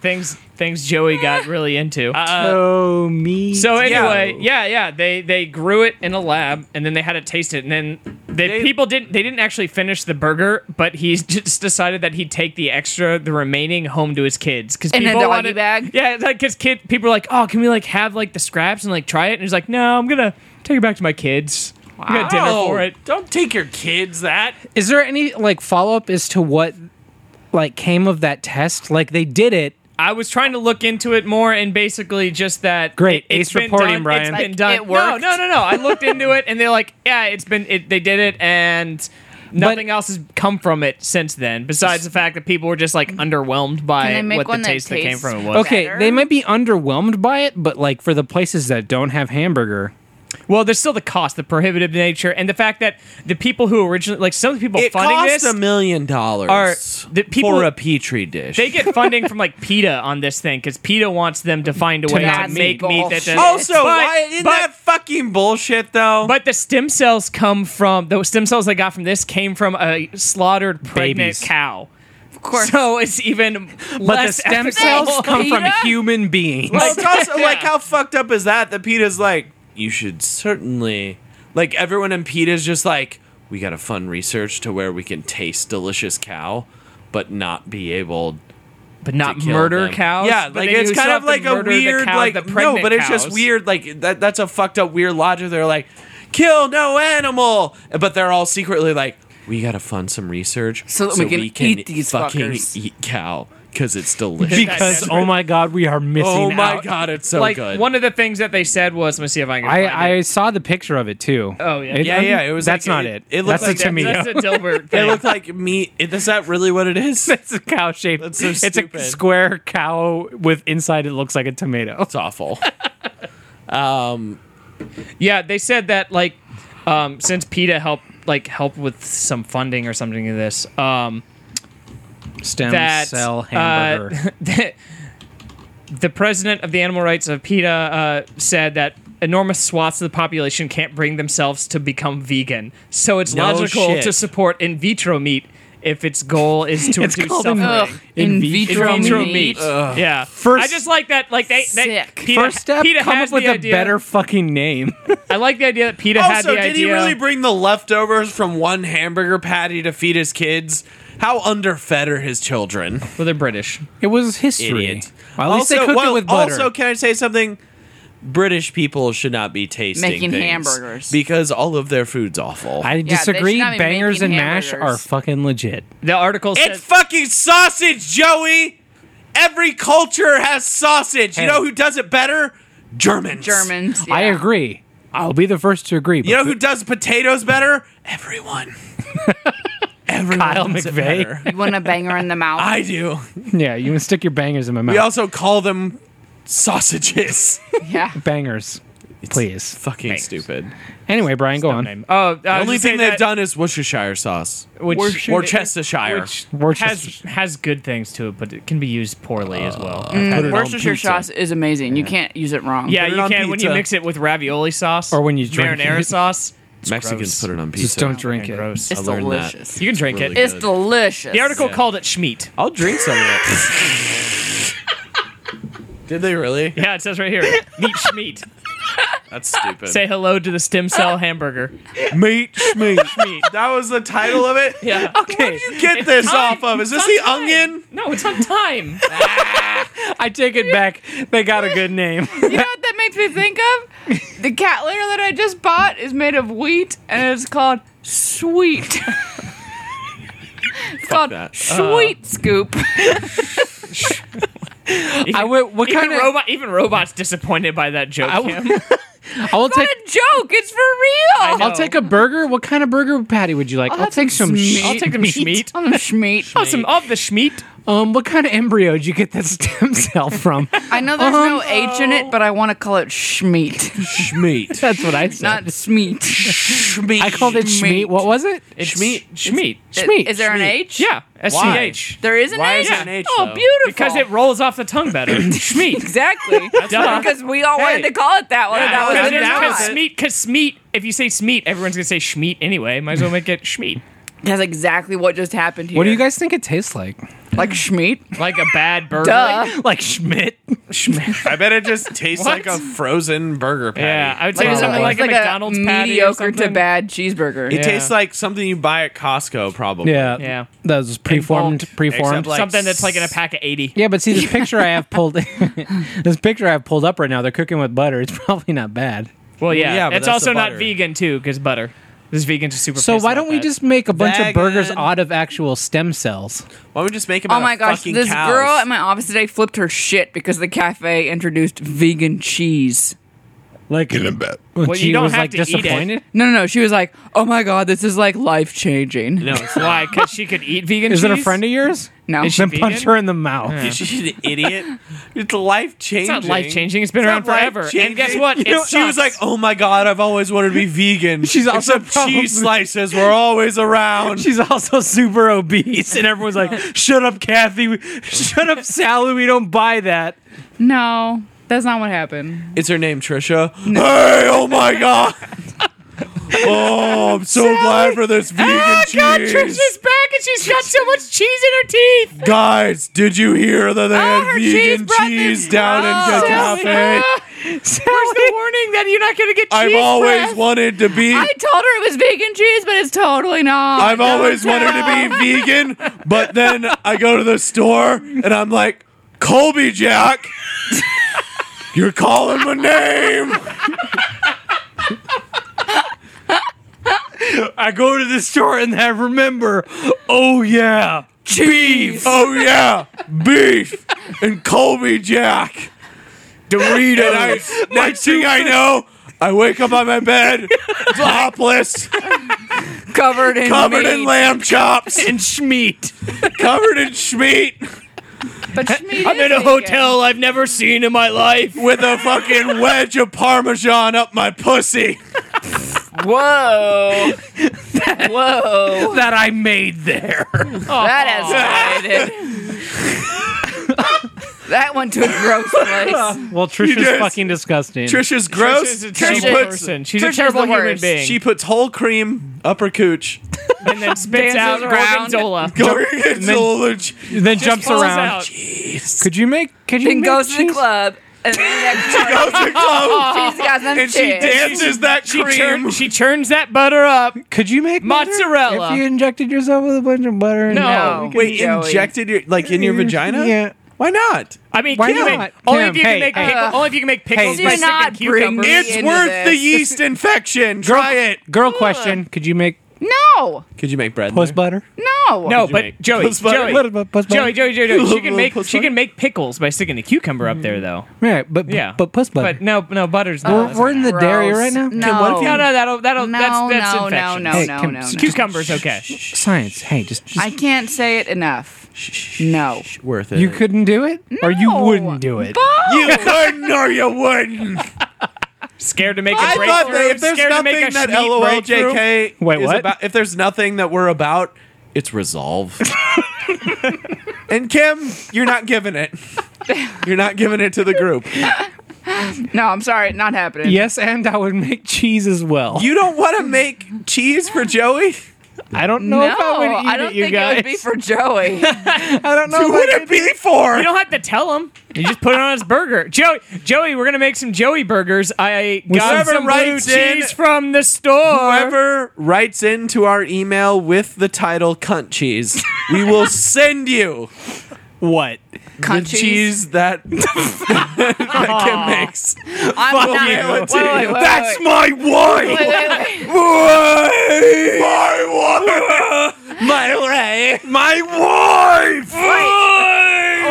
Speaker 3: things things Joey got really into.
Speaker 5: Uh,
Speaker 2: Oh me.
Speaker 3: so anyway, yeah. yeah, they they grew it in a lab and then they had to taste it and then the people didn't they didn't actually finish the burger, but he's just decided that he'd take the extra the remaining home to his kids cuz
Speaker 1: In a
Speaker 3: people
Speaker 1: doggy
Speaker 3: wanted-
Speaker 1: bag?
Speaker 3: Yeah, like cuz kid people are like, "Oh, can we like have like the scraps and like try it?" And he's like, "No, I'm going to take it back to my kids." Wow. got dinner for it.
Speaker 5: Don't take your kids that.
Speaker 2: is there any like follow up as to what like came of that test? Like they did it.
Speaker 3: I was trying to look into it more, and basically just that.
Speaker 2: Great.
Speaker 3: it, has
Speaker 2: Ace
Speaker 3: been
Speaker 2: reporting,
Speaker 3: done,
Speaker 2: Brian.
Speaker 3: It's
Speaker 2: Like,
Speaker 3: been done.
Speaker 1: it worked.
Speaker 3: No, no, no, no. I looked into it, and they're like, yeah, it's been. It, they did it, and nothing else has come from it since then. Besides the fact that people were just like underwhelmed by
Speaker 1: they make
Speaker 3: what the
Speaker 1: one that
Speaker 3: taste that came
Speaker 1: tastes-
Speaker 3: from it was.
Speaker 2: Okay,
Speaker 1: Better?
Speaker 2: they might be underwhelmed by it, but like for the places that don't have hamburger,
Speaker 3: Well, there's still the cost, the prohibitive nature, and the fact that the people who originally like some of the people
Speaker 5: It
Speaker 3: funding
Speaker 5: cost
Speaker 3: this
Speaker 5: a million dollars
Speaker 3: are- the people-
Speaker 5: for a petri dish.
Speaker 3: They get funding from like PETA on this thing because PETA wants them to find a way to
Speaker 1: not
Speaker 3: make
Speaker 1: meat.
Speaker 3: meat that
Speaker 1: Bullshit.
Speaker 2: Oh,
Speaker 5: also,
Speaker 3: But-
Speaker 5: why isn't
Speaker 3: but-
Speaker 5: that fucking bullshit though?
Speaker 3: But the stem cells come from the stem cells I got from this came from a slaughtered pregnant
Speaker 2: Babies.
Speaker 3: cow.
Speaker 1: of course.
Speaker 3: So it's even
Speaker 2: but
Speaker 3: less
Speaker 2: the stem
Speaker 3: ethical.
Speaker 2: cells come from
Speaker 1: Peter?
Speaker 2: human beings.
Speaker 5: Well, it's also like how fucked up is that? That PETA's like, you should certainly like everyone in PETA's just like, we gotta fund research to where we can taste delicious cow, but not be able
Speaker 3: but not
Speaker 5: kill
Speaker 3: murder
Speaker 5: them.
Speaker 3: cows.
Speaker 5: Yeah,
Speaker 3: but
Speaker 5: like
Speaker 3: then
Speaker 5: it's
Speaker 3: you
Speaker 5: kind
Speaker 3: still have
Speaker 5: of
Speaker 3: to
Speaker 5: like a
Speaker 3: murder the
Speaker 5: weird
Speaker 3: cow-
Speaker 5: like
Speaker 3: the
Speaker 5: no,
Speaker 3: pregnant
Speaker 5: but it's just
Speaker 3: cows.
Speaker 5: weird. Like that that's a fucked up weird logic. They're like, kill no animal, but they're all secretly like, we gotta fund some research
Speaker 1: So that we can eat these
Speaker 5: fucking
Speaker 1: fuckers."
Speaker 5: eat cow because it's delicious.
Speaker 2: because oh my god, we are missing
Speaker 5: oh my
Speaker 2: out.
Speaker 5: god, it's so
Speaker 3: like
Speaker 5: good.
Speaker 3: one of the things that they said was, let me see if I can. find
Speaker 2: I, I
Speaker 3: it.
Speaker 2: saw the picture of it too.
Speaker 3: Oh, yeah.
Speaker 2: It-
Speaker 5: Yeah, yeah, it was
Speaker 2: that's not
Speaker 5: like- it-
Speaker 2: it.
Speaker 5: it looked
Speaker 2: that's
Speaker 5: like
Speaker 2: a
Speaker 5: that-
Speaker 2: tomato.
Speaker 3: that's a Dilbert
Speaker 5: They
Speaker 3: thing.
Speaker 5: look like meat. Is that really what it is?
Speaker 2: it's a cow shape.
Speaker 5: That's so
Speaker 2: it's a
Speaker 5: stupid.
Speaker 2: square cow with inside it looks like a tomato.
Speaker 5: It's awful.
Speaker 3: yeah, they said that like um, since PETA helped like help with some funding or something of this. Um,
Speaker 2: Stem
Speaker 3: that
Speaker 2: cell
Speaker 3: uh,
Speaker 2: hamburger.
Speaker 3: that the president of the animal rights of PETA uh, said that enormous swaths of the population can't bring themselves to become vegan, so it's
Speaker 5: No
Speaker 3: logical
Speaker 5: shit.
Speaker 3: to support in vitro meat if its goal is to
Speaker 2: It's
Speaker 3: reduce
Speaker 2: called
Speaker 3: suffering.
Speaker 1: Ugh. In
Speaker 2: In
Speaker 1: vitro,
Speaker 3: in vitro
Speaker 1: meat.
Speaker 3: meat. Yeah,
Speaker 2: First-
Speaker 3: I just like that. Like they, they
Speaker 1: Sick.
Speaker 3: PETA,
Speaker 2: First step,
Speaker 3: PETA
Speaker 2: come
Speaker 3: has
Speaker 2: up with
Speaker 3: the
Speaker 2: a
Speaker 3: idea-
Speaker 2: better fucking name.
Speaker 3: I like the idea that PETA had the
Speaker 5: also,
Speaker 3: idea.
Speaker 5: Oh, did he really bring the leftovers from one hamburger patty to feed his kids? How underfed are his children?
Speaker 3: well, they're British.
Speaker 2: it was history.
Speaker 5: Idiot.
Speaker 2: Well, at least they cooked
Speaker 5: well,
Speaker 2: it with butter.
Speaker 5: Also, can I say something? British people should not be tasting
Speaker 1: Making
Speaker 5: things
Speaker 1: hamburgers.
Speaker 5: because all of their food's awful.
Speaker 2: I
Speaker 1: they should
Speaker 2: disagree.
Speaker 1: not be
Speaker 2: Bangers and
Speaker 1: making
Speaker 2: mash are
Speaker 1: hamburgers.
Speaker 2: fucking legit.
Speaker 3: The article said
Speaker 5: it's fucking sausage, Joey. Every culture has sausage. You know who does it better? Germans.
Speaker 1: Germans.
Speaker 2: I
Speaker 1: yeah.
Speaker 2: agree. I'll be the first to agree. But
Speaker 5: You know who does potatoes better? Everyone. Everyone
Speaker 2: Kyle
Speaker 5: does it
Speaker 2: McVay.
Speaker 5: better.
Speaker 1: You want a banger in the mouth?
Speaker 5: I do.
Speaker 2: yeah, you can stick your bangers in my mouth.
Speaker 5: We also call them sausages.
Speaker 1: yeah.
Speaker 2: bangers, please.
Speaker 5: Fucking stupid.
Speaker 2: Anyway, Brian, go on.
Speaker 3: Oh, I was
Speaker 5: The only
Speaker 3: just saying
Speaker 5: thing they've
Speaker 3: that-
Speaker 5: done is Worcestershire sauce.
Speaker 3: Which-
Speaker 5: or Chestershire.
Speaker 3: which has
Speaker 2: Worcestershire.
Speaker 3: has good things to it, but it can be used poorly as well.
Speaker 2: Put it on
Speaker 1: Worcestershire
Speaker 2: pizza.
Speaker 1: sauce is amazing. You can't use it wrong.
Speaker 3: yeah,
Speaker 5: put it
Speaker 3: you
Speaker 5: on
Speaker 3: can when you
Speaker 5: pizza.
Speaker 3: mix it with ravioli sauce
Speaker 2: Or when you drink
Speaker 3: marinara
Speaker 2: it.
Speaker 3: sauce. It's
Speaker 5: Mexicans
Speaker 3: gross.
Speaker 5: put it on pizza.
Speaker 2: Just don't drink
Speaker 3: Fucking
Speaker 2: it.
Speaker 3: Gross.
Speaker 1: It's
Speaker 5: I learned that.
Speaker 1: delicious.
Speaker 3: you can drink it.
Speaker 5: really
Speaker 1: It's
Speaker 5: good.
Speaker 1: delicious.
Speaker 3: The article called it schmeat.
Speaker 5: I'll drink some of it. Did they really?
Speaker 3: Yeah, it says right here, meat schmeat.
Speaker 5: That's stupid.
Speaker 3: Say hello to the stem cell hamburger.
Speaker 5: meat schmeat. That was the title of it.
Speaker 3: Yeah.
Speaker 2: Okay.
Speaker 5: Get this
Speaker 3: time.
Speaker 5: off of. Is this
Speaker 3: It's
Speaker 5: the
Speaker 3: on time.
Speaker 5: onion?
Speaker 3: No, it's on time.
Speaker 2: I take it back. They got a good name.
Speaker 1: You know what that makes me think of? The cat litter that I just bought is made of wheat and it's called Sweet. it's called
Speaker 5: that.
Speaker 1: Sweet Scoop.
Speaker 2: I went. What
Speaker 3: even,
Speaker 2: kind of?
Speaker 3: robot, even robots disappointed by that joke.
Speaker 2: I,
Speaker 3: Cam.
Speaker 2: w- I will take.
Speaker 1: What a joke! It's for real!
Speaker 3: know.
Speaker 2: I'll take a burger. What kind of burger patty would you like? I'll,
Speaker 1: have
Speaker 2: take
Speaker 1: some
Speaker 2: some.
Speaker 1: meat.
Speaker 3: I'll take them schmeat.
Speaker 1: I'm a schmeat.
Speaker 3: Oh, some of the schmeat.
Speaker 2: Um, what kind of embryo did you get that stem cell from?
Speaker 1: I know there's Oh, no H in it, but I want to call it schmeat,
Speaker 5: Schmeat.
Speaker 2: That's what I said.
Speaker 1: not smeat.
Speaker 5: Schmeat.
Speaker 2: I called it schmeat.
Speaker 1: Schmeat.
Speaker 2: What was it?
Speaker 3: Schmeat. Schmeat.
Speaker 2: Schmeat.
Speaker 1: Is there an H?
Speaker 3: Yeah. S C H.
Speaker 1: There is an
Speaker 5: Why
Speaker 1: H.
Speaker 5: is there an H,
Speaker 1: oh,
Speaker 5: though?
Speaker 1: beautiful.
Speaker 3: Because it rolls off the tongue better. Schmeat.
Speaker 1: Exactly.
Speaker 3: Duh.
Speaker 1: because we all wanted
Speaker 3: Hey.
Speaker 1: to call it that one. and that was
Speaker 3: Because
Speaker 1: a
Speaker 3: there's-
Speaker 1: nod.
Speaker 3: because Schmeat, because Schmeat, if you say Schmeat, everyone's gonna say Schmeat anyway. Might as well make it Schmeat,
Speaker 1: That's exactly what just happened here.
Speaker 2: What do you guys think it tastes like?
Speaker 1: like schmeat?
Speaker 3: like a bad burger.
Speaker 1: Duh.
Speaker 2: Like Schmidt. Schmidt.
Speaker 5: I bet it just tastes
Speaker 3: What?
Speaker 5: like a frozen burger patty.
Speaker 3: Yeah, I would say
Speaker 2: Like,
Speaker 3: something
Speaker 2: it's
Speaker 3: like, a McDonald's patty or
Speaker 1: mediocre to
Speaker 3: something.
Speaker 1: bad cheeseburger.
Speaker 5: It
Speaker 3: Yeah.
Speaker 5: tastes like something you buy at Costco, probably.
Speaker 2: Yeah.
Speaker 3: Yeah.
Speaker 2: That was preformed. Preformed.
Speaker 5: Except, like,
Speaker 3: something that's like in a pack of eighty.
Speaker 2: yeah, but see this picture I have pulled. this picture I have pulled up right now. They're cooking with butter. It's probably not bad.
Speaker 3: Well, yeah,
Speaker 5: yeah, but
Speaker 3: it's
Speaker 5: that's
Speaker 3: also
Speaker 5: the
Speaker 3: not
Speaker 5: butter.
Speaker 3: vegan too, because butter. This vegan's are super.
Speaker 2: So
Speaker 3: pissed
Speaker 2: why
Speaker 3: about
Speaker 2: don't we
Speaker 3: that.
Speaker 2: just make a bunch of burgers
Speaker 5: Vegan.
Speaker 2: out of actual stem cells?
Speaker 5: Why don't we just make them
Speaker 1: Oh
Speaker 5: out
Speaker 1: my
Speaker 5: of
Speaker 1: gosh,
Speaker 5: fucking
Speaker 1: this
Speaker 5: cows?
Speaker 1: girl at my office today flipped her shit because the cafe introduced vegan cheese.
Speaker 2: Like in a bed. Well,
Speaker 3: Well,
Speaker 2: she
Speaker 3: you don't
Speaker 2: was
Speaker 3: have
Speaker 2: like
Speaker 3: to eat it.
Speaker 2: disappointed.
Speaker 1: No, no, no. She was like, "Oh my god, this is like life changing."
Speaker 5: no, it's not.
Speaker 3: Why? Because she could eat vegan.
Speaker 2: Is it a
Speaker 3: cheese?
Speaker 2: friend of yours?
Speaker 1: No.
Speaker 3: Is she
Speaker 2: Then
Speaker 3: vegan?
Speaker 2: punch her in the mouth.
Speaker 5: She's an idiot. It's life
Speaker 3: It's
Speaker 5: changing.
Speaker 3: not life changing. It's been
Speaker 5: It's
Speaker 3: around
Speaker 5: not
Speaker 3: forever. And
Speaker 5: life-changing.
Speaker 3: guess what? It
Speaker 5: You know, she was like,
Speaker 3: sucks.
Speaker 5: "Oh my god, I've always wanted to be vegan."
Speaker 2: She's also
Speaker 5: Except cheese
Speaker 2: probably-
Speaker 5: slices were always around.
Speaker 2: She's also super obese, and everyone's like, "Shut up, Kathy! Shut up, Sally! We don't buy that."
Speaker 1: No, that's not what happened.
Speaker 5: It's her name, Trisha. Hey, oh my god. oh, I'm so glad for this vegan
Speaker 1: Ah,
Speaker 3: Oh
Speaker 5: cheese.
Speaker 3: God, Trisha's back and she's got so much cheese in her teeth.
Speaker 5: Guys, did you hear that they
Speaker 1: Oh,
Speaker 5: had
Speaker 1: her cheese Ah, Oh,
Speaker 5: vegan
Speaker 1: breath
Speaker 5: cheese,
Speaker 1: is
Speaker 5: down in
Speaker 1: gross.
Speaker 5: Cafe?
Speaker 1: Ah,
Speaker 2: Sally,
Speaker 3: The warning that you're not going to get cheese.
Speaker 5: I've always
Speaker 3: breath.
Speaker 5: wanted to be.
Speaker 1: I told her it was vegan cheese, but it's totally not.
Speaker 5: I've always wanted to be vegan, but then I go to the store and I'm like, Colby Jack, you're calling my name.
Speaker 2: I go to the store and I remember. Oh yeah,
Speaker 5: Beef. Oh yeah, beef and Colby Jack. Doritos. And I, next thing I know, I wake up on my bed, topless,
Speaker 1: covered in
Speaker 5: covered
Speaker 1: meat.
Speaker 5: in lamb chops,
Speaker 2: and Schmeat.
Speaker 5: covered in schmeat,
Speaker 1: But schmeat
Speaker 3: I'm
Speaker 1: is
Speaker 3: in a
Speaker 1: vegan.
Speaker 3: hotel I've never seen in my life.
Speaker 5: with a fucking wedge of Parmesan up my pussy.
Speaker 1: Whoa, whoa,
Speaker 2: That I made there.
Speaker 1: that escalated. that went to a gross place.
Speaker 2: Well,
Speaker 5: You
Speaker 2: Trisha's
Speaker 5: just-
Speaker 2: fucking disgusting.
Speaker 5: Trisha's
Speaker 3: Trisha's
Speaker 5: gross.
Speaker 3: a
Speaker 5: she
Speaker 3: terrible
Speaker 5: puts
Speaker 3: person. She's
Speaker 1: Trisha's
Speaker 3: a terrible
Speaker 1: the
Speaker 3: human
Speaker 1: worst.
Speaker 3: being.
Speaker 5: she puts whole cream upper cooch.
Speaker 3: and then spits
Speaker 1: dances
Speaker 3: out
Speaker 1: around.
Speaker 3: gorgonzola.
Speaker 5: Gorgonzola. cheese.
Speaker 2: then jumps
Speaker 3: falls
Speaker 2: around.
Speaker 3: out.
Speaker 2: Could you make? Could you
Speaker 1: Then
Speaker 2: make
Speaker 1: goes to the
Speaker 2: cheese?
Speaker 1: club. And then the next morning,
Speaker 5: Goes to club
Speaker 1: she's got some
Speaker 5: and she
Speaker 1: cheese.
Speaker 5: dances that
Speaker 3: She,
Speaker 5: cream.
Speaker 3: churn, she churns that butter up.
Speaker 2: Could you make butter
Speaker 3: Mozzarella.
Speaker 2: If you injected yourself with a bunch of butter, and
Speaker 1: No.
Speaker 5: Wait,
Speaker 1: Joey.
Speaker 5: injected your like in your vagina?
Speaker 2: Yeah.
Speaker 5: Why not?
Speaker 3: I mean,
Speaker 2: Why
Speaker 3: can you
Speaker 2: not?
Speaker 3: make, only
Speaker 2: Kim,
Speaker 3: if you can
Speaker 2: hey,
Speaker 3: make
Speaker 2: hey.
Speaker 3: pickle, only if you can make pickles
Speaker 2: Do
Speaker 3: by sticking
Speaker 1: not bring
Speaker 3: cucumbers.
Speaker 1: me-
Speaker 5: It's
Speaker 1: into
Speaker 5: worth the
Speaker 1: this.
Speaker 5: yeast infection. Try it.
Speaker 2: Girl question: Could you make
Speaker 1: No,
Speaker 5: Could you make bread? in
Speaker 2: puss
Speaker 5: there?
Speaker 2: butter?
Speaker 1: no,
Speaker 3: No,
Speaker 5: you
Speaker 3: but
Speaker 5: make?
Speaker 3: Joey,
Speaker 5: Puss butter?
Speaker 3: Joey,
Speaker 2: Little bit puss Mm. butter.
Speaker 3: Joey, Joey, Joey, Joey, she can
Speaker 5: Little
Speaker 3: make
Speaker 5: puss
Speaker 3: she
Speaker 5: butter?
Speaker 3: can make pickles by sticking the cucumber up there though.
Speaker 2: Right, Mm. but
Speaker 3: Yeah,
Speaker 2: but puss butter.
Speaker 3: But no, no butter's
Speaker 2: we're,
Speaker 3: not.
Speaker 2: we're in the
Speaker 1: Gross.
Speaker 2: dairy right now.
Speaker 1: No,
Speaker 2: Kim, what if you-
Speaker 3: no, no, that'll that'll
Speaker 1: No,
Speaker 3: that's that's
Speaker 1: no, no,
Speaker 3: infection.
Speaker 1: no,
Speaker 2: Hey,
Speaker 1: no,
Speaker 2: Kim,
Speaker 1: no, no.
Speaker 2: just
Speaker 3: Cucumber's okay.
Speaker 2: science? Hey, just, just
Speaker 1: I can't say it enough. No.
Speaker 5: Worth it.
Speaker 2: you couldn't do it, or you
Speaker 1: No.
Speaker 2: wouldn't do it.
Speaker 5: You couldn't or you wouldn't.
Speaker 3: Scared to make a
Speaker 5: I
Speaker 3: breakthrough.
Speaker 5: thought that if there's
Speaker 3: scared to make a
Speaker 5: nothing that
Speaker 3: sweet breakthrough.
Speaker 5: LOLJK
Speaker 2: Wait,
Speaker 5: is
Speaker 2: what?
Speaker 5: about, if there's nothing that we're about, it's resolve. and Kim, you're not giving it. You're not giving it to the group.
Speaker 1: No, I'm sorry, not happening.
Speaker 2: Yes, and I would make cheese as well.
Speaker 5: You don't want to make cheese for Joey?
Speaker 3: I don't know if I would eat
Speaker 1: don't
Speaker 3: it, you
Speaker 1: think
Speaker 3: guys.
Speaker 1: it would be for Joey.
Speaker 3: I don't know.
Speaker 5: Who would it be for?
Speaker 3: Oh You don't have to tell him. You just put it on his burger. Joey, Joey, we're gonna make some Joey burgers. I got
Speaker 5: Whoever
Speaker 3: some blue
Speaker 5: writes in-
Speaker 3: cheese from the store.
Speaker 5: Whoever writes into our email with the title "cunt cheese," we will send you
Speaker 3: what?
Speaker 5: the
Speaker 1: Cunt
Speaker 5: cheese, that that Kim makes.
Speaker 1: I'm not.
Speaker 5: Wait,
Speaker 1: Wait, wait, wait, wait,
Speaker 5: That's
Speaker 1: wait.
Speaker 5: my wife.
Speaker 1: Wait, wait, wait.
Speaker 5: My wife. My wife. My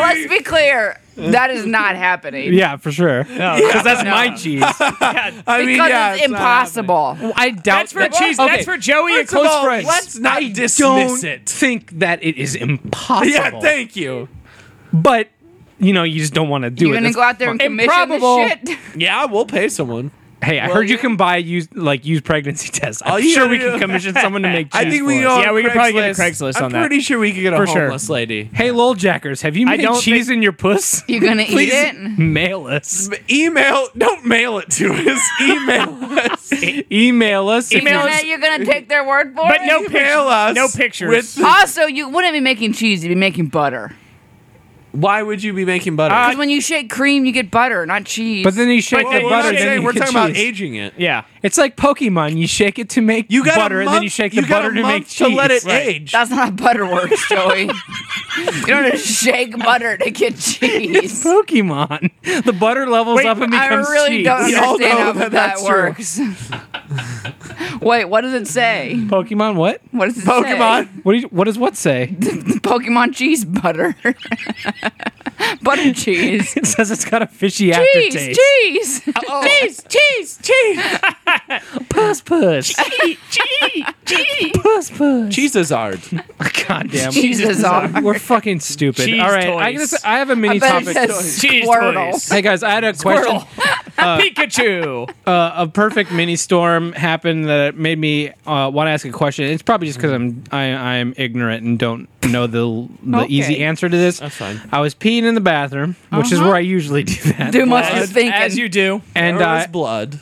Speaker 5: wife.
Speaker 1: Let's be clear. That is not happening.
Speaker 2: Yeah, for sure.
Speaker 3: No, because that's my cheese.
Speaker 5: I
Speaker 1: Because
Speaker 5: mean, yeah. uh,
Speaker 1: it's impossible.
Speaker 2: I doubt
Speaker 3: That's for cheese.
Speaker 2: Okay,
Speaker 3: That's for Joey and
Speaker 5: First of
Speaker 3: close
Speaker 5: all,
Speaker 3: friends.
Speaker 5: Let's not
Speaker 2: I
Speaker 5: dismiss
Speaker 2: don't
Speaker 5: it.
Speaker 2: think that it is impossible.
Speaker 5: Yeah, thank you.
Speaker 2: but you know, you just don't want to do
Speaker 1: You're
Speaker 2: it.
Speaker 1: gonna
Speaker 2: That's
Speaker 1: go out there and
Speaker 2: fine.
Speaker 1: commission
Speaker 2: Improbable.
Speaker 1: this shit.
Speaker 5: Yeah, we'll pay someone.
Speaker 2: Hey, I heard you can buy used like used pregnancy tests. I'm
Speaker 5: All Oh, you
Speaker 2: sure
Speaker 5: gotta
Speaker 2: we
Speaker 5: do-
Speaker 2: can commission someone to make. Cheese
Speaker 5: I think we
Speaker 2: for
Speaker 5: can
Speaker 2: us.
Speaker 5: go.
Speaker 3: Yeah,
Speaker 5: on
Speaker 3: we could probably get a Craigslist
Speaker 5: I'm
Speaker 3: on that.
Speaker 5: pretty sure we could get a
Speaker 3: For sure.
Speaker 5: homeless lady.
Speaker 2: Hey, loljackers, have you
Speaker 3: I
Speaker 2: made
Speaker 3: don't
Speaker 2: cheese in your puss?
Speaker 1: You're gonna eat it.
Speaker 2: Mail us.
Speaker 5: Email. Don't mail it to us. Email us.
Speaker 2: Email us.
Speaker 1: You're
Speaker 2: if
Speaker 3: Email
Speaker 2: you're-
Speaker 1: gonna, you're gonna take their word for
Speaker 3: but
Speaker 1: it.
Speaker 3: no pictures.
Speaker 5: Email us.
Speaker 3: No pictures.
Speaker 5: With the-
Speaker 1: Also, you wouldn't be making cheese. You'd be making butter.
Speaker 5: why would you be making butter?
Speaker 3: Uh,
Speaker 1: Because when you shake cream, you get butter, not cheese.
Speaker 2: But then you shake
Speaker 3: But
Speaker 2: the
Speaker 3: then you
Speaker 2: butter.
Speaker 3: shake-
Speaker 2: then you
Speaker 5: we're
Speaker 2: get
Speaker 5: talking about
Speaker 2: cheese.
Speaker 5: aging it.
Speaker 3: Yeah.
Speaker 2: It's like Pokemon. You shake it to make
Speaker 5: You got
Speaker 2: butter,
Speaker 5: a month,
Speaker 2: and then you shake the
Speaker 5: you got a
Speaker 2: butter to
Speaker 5: month
Speaker 2: make cheese.
Speaker 5: to let it
Speaker 3: Right.
Speaker 5: age.
Speaker 1: that's not how butter works, Joey. you don't just shake butter to get cheese.
Speaker 2: Pokemon. The butter levels
Speaker 3: Wait,
Speaker 2: up and
Speaker 1: I
Speaker 2: becomes
Speaker 1: really
Speaker 2: cheese.
Speaker 1: don't
Speaker 5: We all
Speaker 1: understand
Speaker 5: know
Speaker 1: how
Speaker 5: that
Speaker 1: that,
Speaker 5: that's true.
Speaker 1: works. Wait, what does it say?
Speaker 2: Pokemon. What?
Speaker 1: What does it
Speaker 5: Pokemon.
Speaker 2: What? Do you, what does what say?
Speaker 1: say? Pokemon cheese butter. butter cheese.
Speaker 2: It says it's got a fishy
Speaker 1: Cheese,
Speaker 2: aftertaste.
Speaker 1: cheese.
Speaker 3: oh.
Speaker 1: Cheese, cheese, cheese.
Speaker 2: Puss puss. Puss puss.
Speaker 5: Cheese is hard.
Speaker 2: God damn.
Speaker 1: Jesus, are.
Speaker 2: We're fucking stupid.
Speaker 3: Cheese
Speaker 2: All right. I,
Speaker 3: toys.
Speaker 2: guess I have a mini
Speaker 1: I bet
Speaker 2: topic.
Speaker 1: it says
Speaker 3: Cheese
Speaker 1: Squirtle.
Speaker 3: toys.
Speaker 2: Hey guys, I had a question.
Speaker 3: Squirtle. Pikachu.
Speaker 2: Uh, a perfect mini storm happened that made me uh, want to ask a question. It's probably just because I'm I, I'm ignorant and don't know the the
Speaker 1: Okay.
Speaker 2: easy answer to this.
Speaker 5: That's fine.
Speaker 2: I was peeing in the bathroom, which
Speaker 1: Uh-huh.
Speaker 2: is where I usually do that.
Speaker 1: Do much
Speaker 3: As,
Speaker 1: as thinking.
Speaker 3: as you do.
Speaker 2: and uh,
Speaker 5: there was
Speaker 2: I,
Speaker 5: blood.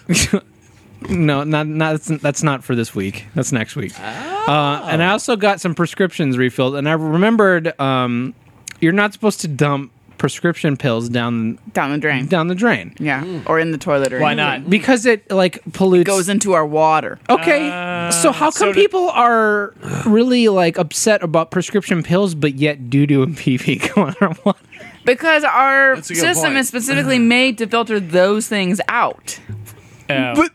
Speaker 2: no, not not that's, that's not for this week. That's next week. Uh, and I also got some prescriptions refilled, and I remembered um, you're not supposed to dump prescription pills down
Speaker 1: down the drain.
Speaker 2: down the drain
Speaker 1: Yeah,
Speaker 5: Hmm.
Speaker 1: or in the toilet. Or
Speaker 3: Why
Speaker 1: anything.
Speaker 3: not?
Speaker 2: because it like pollutes
Speaker 1: Goes into our water.
Speaker 2: Okay. so how come
Speaker 3: so do-
Speaker 2: people are really like upset about prescription pills, but yet doo doo and pee pee go on our water?
Speaker 1: Because our
Speaker 5: a good
Speaker 1: system
Speaker 5: point.
Speaker 1: is specifically
Speaker 3: Mm-hmm.
Speaker 1: made to filter those things out.
Speaker 3: Oh.
Speaker 2: But-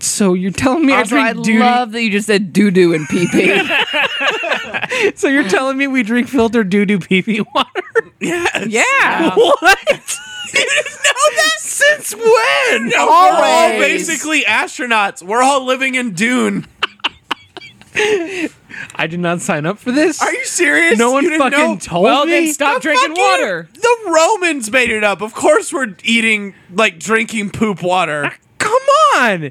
Speaker 2: So you're telling me
Speaker 1: Also,
Speaker 2: I
Speaker 1: I
Speaker 2: drink doo
Speaker 1: love that you just said doo doo and pee pee.
Speaker 2: So you're telling me we drink filtered doo doo pee pee water?
Speaker 1: yeah.
Speaker 2: what? you didn't know that? Since when?
Speaker 5: We're all
Speaker 1: Always.
Speaker 5: basically astronauts. We're all living in Dune.
Speaker 2: I did not sign up for this.
Speaker 5: Are you serious?
Speaker 2: no
Speaker 5: You
Speaker 2: one
Speaker 5: didn't
Speaker 2: fucking
Speaker 5: know?
Speaker 2: told
Speaker 3: well,
Speaker 2: me.
Speaker 3: then stop
Speaker 5: The
Speaker 3: drinking
Speaker 5: fucking-
Speaker 3: water.
Speaker 5: The Romans made it up. Of course, we're eating like drinking poop water.
Speaker 2: Come on.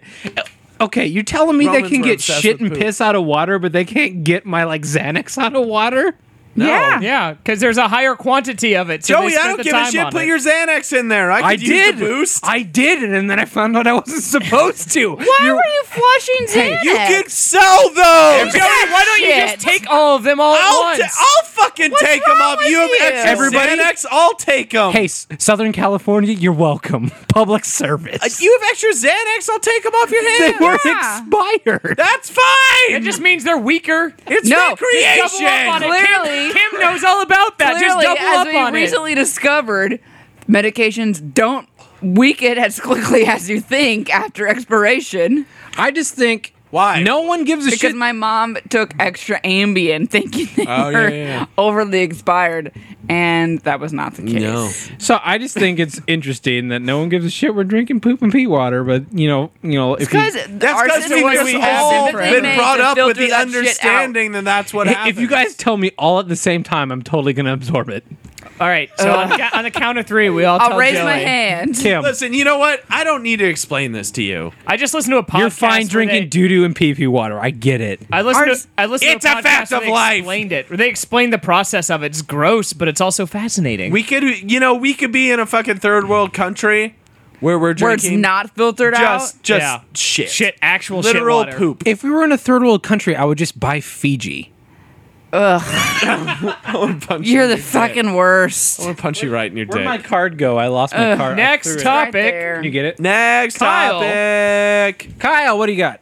Speaker 2: Okay, you're telling me
Speaker 5: Romans
Speaker 2: they can
Speaker 5: were
Speaker 2: get
Speaker 5: obsessed
Speaker 2: shit
Speaker 5: with
Speaker 2: and
Speaker 5: poop.
Speaker 2: piss out of water, but they can't get my like Xanax out of water?
Speaker 1: Yeah.
Speaker 3: Yeah, because there's a higher quantity of it. So they
Speaker 5: Joey, I
Speaker 3: spent
Speaker 5: don't
Speaker 3: the
Speaker 5: give a
Speaker 3: time
Speaker 5: shit.
Speaker 3: on
Speaker 5: Put
Speaker 3: it.
Speaker 5: your Xanax in there. I, could
Speaker 2: I
Speaker 5: use
Speaker 2: did.
Speaker 5: The boost.
Speaker 2: I did, and then I found out I wasn't supposed to.
Speaker 1: Why were you flushing Xanax?
Speaker 5: you could sell those.
Speaker 3: Joey, why don't you
Speaker 1: Shit.
Speaker 3: just take all of them all
Speaker 5: I'll,
Speaker 3: at
Speaker 5: ta-
Speaker 3: once?
Speaker 5: I'll fucking take them
Speaker 1: wrong
Speaker 5: off.
Speaker 1: with
Speaker 5: You have
Speaker 1: you?
Speaker 5: extra
Speaker 2: Everybody-
Speaker 5: Xanax. I'll take them.
Speaker 2: Hey, S- Southern California, you're welcome. Public service.
Speaker 5: Uh, you have extra Xanax. I'll take them off your
Speaker 2: they
Speaker 5: hand.
Speaker 2: were
Speaker 1: Yeah.
Speaker 2: expired.
Speaker 5: That's fine.
Speaker 3: it just means they're weaker.
Speaker 5: it's
Speaker 1: No, just
Speaker 3: Double up on it.
Speaker 5: recreation.
Speaker 3: Kim-
Speaker 1: Clearly-
Speaker 3: Kim, knows all about that.
Speaker 1: Clearly,
Speaker 3: just double
Speaker 1: as
Speaker 3: up
Speaker 1: we
Speaker 3: on
Speaker 1: recently discovered, medications don't weaken as quickly as you think after expiration.
Speaker 2: I just think
Speaker 5: Why?
Speaker 2: no one gives a
Speaker 1: Because
Speaker 2: shit.
Speaker 1: my mom took extra Ambien thinking they
Speaker 5: Oh, yeah,
Speaker 1: were
Speaker 5: yeah, yeah.
Speaker 1: overly expired, and that was not the case.
Speaker 2: so I just think it's interesting that no one gives a shit. We're drinking poop and pee water, but you know, you know, if you,
Speaker 1: Because
Speaker 5: That's
Speaker 1: our
Speaker 5: because
Speaker 1: system
Speaker 5: we've
Speaker 1: was
Speaker 5: just all
Speaker 1: specifically
Speaker 5: been
Speaker 1: made
Speaker 5: brought
Speaker 1: to
Speaker 5: up with
Speaker 1: filter
Speaker 5: the
Speaker 1: that shit out.
Speaker 5: understanding that that's what happens.
Speaker 2: if you guys tell me all at the same time, I'm totally gonna absorb it.
Speaker 3: it. All right, so on, the, ca- on the count of three, we all
Speaker 1: I'll
Speaker 3: tell
Speaker 1: raise
Speaker 3: Joey.
Speaker 1: my hand.
Speaker 2: Kim,
Speaker 5: listen, you know what? I don't need to explain this to you.
Speaker 3: I just listened to a podcast.
Speaker 2: you're fine
Speaker 3: where they-
Speaker 2: drinking doo doo and pee pee water. I get it.
Speaker 3: I listened.
Speaker 1: Ours-
Speaker 3: to, I listened.
Speaker 5: It's
Speaker 3: to
Speaker 5: a
Speaker 3: a, podcast
Speaker 5: fact
Speaker 3: where
Speaker 5: of
Speaker 3: they
Speaker 5: life.
Speaker 3: Explained it. Where they explained the process of it. It's gross, but it's also fascinating.
Speaker 5: We could, you know, we could be in a fucking third world country where we're
Speaker 1: where it's
Speaker 5: drinking
Speaker 1: not filtered
Speaker 5: just
Speaker 1: out.
Speaker 5: just
Speaker 3: Yeah.
Speaker 5: shit,
Speaker 3: Shit, actual shit
Speaker 5: literal
Speaker 3: water.
Speaker 5: poop.
Speaker 2: If we were in a third world country, I would just buy Fiji.
Speaker 1: You're the fucking worst.
Speaker 5: I'm gonna punch you right in your dick.
Speaker 2: card go? I lost my card.
Speaker 3: Next topic.
Speaker 1: there.
Speaker 2: You get it?
Speaker 5: Next
Speaker 3: Kyle.
Speaker 5: topic.
Speaker 2: Kyle, what do you got?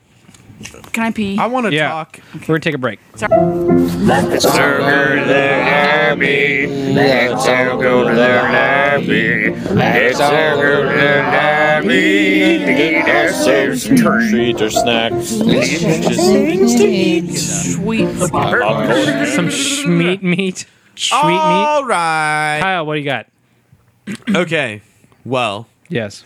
Speaker 1: Can I pee?
Speaker 5: I want to
Speaker 2: Yeah.
Speaker 5: talk.
Speaker 2: We're going to take a break.
Speaker 1: Sweet.
Speaker 2: Some schmeat meat. Schmeat meat.
Speaker 5: All right.
Speaker 2: Oh. Kyle, what do you got?
Speaker 5: Okay. Well,
Speaker 2: Yes.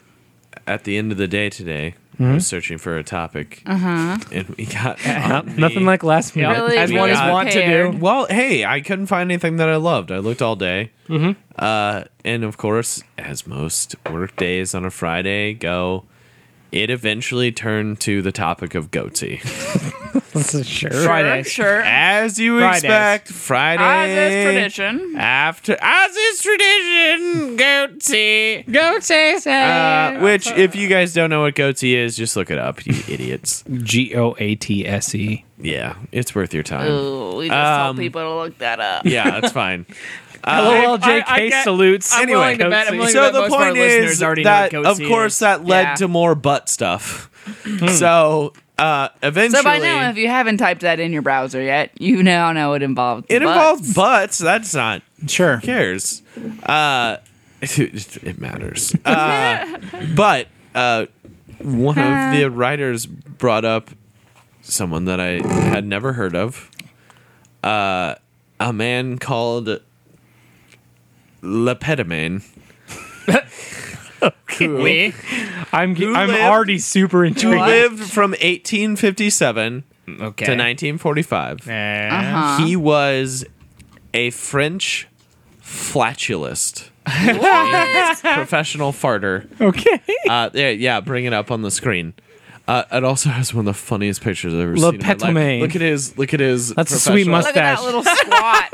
Speaker 5: at the end of the day today, I was searching for a topic,
Speaker 1: Uh-huh.
Speaker 5: and we got
Speaker 2: Not- nothing like last minute.
Speaker 1: Really,
Speaker 3: As one
Speaker 1: really
Speaker 3: is wont to
Speaker 1: prepared.
Speaker 3: do.
Speaker 5: Well, hey, I couldn't find anything that I loved. I looked all day. Mm-hmm. Uh, and of course, as most work days on a Friday go, it eventually turned to the topic of goatee.
Speaker 2: sure.
Speaker 1: Sure,
Speaker 3: Fridays.
Speaker 1: sure.
Speaker 5: As you
Speaker 3: Fridays.
Speaker 5: expect, Friday.
Speaker 1: As is tradition.
Speaker 5: After, as is tradition, goatee.
Speaker 3: Uh,
Speaker 2: Go say
Speaker 5: Uh, which, if you guys don't know what goatee is, just look it up, you idiots.
Speaker 2: G O A T S E.
Speaker 5: Yeah, it's worth your time.
Speaker 1: Ooh, we just
Speaker 5: Um,
Speaker 1: told people to look that up.
Speaker 5: Yeah, that's fine.
Speaker 2: LOL JK
Speaker 3: I- I get-
Speaker 2: salutes.
Speaker 3: I'm
Speaker 5: Anyway,
Speaker 3: willing to bet. I'm willing to
Speaker 5: so
Speaker 3: bet
Speaker 5: the
Speaker 3: most of our
Speaker 5: point is
Speaker 3: listeners already know
Speaker 5: that
Speaker 3: what
Speaker 5: of
Speaker 3: goatee
Speaker 5: course uh,
Speaker 3: is.
Speaker 5: that led
Speaker 1: Yeah.
Speaker 5: to more butt stuff
Speaker 3: Hmm.
Speaker 5: so uh eventually
Speaker 1: So by now, if you haven't typed that in your browser yet, you now know it involves.
Speaker 5: it
Speaker 1: butts.
Speaker 5: involves butts that's not
Speaker 2: Sure.
Speaker 5: who cares uh it, it matters uh, but uh one of the writers brought up someone that i had never heard of uh a man called lepetamine
Speaker 3: We
Speaker 2: I'm ge-
Speaker 5: Who
Speaker 2: I'm
Speaker 5: lived-
Speaker 2: already super
Speaker 5: who
Speaker 2: intrigued.
Speaker 5: lived from 1857
Speaker 3: okay.
Speaker 5: to 1945.
Speaker 3: Eh.
Speaker 1: Uh-huh.
Speaker 5: He was a French flatulist. professional farter.
Speaker 2: Okay.
Speaker 5: Uh, yeah, yeah, bring it up on the screen. Uh, it also has one of the funniest pictures I've ever
Speaker 2: Le
Speaker 5: seen. in my life.
Speaker 2: Petomane.
Speaker 5: Look at his. Look at his.
Speaker 2: That's a sweet
Speaker 5: professional-
Speaker 2: mustache.
Speaker 1: Look at that little squat.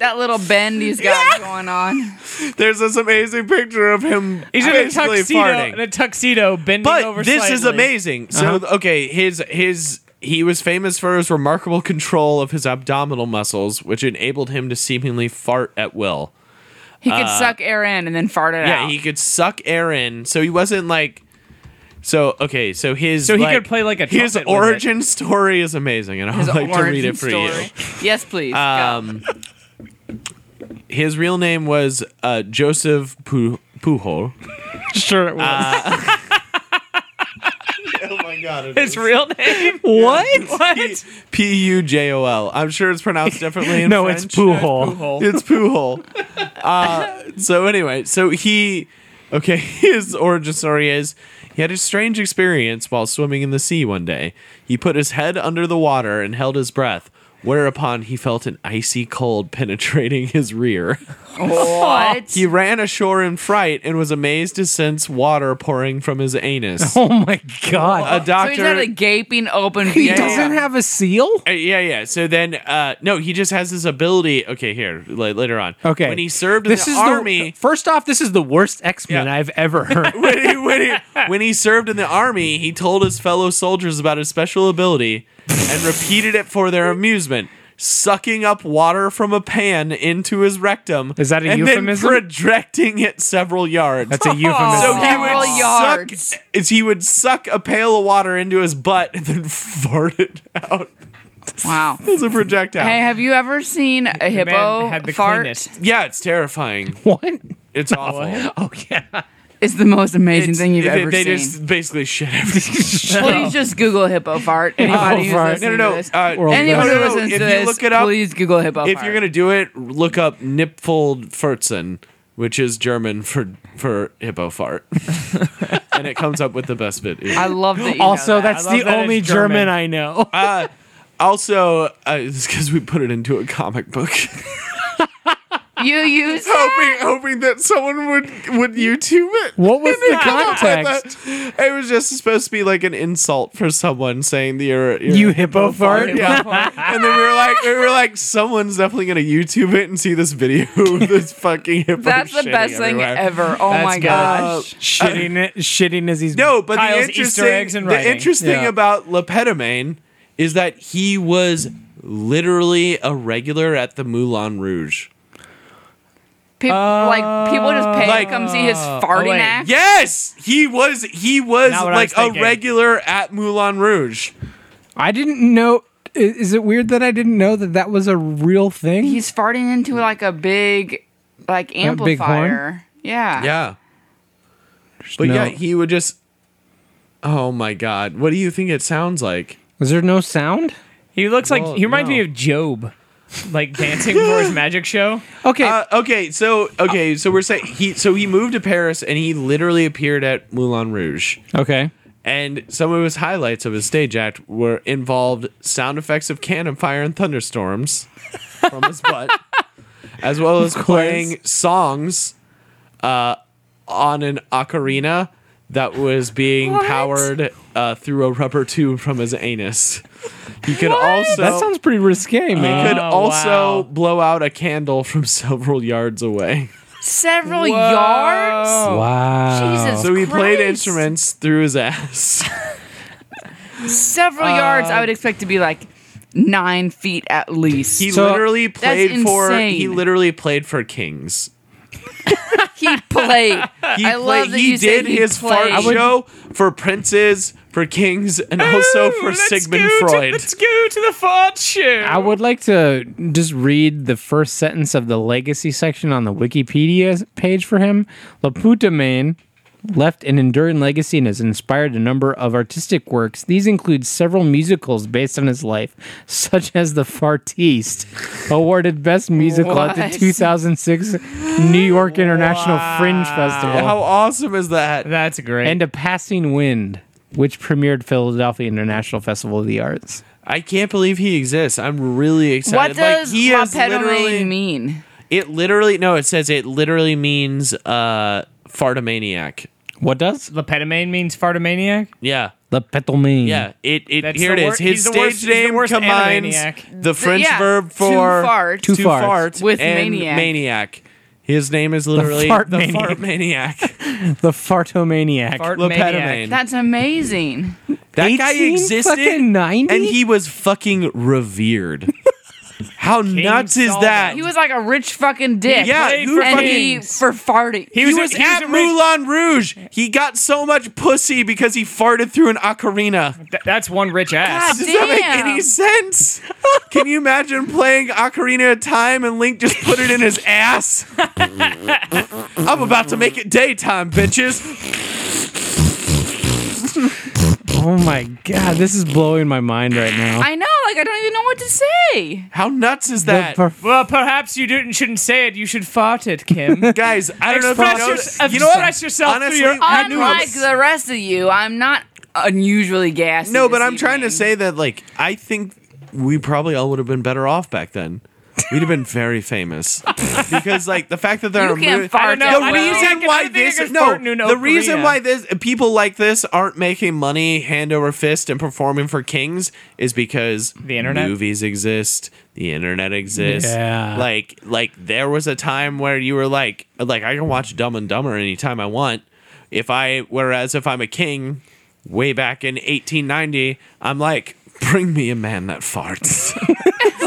Speaker 1: That little bend he's got going on.
Speaker 5: There's this amazing picture of him.
Speaker 3: He's in a
Speaker 5: basically
Speaker 3: tuxedo.
Speaker 5: farting.
Speaker 3: In a tuxedo, bending
Speaker 5: but
Speaker 3: over.
Speaker 5: this is
Speaker 3: slightly. Uh-huh.
Speaker 5: amazing. So okay, his his he was famous for his remarkable control of his abdominal muscles, which enabled him to seemingly fart at will.
Speaker 1: He could suck air in and then fart it
Speaker 5: Uh, Yeah,
Speaker 1: out.
Speaker 5: he could suck air in, so he wasn't like. So okay, so his
Speaker 3: So he
Speaker 5: like-
Speaker 3: could play like a
Speaker 5: his
Speaker 3: trumpet with it.
Speaker 5: origin story is amazing, and I would
Speaker 1: His
Speaker 5: like to read
Speaker 1: origin
Speaker 5: it for
Speaker 1: story. Yes, please. go.
Speaker 5: you. Um, his real name was uh, Joseph Pu- Pujol.
Speaker 2: Sure. It was.
Speaker 5: Oh my god!
Speaker 3: His real name?
Speaker 2: what?
Speaker 3: What?
Speaker 5: P U J O L. I'm sure it's pronounced differently. In
Speaker 2: No,
Speaker 5: French.
Speaker 2: it's Puhol.
Speaker 3: Hole.
Speaker 5: it's Puhol. Uh, so anyway, so he, okay, his origin story is he had a strange experience while swimming in the sea one day. He put his head under the water and held his breath, whereupon he felt an icy cold penetrating his rear.
Speaker 1: what?
Speaker 5: He ran ashore in fright and was amazed to sense water pouring from his anus.
Speaker 2: Oh my god.
Speaker 5: A
Speaker 1: so he's had
Speaker 5: doctor.
Speaker 1: a gaping open.
Speaker 2: he
Speaker 1: beak.
Speaker 2: doesn't have a seal?
Speaker 5: Uh, yeah, yeah. So then, uh, no, he just has this ability. Okay, here la- later on.
Speaker 2: Okay.
Speaker 5: when he served in
Speaker 2: this
Speaker 5: the
Speaker 2: is
Speaker 5: army,
Speaker 2: The, first off, this is the worst X Men
Speaker 5: Yeah.
Speaker 2: I've ever heard.
Speaker 5: when, he, when, he, when he served in the army, he told his fellow soldiers about his special ability and repeated it for their amusement. Sucking up water from a pan into his rectum.
Speaker 2: Is that a
Speaker 5: and
Speaker 2: euphemism?
Speaker 5: Then projecting it several yards.
Speaker 2: That's a euphemism.
Speaker 5: so he
Speaker 1: Several
Speaker 5: would
Speaker 1: yards.
Speaker 5: suck. Is he would suck a pail of water into his butt and then fart it out
Speaker 1: Wow.
Speaker 5: as a projectile.
Speaker 1: Hey, have you ever seen a hippo
Speaker 3: had the
Speaker 1: fart?
Speaker 3: cleanest.
Speaker 5: Yeah, it's terrifying.
Speaker 2: what?
Speaker 5: It's awful.
Speaker 2: Oh yeah.
Speaker 1: It's the most amazing
Speaker 5: It's-
Speaker 1: thing you've
Speaker 5: they,
Speaker 1: ever
Speaker 5: they
Speaker 1: seen.
Speaker 5: just basically shit everything.
Speaker 1: Please just Google hippo fart. Anybody who's
Speaker 2: fart.
Speaker 1: listening
Speaker 5: no, no,
Speaker 1: to
Speaker 5: no.
Speaker 1: this.
Speaker 5: Uh,
Speaker 2: World
Speaker 1: Anyone
Speaker 2: no,
Speaker 1: who
Speaker 5: no, no,
Speaker 1: listens
Speaker 5: if
Speaker 1: to
Speaker 5: you
Speaker 1: this,
Speaker 5: look it up-
Speaker 1: please Google hippo
Speaker 5: if
Speaker 1: fart.
Speaker 5: you're gonna do it, look up Nipfeldfurzen, which is German for for hippo fart, and it comes up with the best video.
Speaker 1: I love that. You know
Speaker 2: Also,
Speaker 1: that.
Speaker 2: that's
Speaker 3: I love
Speaker 2: the
Speaker 3: that
Speaker 2: only
Speaker 3: it's German.
Speaker 2: German. I know.
Speaker 5: Uh, also, uh, it's because we put it into a comic book.
Speaker 1: You used
Speaker 5: hoping hoping that someone would would YouTube it.
Speaker 2: What was the
Speaker 5: And
Speaker 2: context?
Speaker 5: that- It was just supposed to be like an insult for someone saying the you're, you're
Speaker 2: You hippo fart.
Speaker 5: Yeah. and then we were like, we were like, someone's definitely gonna YouTube it and see this video of this fucking hippo.
Speaker 1: That's the
Speaker 5: shitting
Speaker 1: best thing
Speaker 5: everywhere.
Speaker 1: ever. Oh my
Speaker 3: good.
Speaker 1: gosh.
Speaker 2: Shitting, shitting as he's
Speaker 5: No, but
Speaker 3: Kyle's
Speaker 5: the
Speaker 3: Easter
Speaker 5: interesting,
Speaker 3: eggs in
Speaker 5: the
Speaker 3: writing.
Speaker 5: interesting
Speaker 2: Yeah.
Speaker 5: about Lepetamine is that he was literally a regular at the Moulin Rouge.
Speaker 1: People like people just pay
Speaker 5: Uh, Like-
Speaker 1: to come see his
Speaker 3: Oh,
Speaker 1: farting
Speaker 3: wait.
Speaker 1: act.
Speaker 5: Yes, he was. He was
Speaker 3: Not what I
Speaker 5: like
Speaker 3: was
Speaker 5: a
Speaker 3: thinking.
Speaker 5: regular at Moulin Rouge.
Speaker 2: I didn't know. i- Is it weird that I didn't know that that was a real thing?
Speaker 1: He's farting into like a big like
Speaker 2: big horn?
Speaker 1: amplifier. yeah.
Speaker 5: Yeah, but
Speaker 2: no.
Speaker 5: yeah, he would just. Oh my God! What do you think it sounds like?
Speaker 2: was there no sound?
Speaker 3: He looks like
Speaker 5: Well,
Speaker 3: he reminds
Speaker 5: no.
Speaker 3: me of Job, like dancing for his magic show.
Speaker 2: Okay,
Speaker 5: Uh, okay, so okay, so we're saying he. So he moved to Paris and he literally appeared at Moulin Rouge.
Speaker 2: okay.
Speaker 5: and some of his highlights of his stage act were involved sound effects of cannon fire and thunderstorms from his butt, as well as playing songs uh, on an ocarina that was being powered uh, through a rubber tube from his anus. He could also
Speaker 2: that sounds pretty risque,
Speaker 5: he
Speaker 2: man.
Speaker 5: could
Speaker 3: Oh,
Speaker 5: also
Speaker 3: wow.
Speaker 5: blow out a candle from several yards away.
Speaker 1: Several yards.
Speaker 5: Uh,
Speaker 2: wow.
Speaker 1: Jesus.
Speaker 5: So he played
Speaker 1: Christ.
Speaker 5: instruments through his ass.
Speaker 1: Several
Speaker 5: Uh,
Speaker 1: yards I would expect to be like nine feet at least.
Speaker 5: He
Speaker 1: He,
Speaker 2: So-
Speaker 5: literally played for he
Speaker 1: insane.
Speaker 5: literally played for Kings.
Speaker 1: played.
Speaker 5: He
Speaker 1: I love that
Speaker 5: he
Speaker 1: you said
Speaker 5: did
Speaker 1: he
Speaker 5: his
Speaker 1: played. I
Speaker 5: fart
Speaker 1: would-
Speaker 5: show for princes, for kings, and also for Sigmund Freud.
Speaker 3: let's go to the fart show.
Speaker 2: I would like to just read the first sentence of the legacy section on the Wikipedia page for him. Laputa Man left an enduring legacy and has inspired a number of artistic works. These include several musicals based on his life, such as The Fartiste, awarded Best Musical at
Speaker 1: What?
Speaker 2: the 2006 New York International Fringe Festival,
Speaker 5: How awesome is that?
Speaker 3: That's great.
Speaker 2: and A Passing Wind, which premiered Philadelphia International Festival of the Arts.
Speaker 5: I can't believe he exists. I'm really
Speaker 1: What
Speaker 5: excited.
Speaker 1: does
Speaker 5: like, he
Speaker 1: La
Speaker 5: is literally
Speaker 1: Pedomane mean?
Speaker 5: it literally no, it says it literally means uh fartomaniac.
Speaker 2: What does?
Speaker 3: Lepetamine means fartomaniac.
Speaker 5: Yeah.
Speaker 2: La Petalmine.
Speaker 5: Yeah, it, it
Speaker 3: That's
Speaker 5: here it
Speaker 3: the
Speaker 5: is.
Speaker 3: wor-
Speaker 5: His
Speaker 3: he's the worst-
Speaker 5: stage
Speaker 3: he's the
Speaker 5: name
Speaker 3: worst
Speaker 5: combines
Speaker 3: animaniac.
Speaker 5: the French
Speaker 1: yeah,
Speaker 5: verb
Speaker 1: to
Speaker 5: for
Speaker 1: fart.
Speaker 5: to
Speaker 2: To
Speaker 5: fart,
Speaker 2: fart.
Speaker 1: With
Speaker 5: and
Speaker 1: maniac.
Speaker 5: His name is literally the fart
Speaker 2: fart maniac.
Speaker 5: maniac.
Speaker 2: The fartomaniac.
Speaker 3: Fartomaniac.
Speaker 5: Lepetamine.
Speaker 1: That's amazing.
Speaker 5: that guy
Speaker 2: 18
Speaker 5: existed
Speaker 2: fucking 90?
Speaker 5: and he was fucking revered. How nuts is
Speaker 3: Solomon.
Speaker 5: that?
Speaker 1: He was like a rich fucking dick.
Speaker 5: Yeah,
Speaker 1: and
Speaker 5: who fucking-
Speaker 1: he for farting.
Speaker 5: He was,
Speaker 3: was a- he was
Speaker 5: at
Speaker 3: a rich-
Speaker 5: Moulin Rouge. He got so much pussy because he farted through an ocarina.
Speaker 3: Th- that's one rich ass.
Speaker 5: Does that make
Speaker 1: Damn.
Speaker 5: any sense? Can you imagine playing Ocarina of Time and Link just put it in his ass? I'm about to make it daytime, bitches.
Speaker 2: Oh my god, this is blowing my mind right now.
Speaker 1: I know, like I don't even know what to say.
Speaker 5: How nuts is
Speaker 2: The
Speaker 5: that?
Speaker 2: far-
Speaker 3: Well, perhaps you didn't shouldn't say it. You should fart it, Kim.
Speaker 5: Guys, I don't know if
Speaker 3: Express
Speaker 5: you noticed-
Speaker 3: your-
Speaker 5: you know what?
Speaker 3: express yourself through
Speaker 5: Honestly,
Speaker 3: your
Speaker 5: I knew it
Speaker 1: Unlike
Speaker 5: was-
Speaker 1: the rest of you, I'm not unusually gassy.
Speaker 5: No, but
Speaker 1: this
Speaker 5: I'm trying to
Speaker 1: evening.
Speaker 5: say that, like, I think we probably all would have been better off back then. We'd have been very famous because, like, the fact that there
Speaker 1: You
Speaker 5: are
Speaker 1: can't
Speaker 5: mov-
Speaker 1: fart
Speaker 3: I don't know.
Speaker 1: that
Speaker 5: the
Speaker 1: well.
Speaker 3: I don't
Speaker 5: reason
Speaker 3: think- I
Speaker 5: why
Speaker 3: don't think
Speaker 5: this
Speaker 3: I could
Speaker 5: no
Speaker 3: fart in
Speaker 5: the reason
Speaker 3: Korea.
Speaker 5: why this people like this aren't making money hand over fist and performing for kings is because
Speaker 3: The internet?
Speaker 5: movies exist the internet exists
Speaker 2: Yeah.
Speaker 5: like like there was a time where you were like like I can watch Dumb and Dumber anytime I want if I whereas if I'm a king way back in 1890 I'm like bring me a man that farts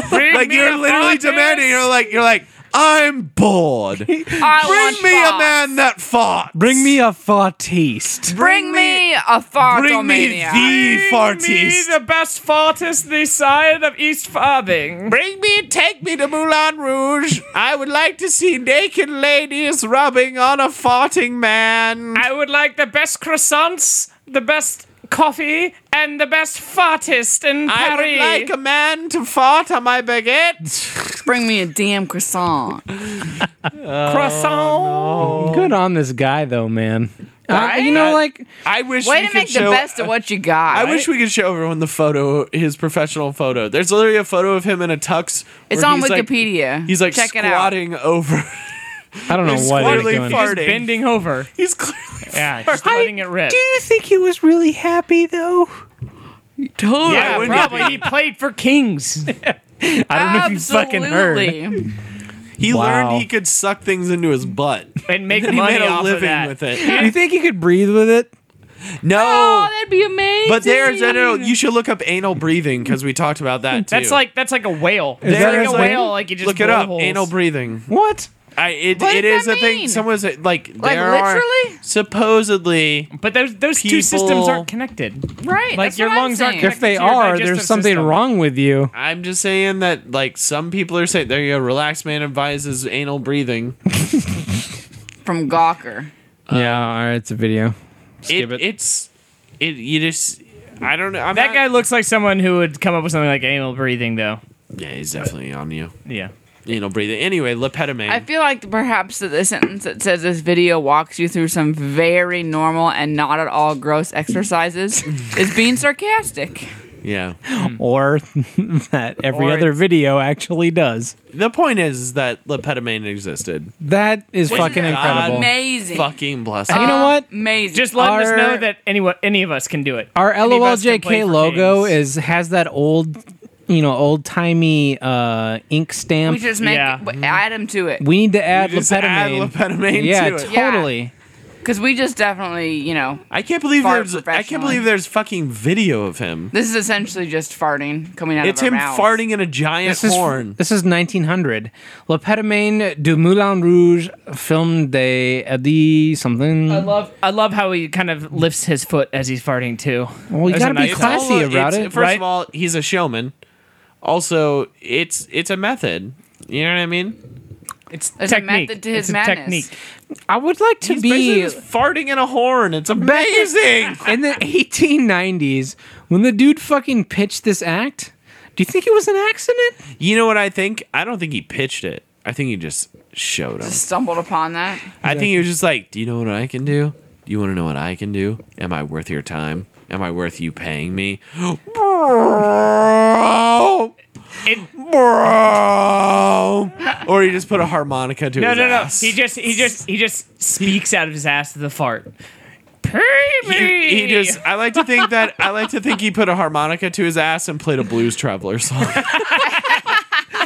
Speaker 3: Bring
Speaker 5: like
Speaker 3: me
Speaker 5: you're
Speaker 3: a
Speaker 5: literally
Speaker 3: fartus.
Speaker 5: demanding you're like you're like I'm bored.
Speaker 1: I
Speaker 5: Bring
Speaker 1: want
Speaker 5: me a
Speaker 1: farts.
Speaker 5: man that farts.
Speaker 2: Bring me a fartiste.
Speaker 1: Bring me a fart.
Speaker 5: Bring me the
Speaker 3: Me,
Speaker 5: fartist.
Speaker 3: the best fartist this side of East Farbing.
Speaker 5: Bring me, take me to Moulin Rouge. I would like to see naked ladies rubbing on a farting man.
Speaker 3: I would like the best croissants, the best coffee, and the best fartist in
Speaker 5: I would
Speaker 3: Paris. Oh,
Speaker 5: like a man to fart on my baguette.
Speaker 1: Bring me a damn croissant.
Speaker 3: croissant.
Speaker 2: Good on this guy though, man. I- you know, like
Speaker 5: I wish
Speaker 1: Way
Speaker 5: we
Speaker 1: to
Speaker 5: could
Speaker 1: make
Speaker 5: show,
Speaker 1: the best of what you got.
Speaker 5: I wish we could show everyone the photo, his professional photo. There's literally a photo of him in a tux.
Speaker 1: It's
Speaker 5: where
Speaker 1: on
Speaker 5: he's, like-
Speaker 1: Wikipedia.
Speaker 5: he's like
Speaker 1: check it out.
Speaker 5: squatting over.
Speaker 2: I don't know
Speaker 5: He's
Speaker 2: what he's
Speaker 5: squarely
Speaker 2: doing.
Speaker 5: farting.
Speaker 3: Bending over.
Speaker 5: he's clearly
Speaker 3: Yeah, just letting it rip.
Speaker 2: you think he was really happy though?
Speaker 1: Totally.
Speaker 3: Yeah, probably. He played for Kings.
Speaker 2: I don't know if you fucking heard.
Speaker 1: Absolutely.
Speaker 5: He
Speaker 2: Wow.
Speaker 5: learned he could suck things into his butt.
Speaker 3: and make
Speaker 5: He
Speaker 3: money
Speaker 5: made a
Speaker 3: off of
Speaker 5: living
Speaker 3: that.
Speaker 5: with it.
Speaker 2: You think he could breathe with it?
Speaker 5: No,
Speaker 1: Oh, that'd be amazing.
Speaker 5: but there's no, no, you should look up anal breathing because we talked about that too.
Speaker 3: That's like that's like a whale. It's
Speaker 5: that
Speaker 3: like
Speaker 5: his
Speaker 3: a
Speaker 5: name?
Speaker 3: whale. Like you just
Speaker 5: look it up.
Speaker 3: blowholes.
Speaker 5: Anal breathing.
Speaker 2: What?
Speaker 5: I it,
Speaker 1: What
Speaker 5: it
Speaker 1: does
Speaker 5: is
Speaker 1: that
Speaker 5: a thing.
Speaker 1: mean?
Speaker 5: Someone's like there
Speaker 1: like
Speaker 5: are
Speaker 1: literally,
Speaker 5: supposedly
Speaker 3: But those those two
Speaker 5: People-
Speaker 3: systems aren't connected.
Speaker 1: right?
Speaker 3: Like
Speaker 1: that's
Speaker 3: your
Speaker 1: what I'm
Speaker 3: lungs aren't
Speaker 1: saying.
Speaker 3: connected.
Speaker 2: If they
Speaker 3: to your
Speaker 2: are,
Speaker 3: digestive
Speaker 2: there's something
Speaker 3: system.
Speaker 2: wrong with you.
Speaker 5: I'm just saying that like some people are saying there you go, relaxed man advises anal breathing.
Speaker 1: from Gawker.
Speaker 2: yeah, all right, it's a video. Skip
Speaker 5: It,
Speaker 2: it.
Speaker 5: it's it you just I don't know. I'm
Speaker 3: That guy
Speaker 5: not-
Speaker 3: looks like someone who would come up with something like anal breathing, though.
Speaker 5: Yeah, he's definitely on you.
Speaker 3: Yeah.
Speaker 5: Anal breathing. Anyway, Lepetamine.
Speaker 1: I feel like perhaps that the sentence that says this video walks you through some very normal and not at all gross exercises is being sarcastic.
Speaker 5: yeah.
Speaker 2: Or that every
Speaker 3: Or
Speaker 2: other
Speaker 3: it's-
Speaker 2: video actually does.
Speaker 5: The point is, is that Lepetamine existed.
Speaker 2: That is fucking
Speaker 5: it
Speaker 2: incredible.
Speaker 1: Amazing.
Speaker 5: Fucking bless
Speaker 2: you know what?
Speaker 1: Amazing.
Speaker 3: Just let us
Speaker 2: Our-
Speaker 3: know that anyone, any of us can do it.
Speaker 2: Our
Speaker 3: Any of us can
Speaker 2: LOLJK
Speaker 3: play for
Speaker 2: logo
Speaker 3: Kings.
Speaker 2: is has that old, you know, old timey uh, ink
Speaker 1: we
Speaker 2: stamp.
Speaker 1: just make
Speaker 3: Yeah.
Speaker 1: w- add him to it
Speaker 2: We need to add
Speaker 5: just add
Speaker 2: lepetamine.
Speaker 5: Lepetamine
Speaker 2: yeah,
Speaker 5: to it.
Speaker 1: Yeah.
Speaker 2: totally.
Speaker 1: because we just definitely, you know,
Speaker 5: I can't believe
Speaker 1: Fart
Speaker 5: there's I can't
Speaker 1: professionally.
Speaker 5: believe there's fucking video of him.
Speaker 1: this is essentially just farting coming out
Speaker 5: It's
Speaker 1: of our
Speaker 5: him
Speaker 1: mouths.
Speaker 5: farting in a giant
Speaker 2: This is
Speaker 5: horn.
Speaker 2: this is 1900. Lepetamine du Moulin Rouge, film de Eddie something.
Speaker 3: I love, I love how he kind of lifts his foot as he's farting too.
Speaker 2: well, you
Speaker 3: That's
Speaker 2: gotta
Speaker 3: a
Speaker 2: be
Speaker 3: nice touch.
Speaker 2: classy
Speaker 5: It's-
Speaker 2: about it.
Speaker 5: First
Speaker 3: right?
Speaker 5: of all, he's a showman. Also, it's it's a method. You know what I mean?
Speaker 3: It's
Speaker 1: There's a
Speaker 3: technique.
Speaker 1: method to his
Speaker 3: it's a
Speaker 1: madness.
Speaker 3: technique.
Speaker 2: I would like to
Speaker 5: He's
Speaker 2: be
Speaker 5: basically just farting in a horn. It's amazing.
Speaker 2: in the 1890s when the dude fucking pitched this act. Do you think it was an accident?
Speaker 5: you know what I think? I don't think he pitched it. I think he just showed him.
Speaker 1: Stumbled upon that.
Speaker 5: I think he was just like, "Do you know what I can do? Do you want to know what I can do? Am I worth your time? Am I worth you paying me?" Bro,
Speaker 3: It-
Speaker 5: bro. Or he just put a harmonica to
Speaker 3: No,
Speaker 5: his
Speaker 3: no, no.
Speaker 5: ass.
Speaker 3: He just, he just, he just speaks out of his ass to the fart. Pay me.
Speaker 5: he, he just I like to think that I like to think he put a harmonica to his ass and played a blues traveler song.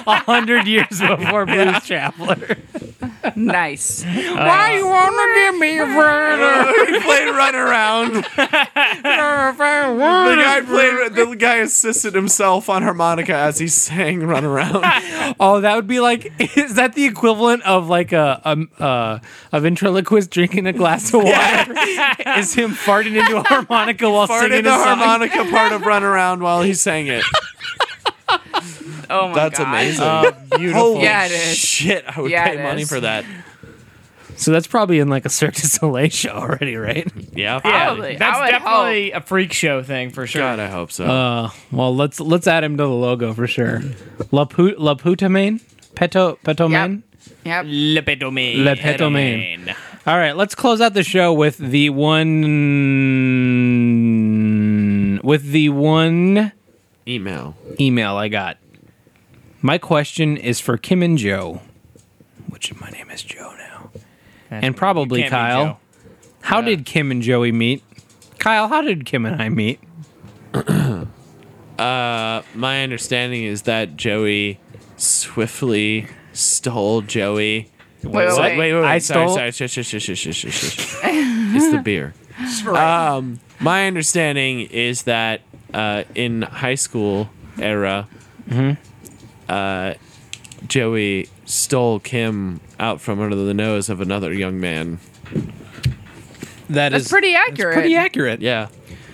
Speaker 3: hundred years before Blues Traveler.
Speaker 1: Nice.
Speaker 2: Why you wanna give me a friend?
Speaker 5: he played run around. The guy played the guy assisted himself on harmonica as he sang run around.
Speaker 2: Oh, that would be like is that the equivalent of like a um, uh, a ventriloquist drinking a glass of water? is him farting into a harmonica while
Speaker 5: Farted
Speaker 2: singing
Speaker 5: the
Speaker 2: a song?
Speaker 5: harmonica part of run around while he sang it.
Speaker 1: Oh my
Speaker 5: That's
Speaker 1: god.
Speaker 5: amazing.
Speaker 2: Oh, beautiful.
Speaker 5: Holy
Speaker 1: Yeah, it is.
Speaker 5: shit, I would
Speaker 1: Yeah,
Speaker 5: pay
Speaker 1: it
Speaker 5: money
Speaker 1: is.
Speaker 5: for that.
Speaker 2: So that's probably in like a Cirque du Soleil show already, right?
Speaker 5: Yeah.
Speaker 1: Probably.
Speaker 3: That's
Speaker 1: I would
Speaker 3: definitely a freak show thing for sure.
Speaker 5: God, I hope so.
Speaker 2: Uh, well, let's let's add him to the logo for sure. Lapu Laputamine, Peto Petomane.
Speaker 1: Yep.
Speaker 3: Lepetomane.
Speaker 2: Lepetomane. All right, let's close out the show with the one with the one
Speaker 5: Email.
Speaker 2: email I got. My question is for Kim and Joe, which my name is Joe now, and probably
Speaker 3: Can't be
Speaker 2: Kyle.
Speaker 3: Joe.
Speaker 2: How did Kim and Joey meet? Kyle, how did Kim and I meet?
Speaker 5: My understanding is that Joey swiftly stole Joey.
Speaker 1: Wait, wait, wait.
Speaker 2: I
Speaker 5: sorry,
Speaker 2: stole-
Speaker 5: Sorry, sorry, shh, shh, shh, shh, shh, shh, shh. it's the beer. Um, my understanding is that uh, in high school era,
Speaker 2: Mm-hmm.
Speaker 5: uh, Joey stole Kim out from under the nose of another young man.
Speaker 1: That's pretty accurate.
Speaker 2: pretty accurate.
Speaker 5: Yeah.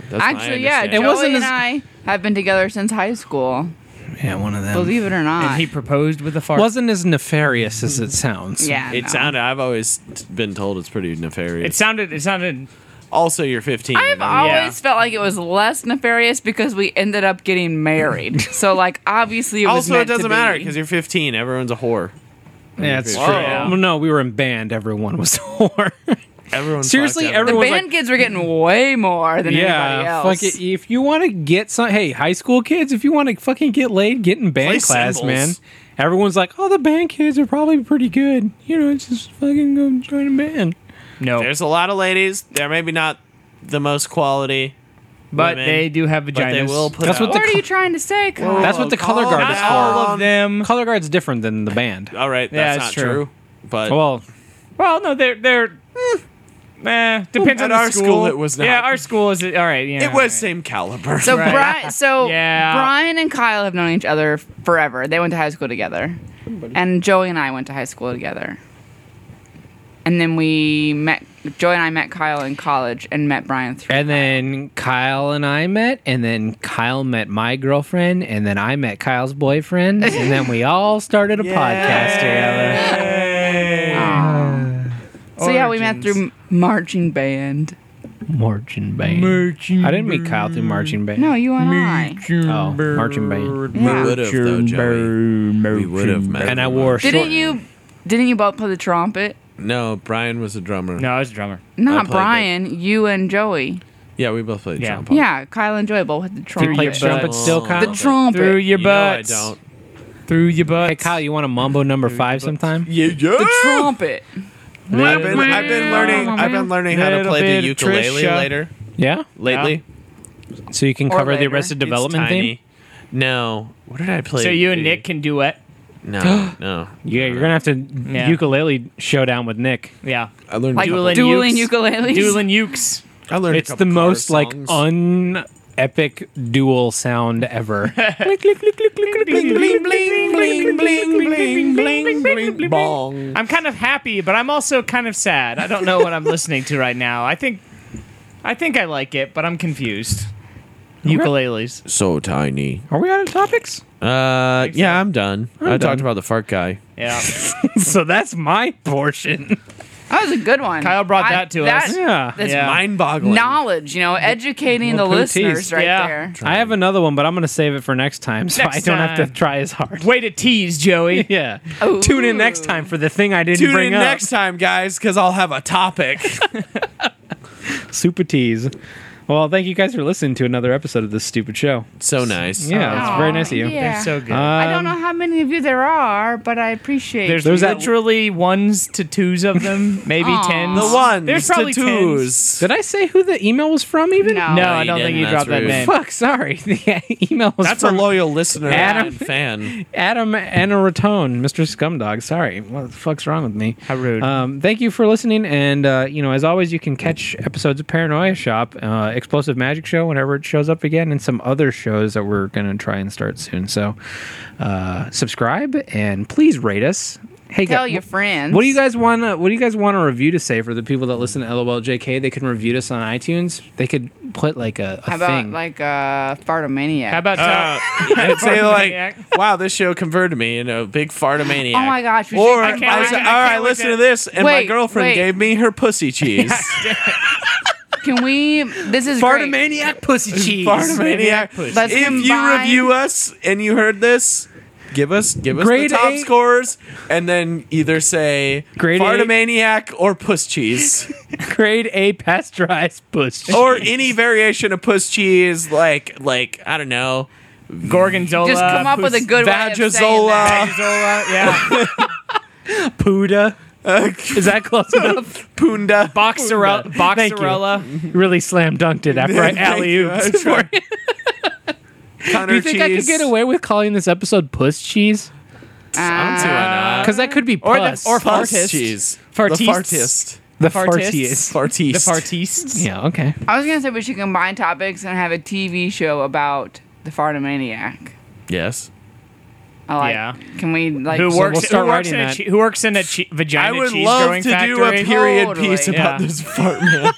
Speaker 5: That's my
Speaker 1: Actually, yeah. Joey
Speaker 5: understanding.
Speaker 2: It wasn't
Speaker 1: and
Speaker 2: as-
Speaker 1: I have been together since high school.
Speaker 2: Yeah, one of them.
Speaker 1: Believe it or not.
Speaker 3: And he proposed with a fart.
Speaker 2: wasn't as nefarious as it sounds.
Speaker 1: yeah.
Speaker 5: It
Speaker 1: no.
Speaker 5: sounded. I've always been told it's pretty nefarious.
Speaker 3: it sounded. It sounded.
Speaker 5: also, you're 15.
Speaker 1: I've always felt like it was less nefarious because we ended up getting married. so like obviously it was
Speaker 5: also, it
Speaker 1: meant to
Speaker 5: doesn't matter
Speaker 1: be.
Speaker 5: because you're 15. Everyone's a whore.
Speaker 2: Yeah, that's
Speaker 5: Wow.
Speaker 2: true. Well, no, we were in band. Everyone was a whore.
Speaker 5: Everyone
Speaker 2: Seriously,
Speaker 5: fucked up.
Speaker 1: The
Speaker 2: everyone.
Speaker 1: band kids were getting way more than anybody
Speaker 2: yeah,
Speaker 1: else.
Speaker 2: fuck it. If you want to get some, hey, high school kids, if you want to fucking get laid, get in band
Speaker 5: Play
Speaker 2: class,
Speaker 5: cymbals.
Speaker 2: man. Everyone's like, oh, the band kids are probably pretty good. You know, just fucking go join a band.
Speaker 3: No,
Speaker 5: There's a lot of ladies. They're maybe not the most quality,
Speaker 3: but
Speaker 5: women,
Speaker 3: they do have vaginas.
Speaker 5: but they will put
Speaker 2: That's
Speaker 5: out. Oh,
Speaker 2: what the
Speaker 1: What are
Speaker 2: co-
Speaker 1: you trying to say, Kyle?
Speaker 2: That's what the color
Speaker 5: calm
Speaker 2: guard
Speaker 5: down.
Speaker 2: is
Speaker 3: Not
Speaker 2: for.
Speaker 3: all of them.
Speaker 2: Color guard's different than the band.
Speaker 5: All right,
Speaker 3: Yeah,
Speaker 5: that's
Speaker 3: it's
Speaker 5: not
Speaker 3: true.
Speaker 5: true. But
Speaker 2: Well,
Speaker 3: Well, no, they're they're. Eh, depends
Speaker 5: Hmm. At
Speaker 3: on the
Speaker 5: our school, it was
Speaker 3: Yeah,
Speaker 5: not.
Speaker 3: our school is all right. Yeah,
Speaker 5: it was same caliber.
Speaker 1: So
Speaker 3: Right.
Speaker 1: Brian, so
Speaker 3: Yeah.
Speaker 1: Brian and Kyle have known each other forever. They went to high school together, and Joey and I went to high school together. And then we met. Joey and I met Kyle in college and met Brian through.
Speaker 2: and then Kyle and I met, and then Kyle met my girlfriend, and then I met Kyle's boyfriend, and then we all started a podcast together.
Speaker 1: so yeah, we met through marching band.
Speaker 2: Marching band.
Speaker 5: Oh,
Speaker 2: I didn't meet Kyle through marching band.
Speaker 1: No, you and I.
Speaker 2: Oh, marching band.
Speaker 1: Yeah.
Speaker 5: would've, though, Joey. We would have met.
Speaker 2: And I wore short-
Speaker 1: Didn't you? Didn't you both play the trumpet?
Speaker 5: No, Brian was a drummer.
Speaker 3: No, I was a drummer.
Speaker 5: played
Speaker 1: Not
Speaker 5: the-
Speaker 1: Brian. You and Joey.
Speaker 5: Yeah, we both played
Speaker 3: Yeah.
Speaker 5: trumpet.
Speaker 1: Yeah, Kyle and Joey both had the
Speaker 2: Do you
Speaker 1: trumpet.
Speaker 2: play
Speaker 3: butt.
Speaker 2: trumpet still, Kyle?
Speaker 1: the trumpet.
Speaker 3: Through your
Speaker 5: You know I
Speaker 3: butts.
Speaker 5: don't.
Speaker 3: Through your butts.
Speaker 2: Hey, Kyle, you want a mumbo number five sometime?
Speaker 5: Yeah, yeah.
Speaker 1: the trumpet.
Speaker 5: I've been, I've been learning. I've been learning how to
Speaker 3: Little
Speaker 5: play the
Speaker 3: bit of
Speaker 5: ukulele
Speaker 3: Trisha.
Speaker 5: later.
Speaker 2: Yeah.
Speaker 5: Lately,
Speaker 2: So you can
Speaker 1: Or
Speaker 2: cover the
Speaker 1: later.
Speaker 2: Arrested
Speaker 1: It's
Speaker 2: Development theme?
Speaker 5: Tiny. No, what did I play?
Speaker 3: so you and Nick can duet.
Speaker 5: No, no.
Speaker 2: Yeah, you're going to have to
Speaker 3: Yeah.
Speaker 2: ukulele showdown with Nick.
Speaker 3: Yeah,
Speaker 5: I learned.
Speaker 1: Like
Speaker 5: a couple-
Speaker 1: dueling, dueling
Speaker 3: ukes.
Speaker 1: ukuleles.
Speaker 3: dueling ukes.
Speaker 5: I learned. a
Speaker 2: It's the
Speaker 5: couple cover
Speaker 2: most like
Speaker 5: songs.
Speaker 2: un epic dual sound ever.
Speaker 5: bling bling bling bling bling bling bling bling bong.
Speaker 3: I'm kind of happy, but I'm also kind of sad. I don't know what I'm listening to right now. I think, I think I like it, but I'm confused. Ukuleles.
Speaker 5: So tiny.
Speaker 2: Are we out of topics?
Speaker 5: Uh, yeah, I'm done. i
Speaker 2: done.
Speaker 5: talked about the fart guy.
Speaker 3: Yeah.
Speaker 2: so that's my portion.
Speaker 1: That was a good one.
Speaker 3: Kyle brought that to us.
Speaker 2: Yeah.
Speaker 1: That's
Speaker 3: Yeah.
Speaker 5: Mind-boggling.
Speaker 1: knowledge, you know, educating the
Speaker 2: Well,
Speaker 1: listeners
Speaker 2: pooties.
Speaker 1: right
Speaker 3: Yeah.
Speaker 1: there.
Speaker 2: I have another one, but I'm going to save it for next time so
Speaker 3: Next
Speaker 2: I don't have
Speaker 3: time.
Speaker 2: to try as hard.
Speaker 3: Way to tease, Joey.
Speaker 2: Yeah.
Speaker 1: Ooh.
Speaker 2: Tune in next time for the thing I didn't
Speaker 5: Tune
Speaker 2: bring
Speaker 5: in
Speaker 2: up.
Speaker 5: next time, guys, because I'll have a topic.
Speaker 2: Super tease. Well, thank you guys for listening to another episode of this stupid show.
Speaker 5: so nice.
Speaker 2: Yeah, it's very nice of you.
Speaker 1: Yeah.
Speaker 3: So good.
Speaker 2: Uh,
Speaker 1: I don't know how many of you there are, but I appreciate
Speaker 3: There's,
Speaker 1: it.
Speaker 2: There's that-
Speaker 3: literally ones to twos of them, maybe
Speaker 1: Aw.
Speaker 3: tens.
Speaker 5: The ones.
Speaker 3: There's probably
Speaker 5: to twos.
Speaker 2: Did I say who the email was from? Even
Speaker 1: No.
Speaker 3: No,
Speaker 1: No,
Speaker 3: I
Speaker 5: you
Speaker 3: don't think
Speaker 5: didn't.
Speaker 3: you
Speaker 5: That's
Speaker 3: dropped that
Speaker 5: rude.
Speaker 3: name.
Speaker 2: Fuck, sorry. The email was
Speaker 5: That's a
Speaker 2: from
Speaker 5: loyal listener
Speaker 2: Adam.
Speaker 5: and fan.
Speaker 2: Adam Anaratone, Mr. Scumdog. Sorry, what the fuck's wrong with me?
Speaker 3: How rude.
Speaker 2: Um, thank you for listening, and uh, you know, as always, you can catch episodes of Paranoia Shop, uh, Explosive Magic Show whenever it shows up again, and some other shows that we're gonna try and start soon. So, uh, subscribe and please rate us. Hey,
Speaker 1: Tell
Speaker 2: gu-
Speaker 1: your friends.
Speaker 2: What do you guys want? to What do you guys want a review to say for the people that listen to LOLJK? They can review us on iTunes. They could put like a, a
Speaker 1: How about
Speaker 2: thing.
Speaker 1: like uh, Fartomaniac?
Speaker 3: How about
Speaker 5: Uh, I'd say like, wow, this show converted me into a big fartomaniac.
Speaker 1: Oh my gosh, we should-
Speaker 5: Or
Speaker 1: I
Speaker 5: I,
Speaker 1: can't
Speaker 5: I
Speaker 1: wait-
Speaker 5: said,
Speaker 1: I
Speaker 5: all
Speaker 1: can't
Speaker 5: right,
Speaker 3: wait
Speaker 5: listen
Speaker 3: to-
Speaker 5: to this, and
Speaker 1: Wait,
Speaker 5: my girlfriend
Speaker 1: wait.
Speaker 5: gave me her pussy cheese.
Speaker 1: Can we? This is great.
Speaker 2: Fartomaniac pussy cheese.
Speaker 5: Fartomaniac.
Speaker 1: Let's
Speaker 5: if you
Speaker 1: combine-
Speaker 5: review us and you heard this, give us give us
Speaker 2: Grade
Speaker 5: the top
Speaker 2: eight.
Speaker 5: scores, and then either say
Speaker 2: Grade eight.
Speaker 5: Fartomaniac or Puss Cheese
Speaker 2: Grade A pasteurized pussy.
Speaker 3: Oh,
Speaker 5: or any variation of Puss Cheese, like like I don't know,
Speaker 3: Gorgonzola.
Speaker 1: Just come up with a good way of saying that.
Speaker 5: Vagizola,
Speaker 3: Gorgonzola. Yeah.
Speaker 2: Puda. Is that close enough?
Speaker 5: Punda.
Speaker 3: Boxerella.
Speaker 2: Thank you.
Speaker 3: Boxerella.
Speaker 2: Really slam dunked it after I
Speaker 5: Thank
Speaker 2: alley
Speaker 5: you. I
Speaker 2: ooped for
Speaker 5: tried.
Speaker 2: you.
Speaker 5: Connor
Speaker 2: Do you think I could
Speaker 5: cheese.
Speaker 2: get away with calling this episode puss cheese?
Speaker 5: I'm doing uh,
Speaker 2: Because that could be
Speaker 3: or the-
Speaker 2: puss.
Speaker 3: or
Speaker 5: Puss
Speaker 3: fartist.
Speaker 5: Cheese.
Speaker 3: Fartists.
Speaker 5: The fartist.
Speaker 2: the
Speaker 3: fartists.
Speaker 2: fartiest.
Speaker 5: Fartist.
Speaker 3: The Fartists.
Speaker 2: Yeah, okay.
Speaker 1: I was gonna say we should combine topics and have a TV show about the Fartomaniac.
Speaker 5: Yes.
Speaker 1: I like.
Speaker 3: Yeah.
Speaker 1: Can we like? oh
Speaker 3: Who
Speaker 2: So
Speaker 3: works,
Speaker 2: we'll start
Speaker 3: who works
Speaker 2: writing
Speaker 3: in a
Speaker 2: that.
Speaker 3: che- who works in a che- vagina
Speaker 5: I would
Speaker 3: cheese
Speaker 5: love
Speaker 3: growing
Speaker 5: to do a
Speaker 3: factory?
Speaker 5: period
Speaker 1: Totally.
Speaker 5: piece about
Speaker 3: Yeah.
Speaker 5: this fart man.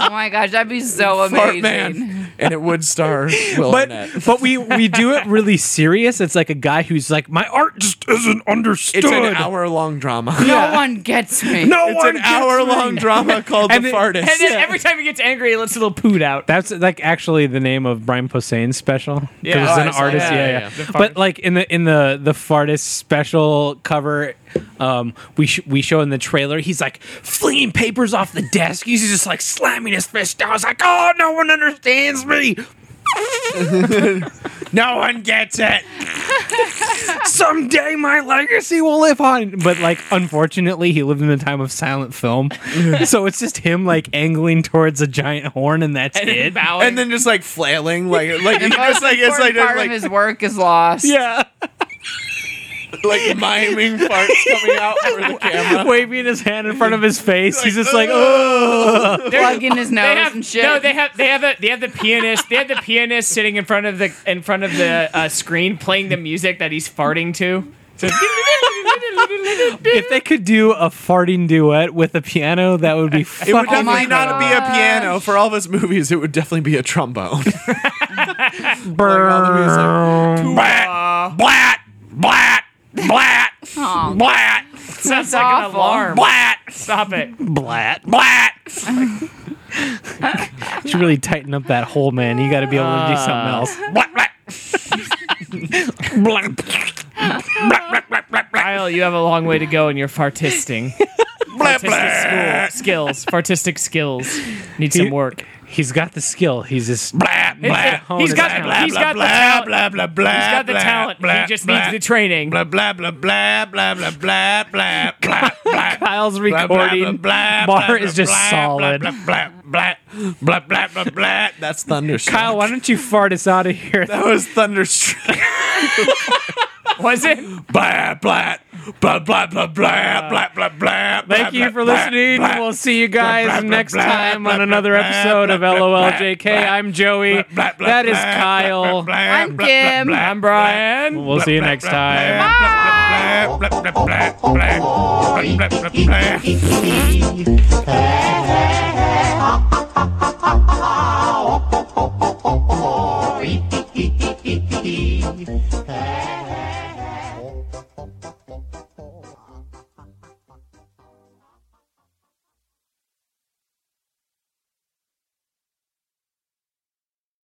Speaker 1: Oh my gosh, that'd be so
Speaker 5: fart
Speaker 1: amazing.
Speaker 5: man. And it would star Will
Speaker 2: but
Speaker 5: Arnett.
Speaker 2: but we we do it really serious. It's like a guy who's like, my art just
Speaker 8: isn't understood.
Speaker 5: It's an hour long drama.
Speaker 1: No one gets me.
Speaker 8: No
Speaker 5: It's
Speaker 8: one
Speaker 5: an hour long drama called
Speaker 2: And
Speaker 5: The
Speaker 2: it-
Speaker 5: Fartist.
Speaker 3: And then every time he gets angry, he lets a little poot out.
Speaker 2: That's like actually the name of Brian Posehn's special. 'Cause
Speaker 3: Yeah.
Speaker 2: it's
Speaker 3: Oh,
Speaker 2: an
Speaker 3: I saw
Speaker 2: artist.
Speaker 3: that.
Speaker 2: Yeah,
Speaker 3: Yeah,
Speaker 2: yeah.
Speaker 3: yeah. The
Speaker 2: But
Speaker 3: fartist.
Speaker 2: like in the in the the fartist special cover, um, we sh- we show in the trailer. He's like flinging papers off the desk. He's just like slamming his fist down. It's like, oh, no one understands me. no one gets it. Someday my legacy will live on. But like, unfortunately, he lived in a time of silent film, so it's just him like angling towards a giant horn, and that's
Speaker 3: And
Speaker 2: it.
Speaker 3: then bowing.
Speaker 5: and then just like flailing, like like
Speaker 1: The most
Speaker 5: it's like it's like
Speaker 1: important part
Speaker 5: like,
Speaker 1: of his work is lost.
Speaker 2: Yeah.
Speaker 5: like miming farts coming out for the camera.
Speaker 2: waving his hand in front of his face. He's just like, oh.
Speaker 1: plugging his nose
Speaker 3: they have,
Speaker 1: and shit.
Speaker 3: No, they have they have a, they have the pianist. They have the pianist sitting in front of the in front of the uh, screen playing the music that he's farting to. So-
Speaker 2: If they could do a farting duet with a piano, that would be fucking
Speaker 5: It would
Speaker 1: Oh my
Speaker 5: definitely not be a
Speaker 1: gosh.
Speaker 5: piano for all of his movies. It would definitely be a trombone.
Speaker 8: Blat, blat, blat, blat,
Speaker 1: Aw,
Speaker 8: blat,
Speaker 3: sounds
Speaker 1: That's
Speaker 3: like an
Speaker 1: awful.
Speaker 3: alarm.
Speaker 8: blat,
Speaker 3: Stop it.
Speaker 2: blat.
Speaker 8: blat.
Speaker 2: You should really tighten up that hole, man. You got to be able to do
Speaker 3: Uh,
Speaker 2: something else.
Speaker 8: Blat, blat. Blat, blat, blat, blat, blat.
Speaker 3: Kyle, you have a long way to go in your fartisting. Fartistic school, skills. Fartistic skills. Need some work.
Speaker 2: He's got the skill. He's just
Speaker 8: Blat, blat.
Speaker 3: He's- he's got-
Speaker 8: Blat,
Speaker 3: he's
Speaker 8: blat,
Speaker 3: got the
Speaker 8: blat,
Speaker 3: talent.
Speaker 8: blat, blat, blat,
Speaker 3: He's got the
Speaker 8: blat,
Speaker 3: talent. He
Speaker 8: blat,
Speaker 3: just needs
Speaker 8: blat.
Speaker 3: the training.
Speaker 8: Blah blah blah blah blah blah blah blah blah blah.
Speaker 2: Kyle's
Speaker 8: Blah, blah,
Speaker 2: recording.
Speaker 8: blah, blah,
Speaker 2: Bar
Speaker 8: blah,
Speaker 2: is just
Speaker 8: blah,
Speaker 2: solid.
Speaker 8: Blah blah blah blah blah blah blah.
Speaker 5: That's thunderstruck.
Speaker 2: Kyle, why don't you fart us out of here?
Speaker 5: that was thunderstruck.
Speaker 3: Was it?
Speaker 8: blah blah blah blah blah blah blah blah blah.
Speaker 2: Thank you for listening. We'll see you guys next time on another episode of LOLJK. I'm Joey. That is Kyle.
Speaker 1: I'm Kim.
Speaker 3: I'm Brian.
Speaker 2: We'll see you next time.
Speaker 8: time.
Speaker 9: Hey.